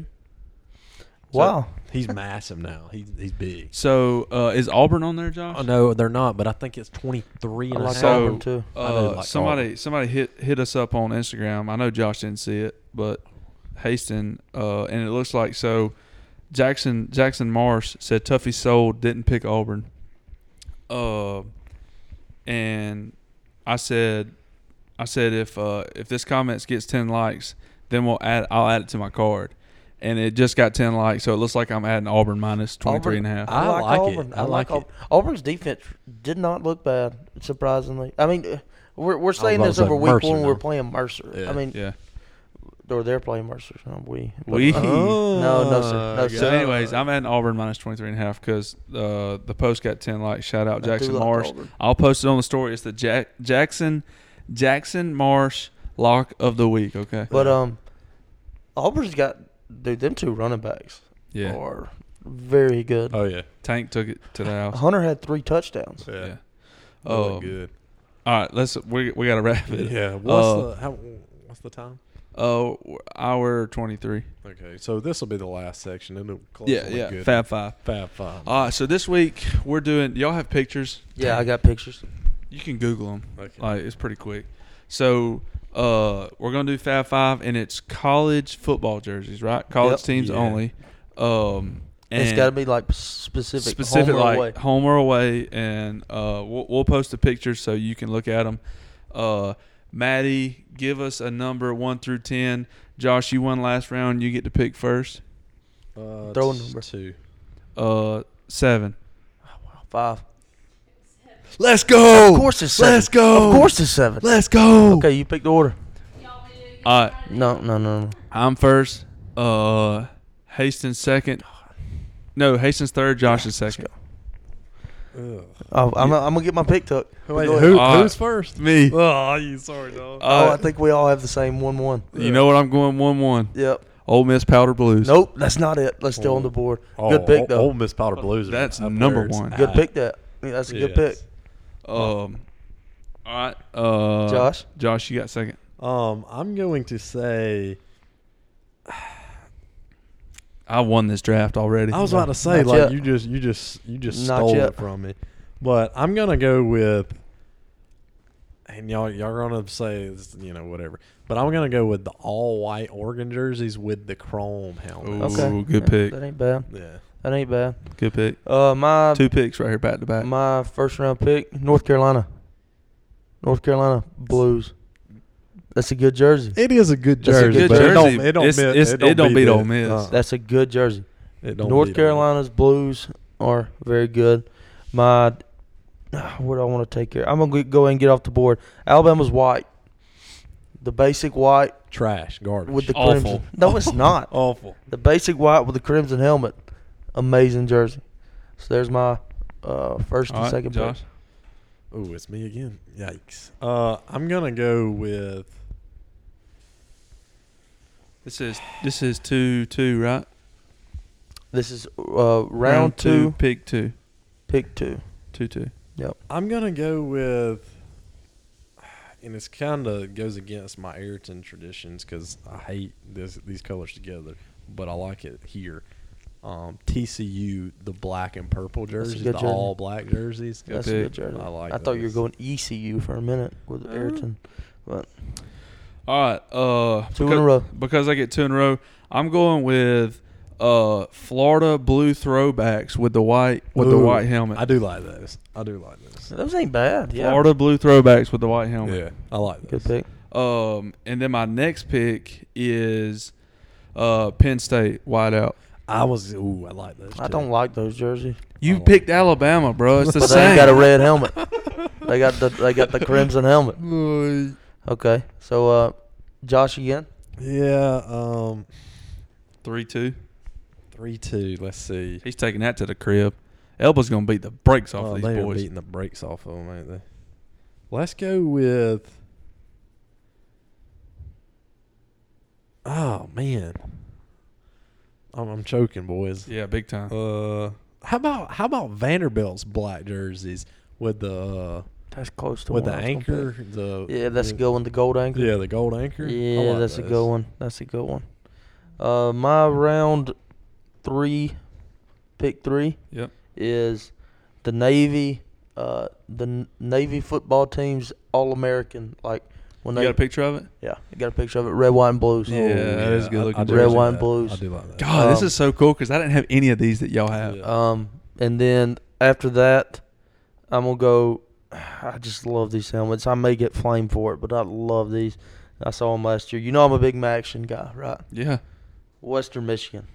S2: Wow.
S5: He's massive now. He's he's big.
S1: So uh, is Auburn on there, Josh?
S5: Oh, no, they're not. But I think it's twenty three and
S2: I
S5: a
S2: like
S5: half.
S1: So,
S2: Auburn, too.
S1: uh,
S5: I know, like
S1: somebody
S5: Auburn.
S1: somebody hit hit us up on Instagram. I know Josh didn't see it, but Haston, uh, and it looks like so. Jackson Jackson Marsh said Tuffy sold didn't pick Auburn. Uh, and I said, I said if uh, if this comment gets ten likes, then we'll add I'll add it to my card. And it just got ten likes, so it looks like I'm adding Auburn minus 23 and a half.
S5: I like it.
S2: Auburn.
S5: I like it.
S2: Auburn. Auburn's defense did not look bad, surprisingly. I mean, uh, we're we're saying
S5: about
S2: this
S5: to say
S2: over week
S5: Mercer
S2: one.
S5: now.
S2: We're playing Mercer.
S5: Yeah.
S2: I mean,
S1: yeah.
S2: or they're playing Mercer. Not we. But,
S1: We-
S2: uh, no, no, sir. No,
S5: Oh,
S1: So,
S2: sir.
S5: God.
S1: anyways, I'm at Auburn minus 23 and a half because uh, the post got 10 likes. Shout out
S2: do
S1: Jackson
S2: like
S1: Marsh.
S2: Auburn.
S1: I'll post it on the story. It's the Jack- Jackson Jackson Marsh lock of the week. Okay.
S2: But um, Auburn's got dude. Them two running backs
S1: yeah.
S2: are very good.
S5: Oh yeah.
S1: Tank took it to the house.
S2: Hunter had three touchdowns.
S5: Yeah.
S1: Yeah.
S5: Really
S1: Um,
S5: good.
S1: All right. Let's we we gotta wrap it.
S5: Yeah. uh, What's
S1: What's
S5: the how, what's the time?
S1: the uh, hour 23?
S5: Okay, so this will be the last section, and it'll close
S1: Yeah.
S5: with
S1: Yeah.
S5: good.
S1: Fab Uh, five.
S5: Fab Five.
S1: All right. So this week we're doing. Y'all have pictures.
S2: Yeah, I got pictures.
S1: You can Google them.
S5: Okay.
S1: Like it's pretty quick. So uh, we're gonna do Fab Five, and it's college football jerseys, right? College
S2: Yep.
S1: teams
S5: Yeah.
S1: only. Um, and
S2: it's got to be like specific,
S1: specific,
S2: home or
S1: like
S2: away.
S1: home or away, and uh, we'll, we'll post the pictures so you can look at them. Uh, Maddie, give us a number one through ten. Josh, you won last round. You get to pick first.
S5: Uh,
S2: Throw a
S5: it's
S2: number.
S5: two.
S1: Uh, seven.
S2: Five.
S1: Let's go.
S2: Of course it's seven.
S1: Let's go.
S2: Of course it's seven.
S1: Let's go.
S2: Okay, you pick the order.
S1: All right.
S2: No, no, no, no.
S1: I'm first. Uh, Hastings second. No, Hastings third. Josh is second.
S2: Oh, I'm, I'm gonna get my pick took.
S5: Wait,
S2: Go ahead.
S5: who,
S1: All right.
S5: who's first?
S1: Me. Uh,
S5: Oh, you sorry, dog.
S2: Oh, I think we all have the same one-one.
S1: Uh, you know what? I'm going one one.
S2: Yep. Oh.
S1: Ole Miss Powder Blues.
S2: Nope, that's not it. Let's still on the board.
S5: Oh,
S2: Good pick though.
S5: Ole Miss Powder Blues. are
S1: That's
S5: up
S1: number
S5: there. It's
S1: one.
S5: high.
S2: good pick that. Yeah, that's a good pick.
S5: Yes.
S1: Um. All right. Uh,
S2: Josh?
S1: Josh, you got second.
S5: Um, I'm going to say.
S1: I won this draft already.
S5: I was about to say
S2: Not
S5: like
S2: yet.
S5: you just you just you just
S2: Not
S5: stole
S2: yet.
S5: it from me, but I'm gonna go with. And y'all y'all gonna say it's, you know whatever, but I'm gonna go with the all white Oregon jerseys with the chrome helmet.
S1: Ooh,
S2: Okay.
S1: good
S2: That-
S1: pick.
S2: That ain't bad.
S5: Yeah.
S2: That ain't bad.
S1: Good pick.
S2: Uh, my
S1: Two picks right here, back to back.
S2: my first round pick, North Carolina. North Carolina Blues. That's a good jersey.
S5: It is a good
S2: That's a
S5: jersey,
S2: good
S5: but it
S1: jersey.
S5: don't it don't,
S1: It's-
S5: beat-
S1: it's-
S5: it don't,
S1: it don't beat
S5: beat
S1: Ole Miss.
S5: Uh-uh.
S2: That's a good jersey.
S5: It don't beat
S2: North
S5: Ole
S2: Carolina's Blues are very good. My what do I want to take here? I'm gonna go ahead and get off the board. Alabama's white. The basic white
S5: Miss. trash garbage
S2: with the
S1: Awful. Oh.
S2: crimson. No, it's not.
S5: awful.
S2: The basic white with the crimson helmet. Amazing jersey. So there's my uh, first
S1: All
S2: and
S1: right,
S2: second
S1: Josh.
S2: pick.
S5: Oh, it's me again. Yikes. Uh, I'm gonna go with
S1: This is this is two two right.
S2: This is uh, round two,
S1: pick two,
S2: pick two.
S1: two two.
S5: I'm gonna go with, and it's kind of goes against my Ayrton traditions because I hate this these colors together, but I like it here. Um, TCU the black and purple
S2: a
S5: jerseys, the
S2: good jersey.
S5: all black jerseys.
S1: Good
S2: That's
S1: pick.
S2: a good jersey.
S5: I like
S2: thought you were
S5: those.
S2: going ECU for a minute with
S1: Uh-huh.
S2: Ayrton. But
S1: All right. Uh,
S2: Two in
S1: because,
S2: a row.
S1: Because I get two in a row, I'm going with uh Florida blue throwbacks with the white with the
S5: Ooh,
S1: white helmet.
S5: I do like those. I do like those.
S2: those ain't bad. Yeah.
S1: Florida blue throwbacks with the white helmet.
S5: Yeah, I like those.
S2: Good pick.
S1: Um, and then my next pick is uh Penn State wideout.
S5: I was. Ooh, I like those.
S2: I
S5: too.
S2: don't like those jerseys.
S5: Oh.
S1: You picked Alabama, bro. It's the
S2: But they
S1: same.
S2: ain't got a red helmet. they got the they got the crimson helmet. Okay. So uh, Josh again.
S5: Yeah. Um,
S1: Three two.
S5: three two. Let's see.
S1: He's taking that to the crib. Elba's gonna beat the brakes off
S5: Oh,
S1: these
S5: they are
S1: boys.
S5: beating the brakes off of them, ain't they? Let's go with. Oh man, I'm, I'm choking, boys.
S1: yeah, big time.
S5: Uh, how about how about Vanderbilt's black jerseys with the uh,
S2: That's close to
S5: with
S2: one
S5: the
S2: I was gonna pick.
S5: anchor? The
S2: Yeah, that's a
S5: the-
S2: good one. The gold anchor.
S5: Yeah, the gold anchor. I
S2: Yeah,
S5: like
S2: that's a good
S5: those.
S2: one. That's a good one. Uh, my round three, pick three
S1: Yep.
S2: is the Navy, uh, the N- Navy football team's All American. Like when
S1: You
S2: they,
S1: got a picture of it?
S2: yeah, I got a picture of it. Red, white, and blues.
S1: Yeah, that is good
S5: Oh, I- I
S1: looking
S5: do
S2: Red,
S5: like
S2: wine
S5: that.
S2: blues.
S5: I do like that.
S1: God, this
S2: Um,
S1: is so cool because I didn't have any of these that y'all have.
S5: Yeah.
S2: Um, and then after that, I'm gonna go. I just love these helmets. I may get flame for it, but I love these. I saw them last year. You know I'm a big Maxion guy, right?
S1: Yeah,
S2: Western Michigan.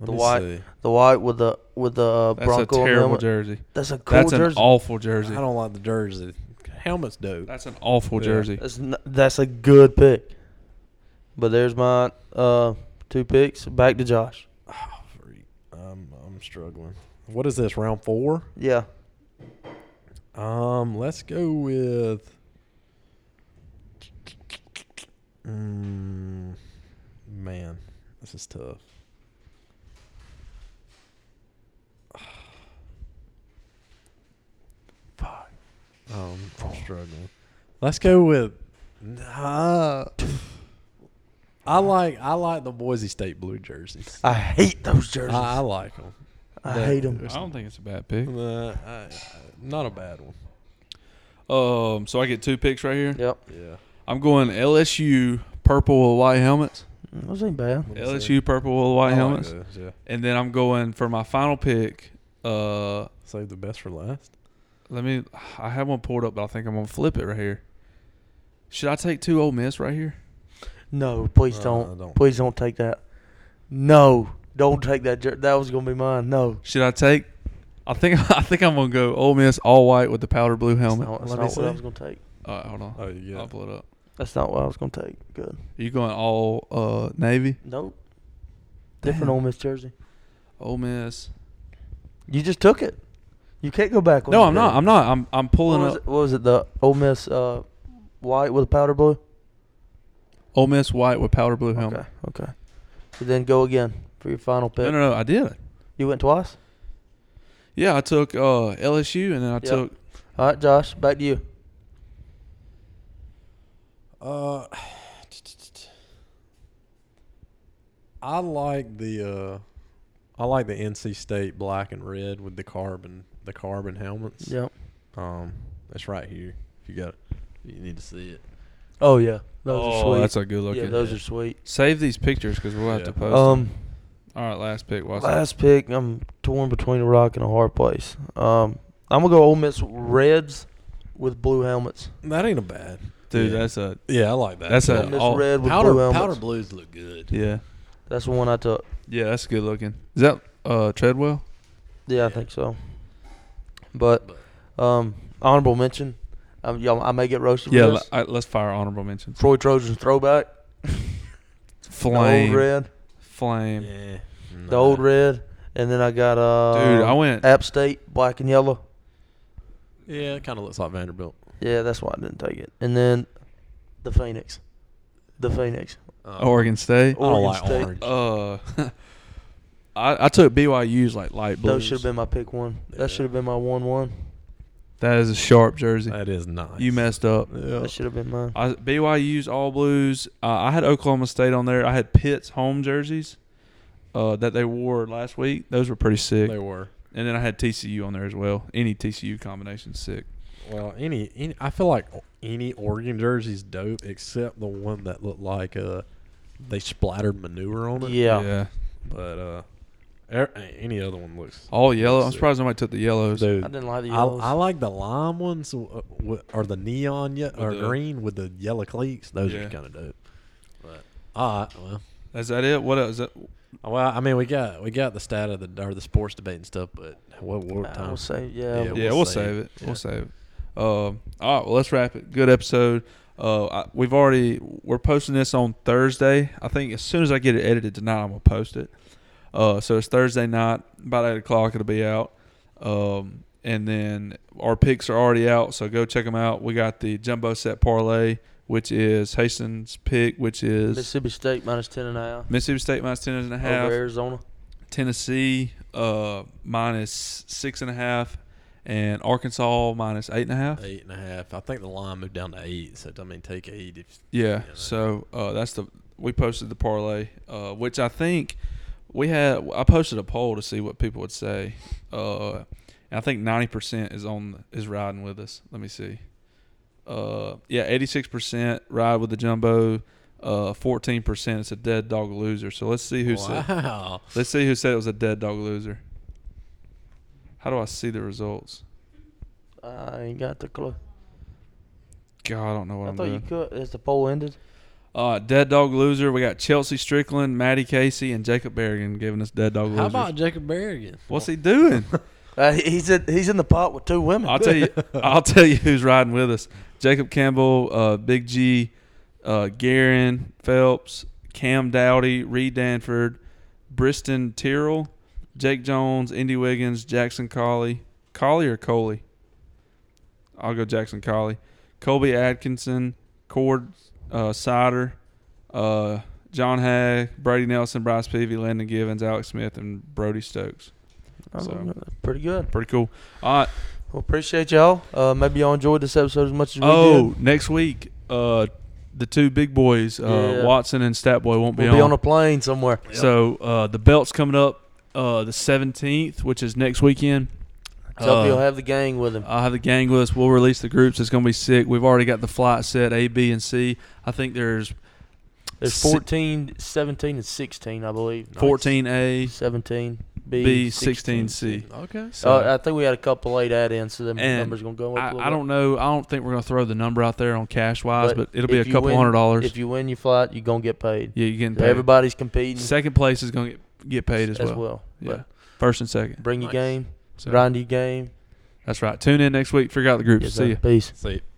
S5: Let
S2: the
S5: me
S2: white-
S5: see.
S2: The white with the with the uh,
S1: that's
S2: Bronco
S1: a terrible
S2: helmet.
S1: jersey.
S2: That's a cool
S1: That's an
S2: jersey.
S1: awful jersey.
S5: I don't like the jersey. Helmets do.
S1: That's an awful
S5: Yeah.
S1: jersey.
S2: that's n- that's a good pick. But there's my uh, two picks. Back to Josh.
S5: Freak. I'm I'm struggling. What is this round four?
S2: Yeah,
S5: Um, let's go with. Mm, man, this is tough. Fuck. Um, I'm struggling. Let's go with. Nah. I like I like the Boise State blue jerseys. I,
S2: I hate those jerseys.
S5: I
S2: I,
S5: like them.
S2: hate them.
S1: I don't think it's a bad pick.
S5: Uh, I, I, not a bad one.
S1: Um, so I get two picks right here.
S2: Yep,
S5: Yeah.
S1: I'm going LSU purple with white helmets.
S2: those ain't bad.
S1: LSU purple with white
S5: I like
S1: helmets,
S5: those, yeah.
S1: and then I'm going for my final pick. Uh,
S5: Save the best for last.
S1: let me. I have one pulled up, but I think I'm gonna flip it right here. Should I take two Ole Miss right here?
S2: No, please
S5: Uh,
S2: don't.
S5: don't.
S2: Please don't take that. No, don't take that. Jer- that was gonna be mine. No,
S1: Should I take I think I think I'm gonna go Ole Miss all white with the powder blue helmet.
S2: No,
S1: All
S2: that's not what I was gonna take.
S1: right, hold on.
S5: Oh, yeah.
S1: I'll pull it up.
S2: That's not what I was gonna take. Good.
S1: Are you going all uh, navy?
S2: Nope. Different
S1: Damn.
S2: Ole Miss jersey.
S1: Ole Miss.
S2: You just took it. You can't go back. on
S1: No,
S2: it,
S1: I'm not.
S2: dude.
S1: I'm not. I'm I'm
S2: What
S1: pulling
S2: was,
S1: up
S2: it, what was it? The Ole Miss uh, white with powder blue.
S1: Ole Miss white with powder blue helmet.
S2: Okay. Okay. So then go again for your final pick.
S1: No, no, no. I did.
S2: You went twice.
S1: Yeah, I took uh, LSU and then I took
S2: All right, Josh. Back to you.
S5: Uh, I like the uh, I like the NC State black and red with the carbon the carbon helmets.
S2: Yep.
S5: Um, that's right here. If you got, it, you need to see it.
S2: Oh yeah. Those are
S1: oh,
S2: sweet.
S1: that's a good looking.
S2: yeah, those are sweet.
S1: Save these pictures because we'll have to
S5: Yeah.
S1: post. them.
S2: Um,
S1: All right, last pick. Watch
S2: last pick. I'm torn between a rock and a hard place. Um, I'm gonna go Ole Miss Reds with blue helmets.
S5: That ain't a bad.
S1: dude,
S5: yeah.
S1: that's a
S5: Yeah, I like that.
S1: That's a-
S2: Ole Miss
S1: all-
S2: Red with
S5: Uh, powder
S2: blue helmets.
S5: powder blues look good.
S1: yeah,
S2: That's the one I took.
S1: yeah, that's good looking. Is that uh, Treadwell?
S2: Yeah, I think so. But um, honorable mention. Um, y'all, I may get roasted.
S1: Yeah,
S2: for
S1: l-
S2: this.
S1: I, let's fire honorable mentions.
S2: Troy Trojans throwback. The
S1: Flame,
S2: old red.
S1: flame,
S5: Yeah.
S2: The old red. And then I got uh,
S1: dude. I went.
S2: App State black and yellow.
S5: Yeah, it kind of looks like Vanderbilt.
S2: Yeah, that's why I didn't take it. And then the Phoenix. The Phoenix.
S5: Um,
S1: Oregon State.
S5: I don't
S2: Oregon
S5: like
S2: State.
S5: orange.
S1: Uh, I, I took BYU's like light blue.
S2: Those should have been my pick one.
S5: Yeah.
S2: That should have been my one one.
S1: That is a sharp jersey.
S5: that is nice.
S1: You messed up.
S5: Yeah.
S2: That should have been mine.
S1: I, BYU's all blues. Uh, I had Oklahoma State on there. I had Pitt's home jerseys uh, that they wore last week. Those were pretty sick.
S5: They were.
S1: And then I had TCU on there as well. Any TCU combination, sick.
S5: Well, any, any I feel like any Oregon jersey's dope except the one that looked like uh they splattered manure on it.
S2: Yeah.
S5: But uh er, any other one looks.
S1: All yellow. I'm
S5: Sick.
S1: surprised nobody took the yellows.
S5: Dude,
S2: I didn't like the
S5: I,
S2: yellows.
S5: I like the lime ones uh, wi- or the neon ye- or
S1: the-
S5: green with the yellow cleats. Those
S1: Yeah.
S5: are kind of dope. But all right, well, uh,
S1: Is that it? What else? Is that?
S5: well, I mean, we got we got the stat of the or the sports debate and stuff, but what what
S2: I
S5: time?
S2: will Uh, say, yeah.
S5: Yeah.
S1: Yeah, we'll, save it.
S5: Yeah.
S1: We'll save it. Um, all right, well, let's wrap it. Good episode. Uh, I, we've already we're posting this on Thursday. I think as soon as I get it edited tonight, I'm gonna post it. Uh, so it's Thursday night, about eight o'clock. It'll be out. Um, and then our picks are already out, so go check them out. We got the jumbo set parlay, which is Hastings' pick, which is Mississippi,
S2: Mississippi Oh, State minus ten and a half.
S1: State minus ten and a half.
S2: Over Arizona.
S1: Tennessee uh, minus six and a half, and Arkansas minus eight and a half.
S5: Eight and a half. I think the line moved down to eight, so I mean, take eight if
S1: Yeah. So uh, that's the we posted the parlay, uh, which I think we had. I posted a poll to see what people would say. Uh, and I think ninety percent is on is riding with us. Let me see. Uh, yeah, eighty six percent ride with the jumbo. Uh, fourteen percent is a dead dog loser. So let's see who said.
S5: wow.
S1: Let's see who said it was a dead dog loser. How do I see the results?
S2: I ain't got the clue.
S1: God, I don't know what I
S2: I
S1: am
S2: thought
S1: doing.
S2: you could. As the poll ended.
S1: Uh, dead dog loser. We got Chelsea Strickland, Maddie Casey, and Jacob Berrigan giving us dead dog losers.
S5: How about Jacob Berrigan?
S1: What's he doing?
S2: Uh, he- he's in, he's in the pot with two women.
S1: I'll tell you. I'll tell you who's riding with us. Jacob Campbell, uh, Big G, uh, Garin Phelps, Cam Dowdy, Reed Danford, Briston Tyrrell, Jake Jones, Indy Wiggins, Jackson Colley, Colley or Coley. I'll go Jackson Colley, Colby Atkinson, Cord uh, Sider, uh, John Hag, Brady Nelson, Bryce Peavy, Landon Givens, Alex Smith, and Brody Stokes.
S2: I don't
S1: so-
S2: know. Oh, Pretty good.
S1: Pretty cool. All right.
S2: Well, appreciate y'all. Uh, maybe y'all enjoyed this episode as much as we
S1: Oh,
S2: did.
S1: next week, uh, the two big boys, uh,
S2: Yeah.
S1: Watson and Statboy, won't be
S2: We'll be
S1: on.
S2: on a plane somewhere.
S1: so uh, the belt's coming up uh, the seventeenth, which is next weekend.
S2: Tell
S1: Uh,
S2: he'll have the gang with him.
S1: I'll have the gang with us. We'll release the groups. It's going to be sick. We've already got the flight set A, B, and C. I think there's
S2: There's
S1: si-
S2: 14, 17, and 16, I believe.
S1: fourteen A,
S2: 17, B,
S1: B, sixteen C.
S5: Okay.
S1: So
S2: Uh, I think we had a couple late add ins, so the
S1: And
S2: number's going to go up a
S1: I,
S2: little
S1: I don't know. I don't think we're going to throw the number out there on cash
S2: bit.
S1: wise, but, it'll be a
S2: if you
S1: couple
S2: win-
S1: hundred dollars.
S2: If you win your flight, you're going to get paid.
S1: yeah, you're getting
S2: So
S1: paid.
S2: everybody's competing
S1: Second place is going to get get paid as,
S2: as well.
S1: well. Yeah, first and second.
S2: But bring your
S5: Nice.
S2: game. So
S1: Grindy game.
S2: that's right. Tune in next week. Figure out the groups.
S1: Yes,
S2: See
S1: sir.
S2: you.
S1: Peace.
S5: See.